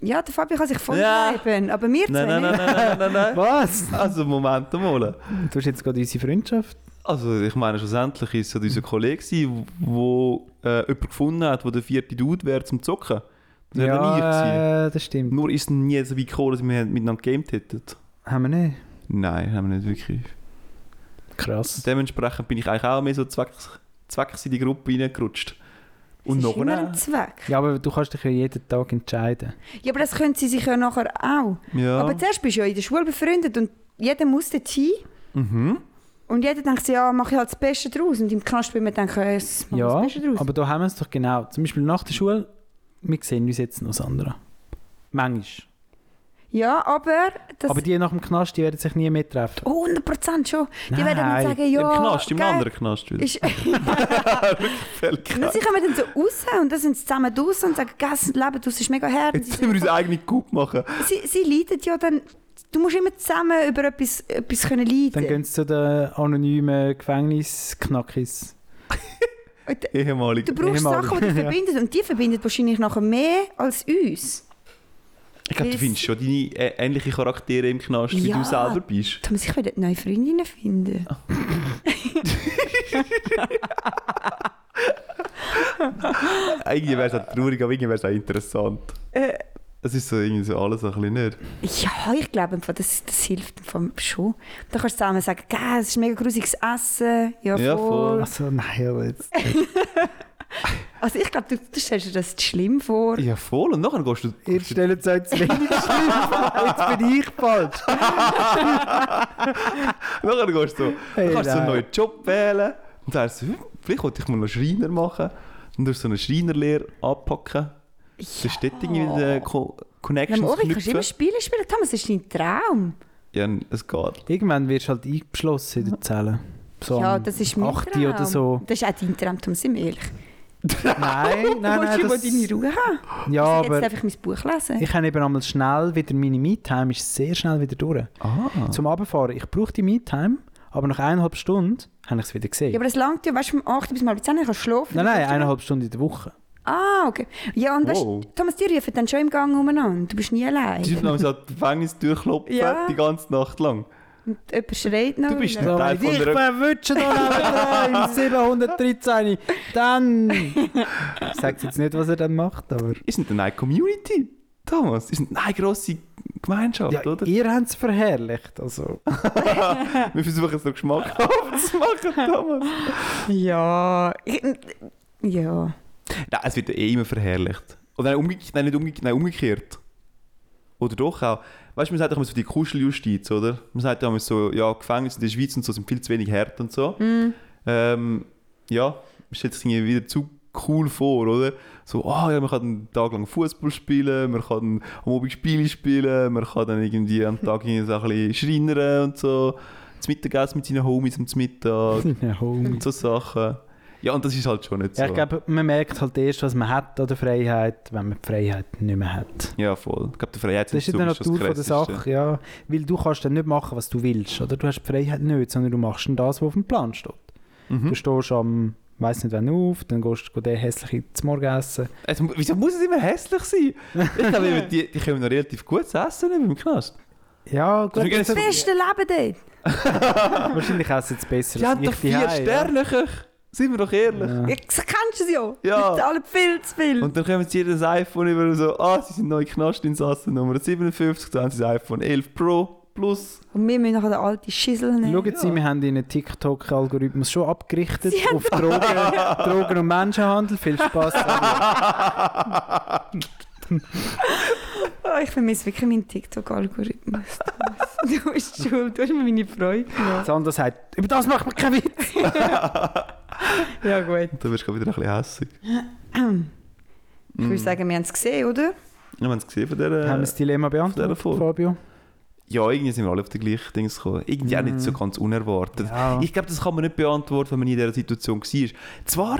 [SPEAKER 4] Ja, der Fabi kann sich
[SPEAKER 3] Ja.
[SPEAKER 4] vorschreiben, aber wir zwei
[SPEAKER 3] Nein, nein,
[SPEAKER 4] nicht.
[SPEAKER 3] nein, nein, nein, nein,
[SPEAKER 4] Äh?
[SPEAKER 3] nein.
[SPEAKER 5] Was?
[SPEAKER 3] Also, Moment mal.
[SPEAKER 5] Du hast jetzt gerade unsere Freundschaft.
[SPEAKER 3] Also, ich meine, schlussendlich war es halt unser Kollege, gewesen, wo äh, jemand gefunden hat, der der vierte Dude wäre zum Zocken. Das wäre dann ich gewesen.
[SPEAKER 5] äh, das stimmt.
[SPEAKER 3] Nur ist es nie so weit gekommen, dass wir miteinander gegamed hätten.
[SPEAKER 5] Haben wir nicht.
[SPEAKER 3] Nein, haben wir nicht wirklich.
[SPEAKER 5] Krass.
[SPEAKER 3] Dementsprechend bin ich eigentlich auch mehr so zwecks, zwecks in die Gruppe reingerutscht. Und
[SPEAKER 4] Das ist
[SPEAKER 3] noch
[SPEAKER 4] immer ein
[SPEAKER 3] eine.
[SPEAKER 4] Zweck.
[SPEAKER 5] Ja, aber du kannst dich ja jeden Tag entscheiden.
[SPEAKER 4] Ja, aber das können sie sich ja nachher auch.
[SPEAKER 3] Ja.
[SPEAKER 4] Aber zuerst bist du ja in der Schule befreundet und jeder muss dort hin.
[SPEAKER 3] Mhm.
[SPEAKER 4] Und jeder denkt sich, ja, mache ich halt das Beste draus. Und im Knast bin ich mir denken, ja, es mache
[SPEAKER 5] Ja,
[SPEAKER 4] das Beste draus.
[SPEAKER 5] aber da haben wir es doch genau. Zum Beispiel nach der Schule, wir sehen uns jetzt noch, Sandra. Manchmal.
[SPEAKER 4] ja, aber... Das
[SPEAKER 5] aber die nach dem Knast, die werden sich nie mehr treffen.
[SPEAKER 4] 100% schon. Die werden dann
[SPEAKER 5] Nein,
[SPEAKER 4] sagen, ja...
[SPEAKER 3] Im Knast, im
[SPEAKER 4] gell,
[SPEAKER 3] anderen Knast wieder.
[SPEAKER 4] Ist, und sie kommen dann so raus und dann sind sie zusammen draußen und sagen, «Gell, das Leben draussen ist mega hart. Und
[SPEAKER 3] Jetzt
[SPEAKER 4] sie
[SPEAKER 3] müssen wir unsere eigene Gruppe machen.
[SPEAKER 4] Sie, sie leiden ja dann. Du musst immer zusammen über etwas, etwas können leiden
[SPEAKER 5] Dann gehen sie zu den anonymen Gefängnisknackis.
[SPEAKER 4] Und
[SPEAKER 3] Ehemalig.
[SPEAKER 4] Du brauchst
[SPEAKER 5] Ehemalig.
[SPEAKER 4] Sachen, die dich verbinden. Und die verbinden wahrscheinlich nachher mehr als uns.
[SPEAKER 3] Ich glaube, du
[SPEAKER 4] Bis-
[SPEAKER 3] findest schon deine äh, ähnliche Charaktere im Knast, wie
[SPEAKER 4] Ja.
[SPEAKER 3] du selber bist.
[SPEAKER 4] Da muss ich wieder neue Freundinnen finden.
[SPEAKER 3] Irgendwie wäre es auch traurig, aber irgendwie wäre es auch interessant.
[SPEAKER 5] Äh.
[SPEAKER 3] Es ist so irgendwie so alles ein bisschen nicht.
[SPEAKER 4] Ja, ich glaube, im Fall, das, das hilft im Fall schon. Da kannst du zusammen sagen, «Gell, es ist mega grusiges Essen. Ja, voll.
[SPEAKER 3] Ja, voll.
[SPEAKER 5] Also nein, aber jetzt.
[SPEAKER 4] Also ich glaube, du, du stellst dir das zu schlimm vor.
[SPEAKER 3] Ja, voll. Und nachher gehst du.
[SPEAKER 5] Ihr
[SPEAKER 3] gehst du-
[SPEAKER 5] stellt es euch zu wenig schlimm vor. Jetzt bin ich falsch.
[SPEAKER 3] nachher gehst du so.
[SPEAKER 5] Hey,
[SPEAKER 3] dann kannst du so einen
[SPEAKER 5] nein.
[SPEAKER 3] neuen Job wählen. Und sagst, hm, vielleicht wollte ich mal noch Schreiner machen. Und durch so eine Schreinerlehre anpacken. Das ist dort irgendwie der Co
[SPEAKER 4] Ja,
[SPEAKER 3] Connections
[SPEAKER 4] aber Ori, kannst du
[SPEAKER 3] knüpfen.
[SPEAKER 4] immer Spiele spielen. Thomas, das ist dein Traum.
[SPEAKER 3] Ja, es geht.
[SPEAKER 5] Irgendwann wirst du halt eingeschlossen in der Zelle. so
[SPEAKER 4] ja,
[SPEAKER 5] am
[SPEAKER 4] das ist mein
[SPEAKER 5] 8
[SPEAKER 4] Traum.
[SPEAKER 5] oder so.
[SPEAKER 4] Das ist auch dein Traum, Tom, sind wir ehrlich.
[SPEAKER 5] Nein, nein,
[SPEAKER 4] du willst ja mal
[SPEAKER 5] nein. Das,
[SPEAKER 4] deine Ruhe haben.
[SPEAKER 5] ja,
[SPEAKER 4] Ja, jetzt
[SPEAKER 5] aber
[SPEAKER 4] darf ich mein Buch lesen.
[SPEAKER 5] ich habe eben einmal schnell wieder meine Me-Time, ist sehr schnell wieder durch.
[SPEAKER 3] Ah.
[SPEAKER 5] Zum Abfahren, ich brauche die Me-Time, aber nach eineinhalb Stunden habe ich es wieder gesehen.
[SPEAKER 4] ja, aber es langt ja, weißt du, von 8 bis um halb 10 kannst du schlafen.
[SPEAKER 5] nein, nein, eineinhalb Stunden in der Woche.
[SPEAKER 4] Ah, okay. Ja, und weißt du,
[SPEAKER 3] Wow.
[SPEAKER 4] Thomas, die rufen dann schon im Gang umeinander. Du bist nie
[SPEAKER 3] Die
[SPEAKER 4] allein.
[SPEAKER 3] sind nämlich so an die Gefängnis durchklopfen,
[SPEAKER 4] Ja.
[SPEAKER 3] die ganze Nacht lang.
[SPEAKER 4] Und jemand schreit noch.
[SPEAKER 3] Du bist
[SPEAKER 4] Und-
[SPEAKER 3] ein Teil
[SPEAKER 5] wenn
[SPEAKER 3] von einer-
[SPEAKER 5] verwünsche da neben 713, dann... Sagt jetzt nicht, was er dann macht, aber...
[SPEAKER 3] Ist nicht eine Community, Thomas? Ist nicht eine grosse Gemeinschaft,
[SPEAKER 5] Ja,
[SPEAKER 3] oder?
[SPEAKER 5] ihr habt es verherrlicht, also...
[SPEAKER 3] Wir versuchen es noch geschmackhaft zu machen, Thomas.
[SPEAKER 4] Ja. Ich, ja.
[SPEAKER 3] Nein, es wird eh immer verherrlicht. Oder nein, umgekehrt, nein, nicht umgekehrt, nein, umgekehrt. Oder doch auch. Weißt du, man sagt doch immer so die Kuscheljustiz, oder? Man sagt ja immer so, ja, Gefängnisse in der Schweiz und so sind viel zu wenig hart und so. Ähm, ja, man stellt sich irgendwie wieder zu cool vor, oder? So, ah ja, man kann einen Tag lang Fußball spielen, man kann am Abend Spiele spielen, man kann dann irgendwie am Tag irgendwie so ein bisschen schreinern und so. Zum Mittagessen mit seinen Homies am Mittag
[SPEAKER 5] Ja, Homie.
[SPEAKER 3] und so Sachen. Ja, und das ist halt schon nicht so.
[SPEAKER 5] Ja, ich glaube, man merkt halt erst, was man hat an der Freiheit, wenn man die Freiheit nicht mehr hat.
[SPEAKER 3] Ja, voll. Ich glaube, der
[SPEAKER 5] Das ist
[SPEAKER 3] Freiheitsentzug
[SPEAKER 5] in der
[SPEAKER 3] ist das
[SPEAKER 5] Natur von der
[SPEAKER 3] Krasseste.
[SPEAKER 5] Sache, ja. Weil du kannst dann nicht machen, was du willst, oder? Du hast die Freiheit nicht, sondern du machst dann das, was auf dem Plan steht. Du
[SPEAKER 3] Mhm.
[SPEAKER 5] stehst am, weiß nicht wann auf, dann gehst du den hässlichen zum Morgen essen.
[SPEAKER 3] Es, Also, wieso muss es immer hässlich sein? Ich glaube, die, die können noch relativ gut essen im Knast. Also,
[SPEAKER 5] Ja,
[SPEAKER 3] Das
[SPEAKER 5] gut,
[SPEAKER 3] ist wirklich
[SPEAKER 4] Das beste Leben dort.
[SPEAKER 5] wahrscheinlich essen sie besser
[SPEAKER 3] Die haben doch vier
[SPEAKER 5] daheim, ja.
[SPEAKER 3] Sterne, Köch. Sind wir doch ehrlich.
[SPEAKER 5] Ja.
[SPEAKER 4] Ja, das kennst du es ja.
[SPEAKER 3] Ja.
[SPEAKER 4] Mit allen viel zu viel.
[SPEAKER 3] Und dann kommen sie jedes iPhone über und so, ah, sie sind neu Knastinsassen Nummer 57, dann haben sie das iPhone 11 Pro Plus.
[SPEAKER 4] Und wir müssen nachher den alten Schissel nehmen.
[SPEAKER 5] Schauen Sie,
[SPEAKER 3] Ja.
[SPEAKER 5] wir haben Ihren TikTok-Algorithmus schon abgerichtet
[SPEAKER 4] Sie haben-
[SPEAKER 5] auf Drogen, Drogen und Menschenhandel. Viel Spaß.
[SPEAKER 4] Oh, ich vermisse wirklich meinen TikTok-Algorithmus. Thomas. du bist schuld, du hast mir meine Freude genommen.
[SPEAKER 5] Sandra sagt, über das macht man keinen Witz.
[SPEAKER 4] Ja gut.
[SPEAKER 3] Da wirst du gerade wieder ein bisschen hässig.
[SPEAKER 4] Ich würde sagen, wir haben es gesehen, oder?
[SPEAKER 3] Wir haben es gesehen von dieser...
[SPEAKER 5] haben wir das Dilemma beantwortet,
[SPEAKER 3] Von der
[SPEAKER 5] Fabio?
[SPEAKER 3] Ja, irgendwie sind wir alle auf den gleichen Dings gekommen. Irgendwie auch
[SPEAKER 5] Mm.
[SPEAKER 3] nicht so ganz unerwartet.
[SPEAKER 5] Ja.
[SPEAKER 3] Ich glaube, das kann man nicht beantworten, wenn man nie in dieser Situation war. Zwar,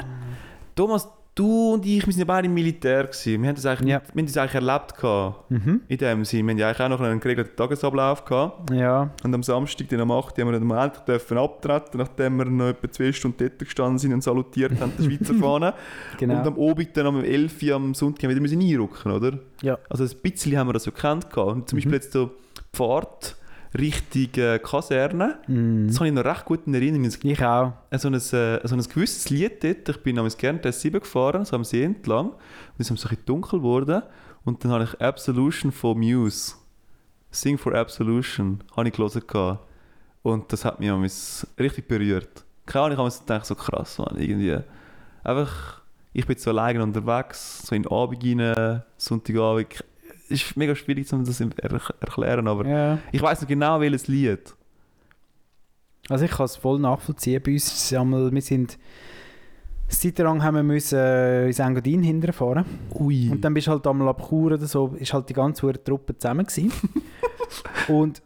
[SPEAKER 3] Thomas, du und ich, wir sind ja beide im Militär. Gewesen. Wir haben das eigentlich,
[SPEAKER 5] Ja.
[SPEAKER 3] wir haben das eigentlich erlebt. Gehabt,
[SPEAKER 5] Mhm.
[SPEAKER 3] in dem Sinn. Wir haben ja eigentlich auch noch einen geregelten Tagesablauf. Gehabt.
[SPEAKER 5] Ja.
[SPEAKER 3] Und am Samstag, den am 8. haben wir dann endlich dürfen abtreten, nachdem wir noch etwa zwei Stunden dort gestanden sind und salutiert haben, der Schweizer Fahne.
[SPEAKER 5] Genau.
[SPEAKER 3] Und am Abend, dann am 11. Uhr am Sonntag, haben wir wieder müssen einrücken oder?
[SPEAKER 5] Ja. Mhm.
[SPEAKER 3] Also ein bisschen haben wir das ja gekannt. gehabt. Und zum Beispiel jetzt so die Fahrt Richtung äh, Kaserne.
[SPEAKER 5] Mm.
[SPEAKER 3] Das habe ich noch recht gut in Erinnerung. Es gibt
[SPEAKER 5] Ich auch.
[SPEAKER 3] So ein, äh, so ein gewisses Lied dort. Ich bin damals gerne der S7 gefahren, so am See entlang. Und es ist so ein bisschen dunkel geworden. Und dann habe ich Absolution von Muse. Sing for Absolution. Habe ich gelesen. gehabt. Und das hat mich damals richtig berührt. Keine Ahnung, ich habe mir so gedacht, so krass, Mann. Irgendwie. Einfach, ich bin so alleine unterwegs, so in den Abend rein, Sonntagabend. Es ist mega schwierig, um das er erklären, aber
[SPEAKER 5] Ja.
[SPEAKER 3] ich weiß noch genau, welches Lied.
[SPEAKER 5] Also ich kann es voll nachvollziehen. Bei uns ist es einmal, wir sind seit lang haben wir müssen äh, ins Engadin hinterfahren.
[SPEAKER 3] Ui.
[SPEAKER 5] Und dann bist du halt einmal ab Chur oder so, ist halt die ganze Hure Truppe zusammen gewesen. Und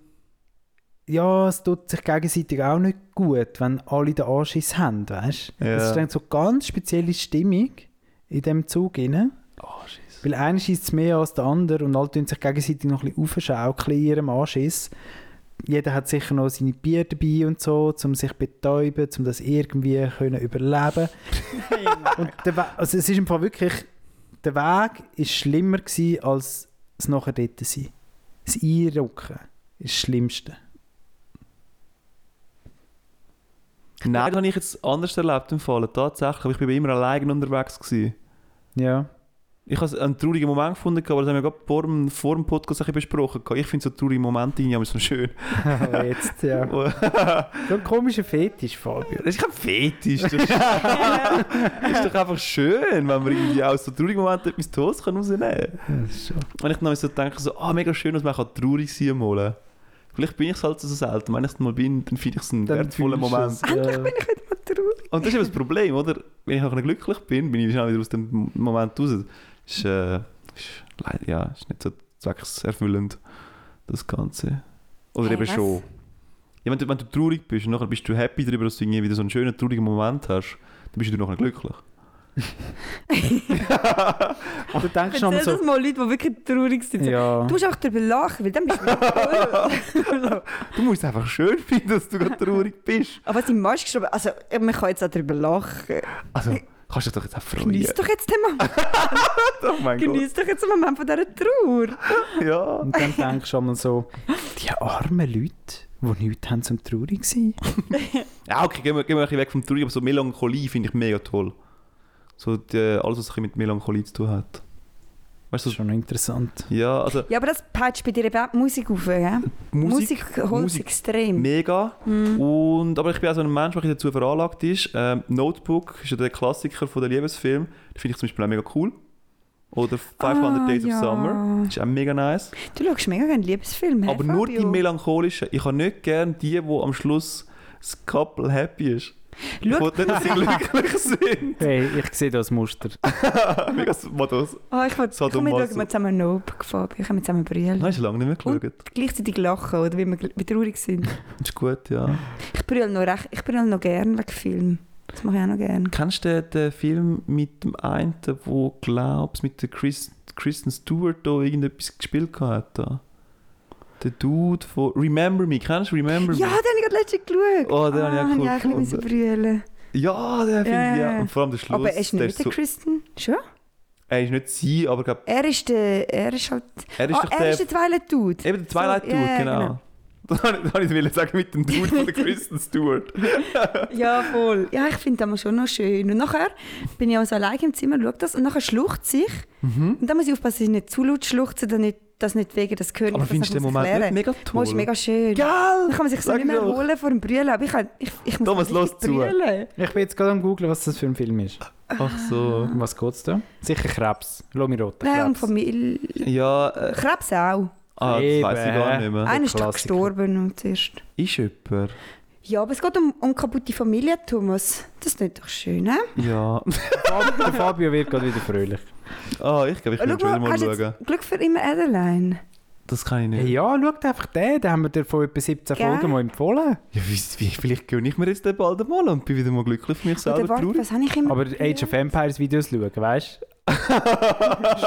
[SPEAKER 5] ja, es tut sich gegenseitig auch nicht gut, wenn alle den Anschiss haben, weißt du?
[SPEAKER 3] Ja.
[SPEAKER 5] Es ist dann so ganz spezielle Stimmung in dem Zug rein.
[SPEAKER 3] oh, Scheiße.
[SPEAKER 5] Weil einer schießt mehr als der andere und alle tun sich gegenseitig noch ein bisschen aufschaukeln in ihrem Anschiss. Jeder hat sicher noch seine Bier dabei und so, um sich betäuben, um das irgendwie können überleben und der We- also es ist im Fall wirklich, der Weg ist schlimmer gewesen, als es nachher dort sein. Das Einrücken ist das Schlimmste.
[SPEAKER 3] Nein, das habe ich jetzt anders erlebt im Fall, tatsächlich. Aber ich bin immer alleine unterwegs. Gewesen.
[SPEAKER 5] Ja.
[SPEAKER 3] Ich habe einen traurigen Moment gefunden, aber das haben wir gerade vor dem, vor dem Podcast ein bisschen besprochen. gehabt. Ich finde so traurige Momente irgendwie immer so schön.
[SPEAKER 5] Aber jetzt, ja. So ein komischer Fetisch, Fabio.
[SPEAKER 3] Das ist kein Fetisch. Das ist, das ist doch einfach schön, wenn man irgendwie aus so traurigen Momenten etwas Tolles kann rausnehmen kann.
[SPEAKER 5] Das ist schon-
[SPEAKER 3] Wenn ich dann so denke, so, ah, mega schön, dass man auch traurig sein kann. malen. Vielleicht bin ich es halt so selten. Wenn ich es mal bin, dann finde ich es einen wertvollen
[SPEAKER 5] fühlst du äh,
[SPEAKER 3] Moment.
[SPEAKER 5] es, ja.
[SPEAKER 3] Und das ist eben das Problem, oder? Wenn ich nachher glücklich bin, bin ich schnell wieder aus dem Moment raus. Ist, äh, ist, leid- ja, ist nicht so zweckerfüllend, das Ganze. Oder
[SPEAKER 4] Hey,
[SPEAKER 3] eben
[SPEAKER 4] was?
[SPEAKER 3] schon. Ja, wenn, du, wenn du traurig bist und nachher bist du happy darüber, dass du irgendwie wieder so einen schönen, traurigen Moment hast, dann bist du nachher glücklich.
[SPEAKER 5] Und du denkst schon
[SPEAKER 4] Erzähl
[SPEAKER 5] so,
[SPEAKER 4] das mal Leute, die wirklich traurig sind. So,
[SPEAKER 5] ja,
[SPEAKER 4] Du musst auch darüber lachen, weil dann bist du wieder cool.
[SPEAKER 3] Du musst es einfach schön finden, dass du gerade traurig bist.
[SPEAKER 4] Aber was im Maske geschrieben also ja, man kann jetzt auch darüber lachen.
[SPEAKER 3] Also, kannst du dich doch jetzt auch freuen.
[SPEAKER 4] Genieß doch jetzt den Moment.
[SPEAKER 3] Oh mein
[SPEAKER 4] Genieß doch jetzt den Moment von dieser Trauer.
[SPEAKER 3] Gott. Ja.
[SPEAKER 5] und dann denkst du schon mal so, die armen Leute, die nichts haben zum traurig sein.
[SPEAKER 3] Ja, okay, gehen wir, gehen wir ein bisschen weg vom Traurig, aber so Melancholie finde ich mega toll. So die, äh, alles, was ein bisschen mit Melancholie zu tun hat. Weißt
[SPEAKER 5] Das
[SPEAKER 3] du,
[SPEAKER 5] ist schon noch interessant.
[SPEAKER 3] ja, also
[SPEAKER 4] Ja, aber das patcht bei dir eben auch die Musik auf, gell?
[SPEAKER 3] Musik,
[SPEAKER 4] Musik Hm. holt es
[SPEAKER 3] Musik
[SPEAKER 4] extrem.
[SPEAKER 3] mega. Und, aber ich bin auch so ein Mensch, der ein bisschen dazu veranlagt ist. Ähm, Notebook ist ja der Klassiker von der Liebesfilm. Den finde ich zum Beispiel auch mega cool. Oder 500
[SPEAKER 4] Ah,
[SPEAKER 3] Days of
[SPEAKER 4] ja.
[SPEAKER 3] Summer. Ist auch mega nice.
[SPEAKER 4] Du schaust mega gerne Liebesfilme, hä,
[SPEAKER 3] Aber nur die
[SPEAKER 4] Fabio?
[SPEAKER 3] melancholischen. Ich habe nicht gern die, wo am Schluss das Couple happy ist. Ich
[SPEAKER 4] Schau-
[SPEAKER 3] wollte nicht, dass sie glücklich sind.
[SPEAKER 5] Hey, ich sehe das Muster.
[SPEAKER 3] mega Modus.
[SPEAKER 4] Ah, ich wollte, komm, wir
[SPEAKER 3] Sadomaso.
[SPEAKER 4] schauen mal zusammen Nope, Fabio. Können wir zusammen brüllen.
[SPEAKER 3] Nein, ist lange nicht mehr geschaut.
[SPEAKER 4] Gleichzeitig lachen, oder? Wie wir gl- wie traurig sind.
[SPEAKER 3] Ist gut, ja.
[SPEAKER 4] Ich brülle noch, recht, ich brülle noch gerne wegen Film. Das mache ich auch noch gerne.
[SPEAKER 3] Kennst du den, den Film mit dem einen, wo glaubst mit der Chris, Kristen Stewart da irgendetwas gespielt hat? Da? Der Dude von Remember Me, kennst du Remember
[SPEAKER 4] Ja, den
[SPEAKER 3] Me?
[SPEAKER 4] habe ich gerade letztens geschaut.
[SPEAKER 3] Oh, den habe ich auch cool
[SPEAKER 4] habe ich auch ein bisschen
[SPEAKER 3] gefunden.
[SPEAKER 4] brüllen.
[SPEAKER 3] Ja, den Film,
[SPEAKER 4] Ja,
[SPEAKER 3] ja,
[SPEAKER 4] ja, ja.
[SPEAKER 3] Und vor allem der Schluss.
[SPEAKER 4] Aber er ist
[SPEAKER 3] der
[SPEAKER 4] nicht der
[SPEAKER 3] so,
[SPEAKER 4] Kristen. Schon?
[SPEAKER 3] er ist nicht sie, aber ich glaub,
[SPEAKER 4] Er ist der. Er ist halt.
[SPEAKER 3] er ist
[SPEAKER 4] ah,
[SPEAKER 3] doch
[SPEAKER 4] er
[SPEAKER 3] der,
[SPEAKER 4] ist der Twilight Dude.
[SPEAKER 3] eben der Twilight
[SPEAKER 4] So,
[SPEAKER 3] Dude,
[SPEAKER 4] ja, ja,
[SPEAKER 3] genau.
[SPEAKER 4] genau.
[SPEAKER 3] Das habe ich, das wollte ich sagen mit dem Dude von der Kristen Stewart.
[SPEAKER 4] Ja, voll. Ja, ich finde das mal schon noch schön. Und nachher bin ich auch so allein im Zimmer, schaue das und nachher schluchzt sich.
[SPEAKER 3] Mhm.
[SPEAKER 4] Und dann muss ich aufpassen, dass ich nicht zu laut schluchze, dass nicht, dass nicht wegen des Gehören.
[SPEAKER 3] Aber findest du den Moment nicht mega
[SPEAKER 4] toll?
[SPEAKER 3] toll?
[SPEAKER 4] ist mega schön.
[SPEAKER 3] Geil!
[SPEAKER 4] Dann kann man sich so
[SPEAKER 3] Sag
[SPEAKER 4] nicht mehr
[SPEAKER 3] doch.
[SPEAKER 4] holen vor dem Brüllen. Aber ich, kann- ich, ich muss
[SPEAKER 3] Thomas, los
[SPEAKER 4] richtig
[SPEAKER 3] zu.
[SPEAKER 4] brüllen.
[SPEAKER 5] Ich bin jetzt gerade am googlen, was das für ein Film ist.
[SPEAKER 3] Ach so.
[SPEAKER 5] Um Was geht es da? Sicher Krebs. Lass mich roten
[SPEAKER 4] Nein, und
[SPEAKER 5] Krebs.
[SPEAKER 4] Familie.
[SPEAKER 3] Ja, äh,
[SPEAKER 4] Krebs auch.
[SPEAKER 3] ah, das weiß ich gar
[SPEAKER 5] Eben.
[SPEAKER 3] nicht mehr.
[SPEAKER 4] Einer ist doch
[SPEAKER 5] Klassiker.
[SPEAKER 4] gestorben und zuerst.
[SPEAKER 3] Ist jemand?
[SPEAKER 4] Ja, aber es geht um, um kaputte Familie, Thomas. Das ist nicht doch schön, hä?
[SPEAKER 3] Ja.
[SPEAKER 5] Fab- Der Fabio wird gerade wieder fröhlich.
[SPEAKER 3] Ah, ich glaube, ich
[SPEAKER 4] Äh, Schau
[SPEAKER 3] will schon wieder mal
[SPEAKER 4] hast du
[SPEAKER 3] schauen.
[SPEAKER 4] jetzt Glück für immer Adeline.
[SPEAKER 3] Das kann ich nicht.
[SPEAKER 5] Hey, ja, schaut einfach den. Den haben wir dir vor etwa 17
[SPEAKER 4] Gell?
[SPEAKER 5] Folgen mal empfohlen.
[SPEAKER 3] Ja, wie, wie, vielleicht gönne ich mir jetzt den bald mal und bin wieder mal glücklich für mich selber
[SPEAKER 4] Oder warte,
[SPEAKER 3] traurig.
[SPEAKER 4] was habe ich immer?
[SPEAKER 5] Aber Age of Empires Videos schauen, weißt du?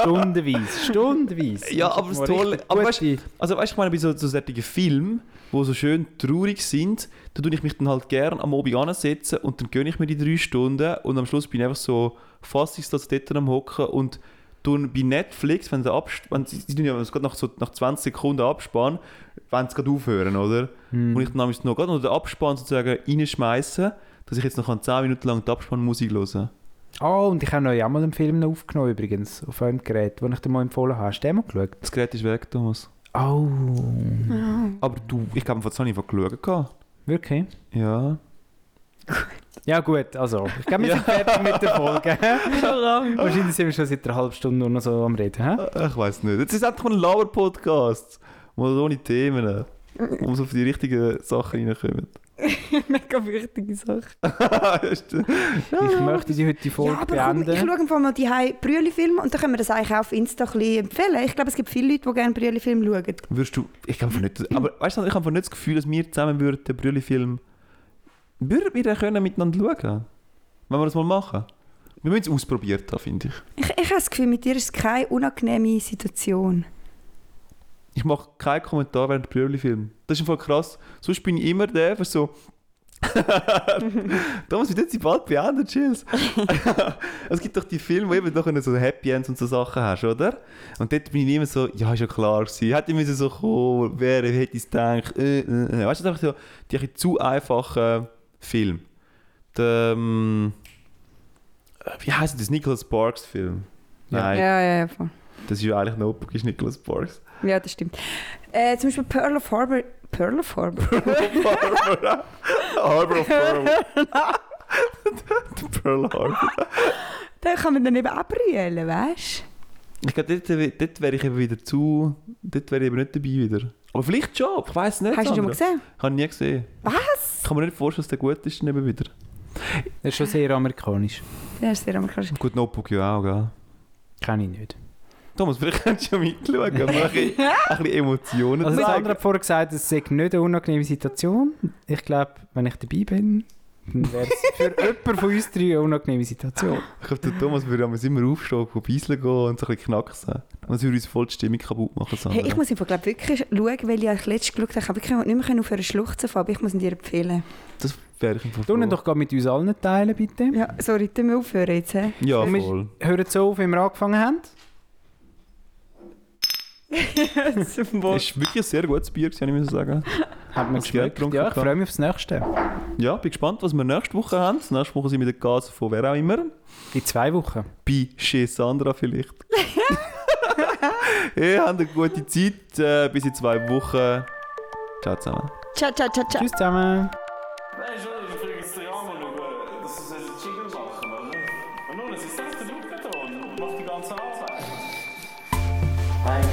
[SPEAKER 5] stundenweise, stundenweise.
[SPEAKER 3] Ja, aber das
[SPEAKER 5] Mal
[SPEAKER 3] Tolle-
[SPEAKER 5] richtig
[SPEAKER 3] aber
[SPEAKER 5] gute-
[SPEAKER 3] Also weißt du, ich meine, bei so, so solchen Filmen, die so schön traurig sind, da tue ich mich dann halt gern am Abend ansetzen und dann gönne ich mir die drei Stunden und am Schluss bin ich einfach so fassungslos dort am Hocken und tun bei Netflix, wenn sie abs- wenn sie, sie tun ja es gerade nach, so, nach 20 Sekunden abspannen, wenn sie gerade aufhören, oder?
[SPEAKER 4] Hm.
[SPEAKER 3] Und ich dann am noch gerade noch den Abspann sozusagen reinschmeißen, dass ich jetzt noch 10 Minuten lang die Abspannmusik höre.
[SPEAKER 5] Ah, und ich habe noch einmal einen Film noch aufgenommen übrigens, auf einem Gerät, den ich dir mal empfohlen habe. Hast du den mal geschaut?
[SPEAKER 3] Das Gerät ist weg, Thomas.
[SPEAKER 5] Oh,
[SPEAKER 4] Ah.
[SPEAKER 3] Aber du, ich glaube, das habe ich von geschaut.
[SPEAKER 5] wirklich?
[SPEAKER 3] Ja.
[SPEAKER 5] Ja gut, also, ich glaube, wir sind fertig mit der Folge. Wahrscheinlich sind wir schon seit einer halben Stunde nur noch so am Reden. Hä?
[SPEAKER 3] Äh, Ich weiß nicht. Jetzt ist einfach ein Laber-Podcast. Mal ohne Themen. Wo wir so auf die richtigen Sachen reinkommen.
[SPEAKER 4] Mega wichtige Sache.
[SPEAKER 3] Ist-
[SPEAKER 5] Ich möchte die heute
[SPEAKER 4] Ja,
[SPEAKER 5] Folge
[SPEAKER 4] aber komm, ich
[SPEAKER 5] beenden.
[SPEAKER 4] schaue einfach mal die Brüllenfilme und dann können wir das eigentlich auch auf Insta ein bisschen empfehlen. Ich glaube, es gibt viele Leute, die gerne Brüllenfilme schauen.
[SPEAKER 3] Würdest du. Ich glaube nicht. Aber weißt du, ich habe einfach nicht das Gefühl, dass wir zusammen würden den Brülli-Film. Würden wir den können miteinander schauen? Wenn wir das mal machen? Wir müssen es ausprobiert haben, finde ich.
[SPEAKER 4] Ich, ich habe das Gefühl, mit dir ist es keine unangenehme Situation.
[SPEAKER 3] Ich mache keinen Kommentar während Brülli-Film. Das ist im Fall krass. Sonst bin ich immer der, der so. Thomas, wir dürfen sie bald beenden, chills. es gibt doch die Filme, wo eben noch so Happy Ends und so Sachen hast, oder? Und dort bin ich immer so, ja, ist ja klar gewesen. Hätte ich müssen so kommen, wer hätte es gedacht? Äh, äh, äh. Weißt du, das ist einfach so, die ein bisschen zu einfachen Filme. Der, ähm, äh, wie heißt das? Nicholas Sparks Film.
[SPEAKER 5] Ja.
[SPEAKER 3] Nein,
[SPEAKER 4] ja, ja, voll.
[SPEAKER 3] das ist ja eigentlich Notebook, ist Nicholas Sparks.
[SPEAKER 4] Ja, das stimmt. Äh, zum Beispiel Pearl of Harbor. Pearl of Harbor?
[SPEAKER 3] Barbara. Harbor of Pearl. Pearl Harbor.
[SPEAKER 4] da kann man dann eben auch brüllen, weißt du?
[SPEAKER 3] Ich glaube, dort, dort wäre ich eben wieder zu. Dort wäre ich eben nicht dabei wieder. Aber vielleicht schon, ich weiß nicht.
[SPEAKER 4] Hast du ihn schon mal
[SPEAKER 3] Sandra.
[SPEAKER 4] gesehen?
[SPEAKER 3] Ich habe ihn nie gesehen. Was? Ich kann mir nicht vorstellen, dass der gut ist, dann eben wieder.
[SPEAKER 5] Das ist schon sehr amerikanisch.
[SPEAKER 4] Der ist sehr amerikanisch.
[SPEAKER 3] Gut, Notebook ja auch, gell?
[SPEAKER 5] Kenne ich nicht.
[SPEAKER 3] Thomas, vielleicht kannst du ja mitschauen. Mal ein bisschen, ein bisschen Emotionen
[SPEAKER 5] Also der
[SPEAKER 3] zeigen.
[SPEAKER 5] andere hat vorher gesagt, es sei nicht eine unangenehme Situation. Ich glaube, wenn ich dabei bin, dann wäre es für jemanden von uns drei eine unangenehme Situation.
[SPEAKER 3] Ich glaube, der Thomas würde damals immer aufstehen, auf Beiseln gehen und so ein bisschen knacksen. Und das würde uns voll die Stimmung kaputt machen. Sandra.
[SPEAKER 4] Hey, ich muss einfach glaub, wirklich schauen, weil ich als letztes geschaut habe. Ich habe wirklich nicht mehr können auf eine Schlucht zu fahren, aber ich muss ihn dir empfehlen.
[SPEAKER 3] das wäre ich im Fall
[SPEAKER 5] Du
[SPEAKER 3] froh.
[SPEAKER 5] ihn doch gerade mit uns allen teilen, bitte.
[SPEAKER 4] Ja, sorry, dann wir aufhören jetzt. hä?
[SPEAKER 3] Ja,
[SPEAKER 5] Wir-
[SPEAKER 3] voll.
[SPEAKER 5] Hört so auf, wie wir angefangen haben.
[SPEAKER 4] Super.
[SPEAKER 3] Es war wirklich ein sehr gutes Bier, gewesen, ich muss sagen.
[SPEAKER 5] Hat mir
[SPEAKER 3] Hast du Geld
[SPEAKER 5] geschmeckt.
[SPEAKER 3] getrunken
[SPEAKER 5] Ja, ich
[SPEAKER 3] gehabt?
[SPEAKER 5] freue mich aufs Nächste.
[SPEAKER 3] Ja, bin gespannt, was wir nächste Woche haben. Nächste Woche sind wir mit der Gas von wer auch immer.
[SPEAKER 5] In zwei Wochen.
[SPEAKER 3] Bei Chez Sandra vielleicht. hey, habt eine gute Zeit. Äh, bis in zwei Wochen. Ciao zusammen.
[SPEAKER 4] Ciao, ciao, ciao, ciao.
[SPEAKER 5] Tschüss zusammen.
[SPEAKER 1] Weißt du, ich bringe jetzt dir auch mal schauen, dass sie so einen Jingle machen, oder? Und nun, es ist das der Luftbeton und macht die ganze Arbeit.
[SPEAKER 2] I can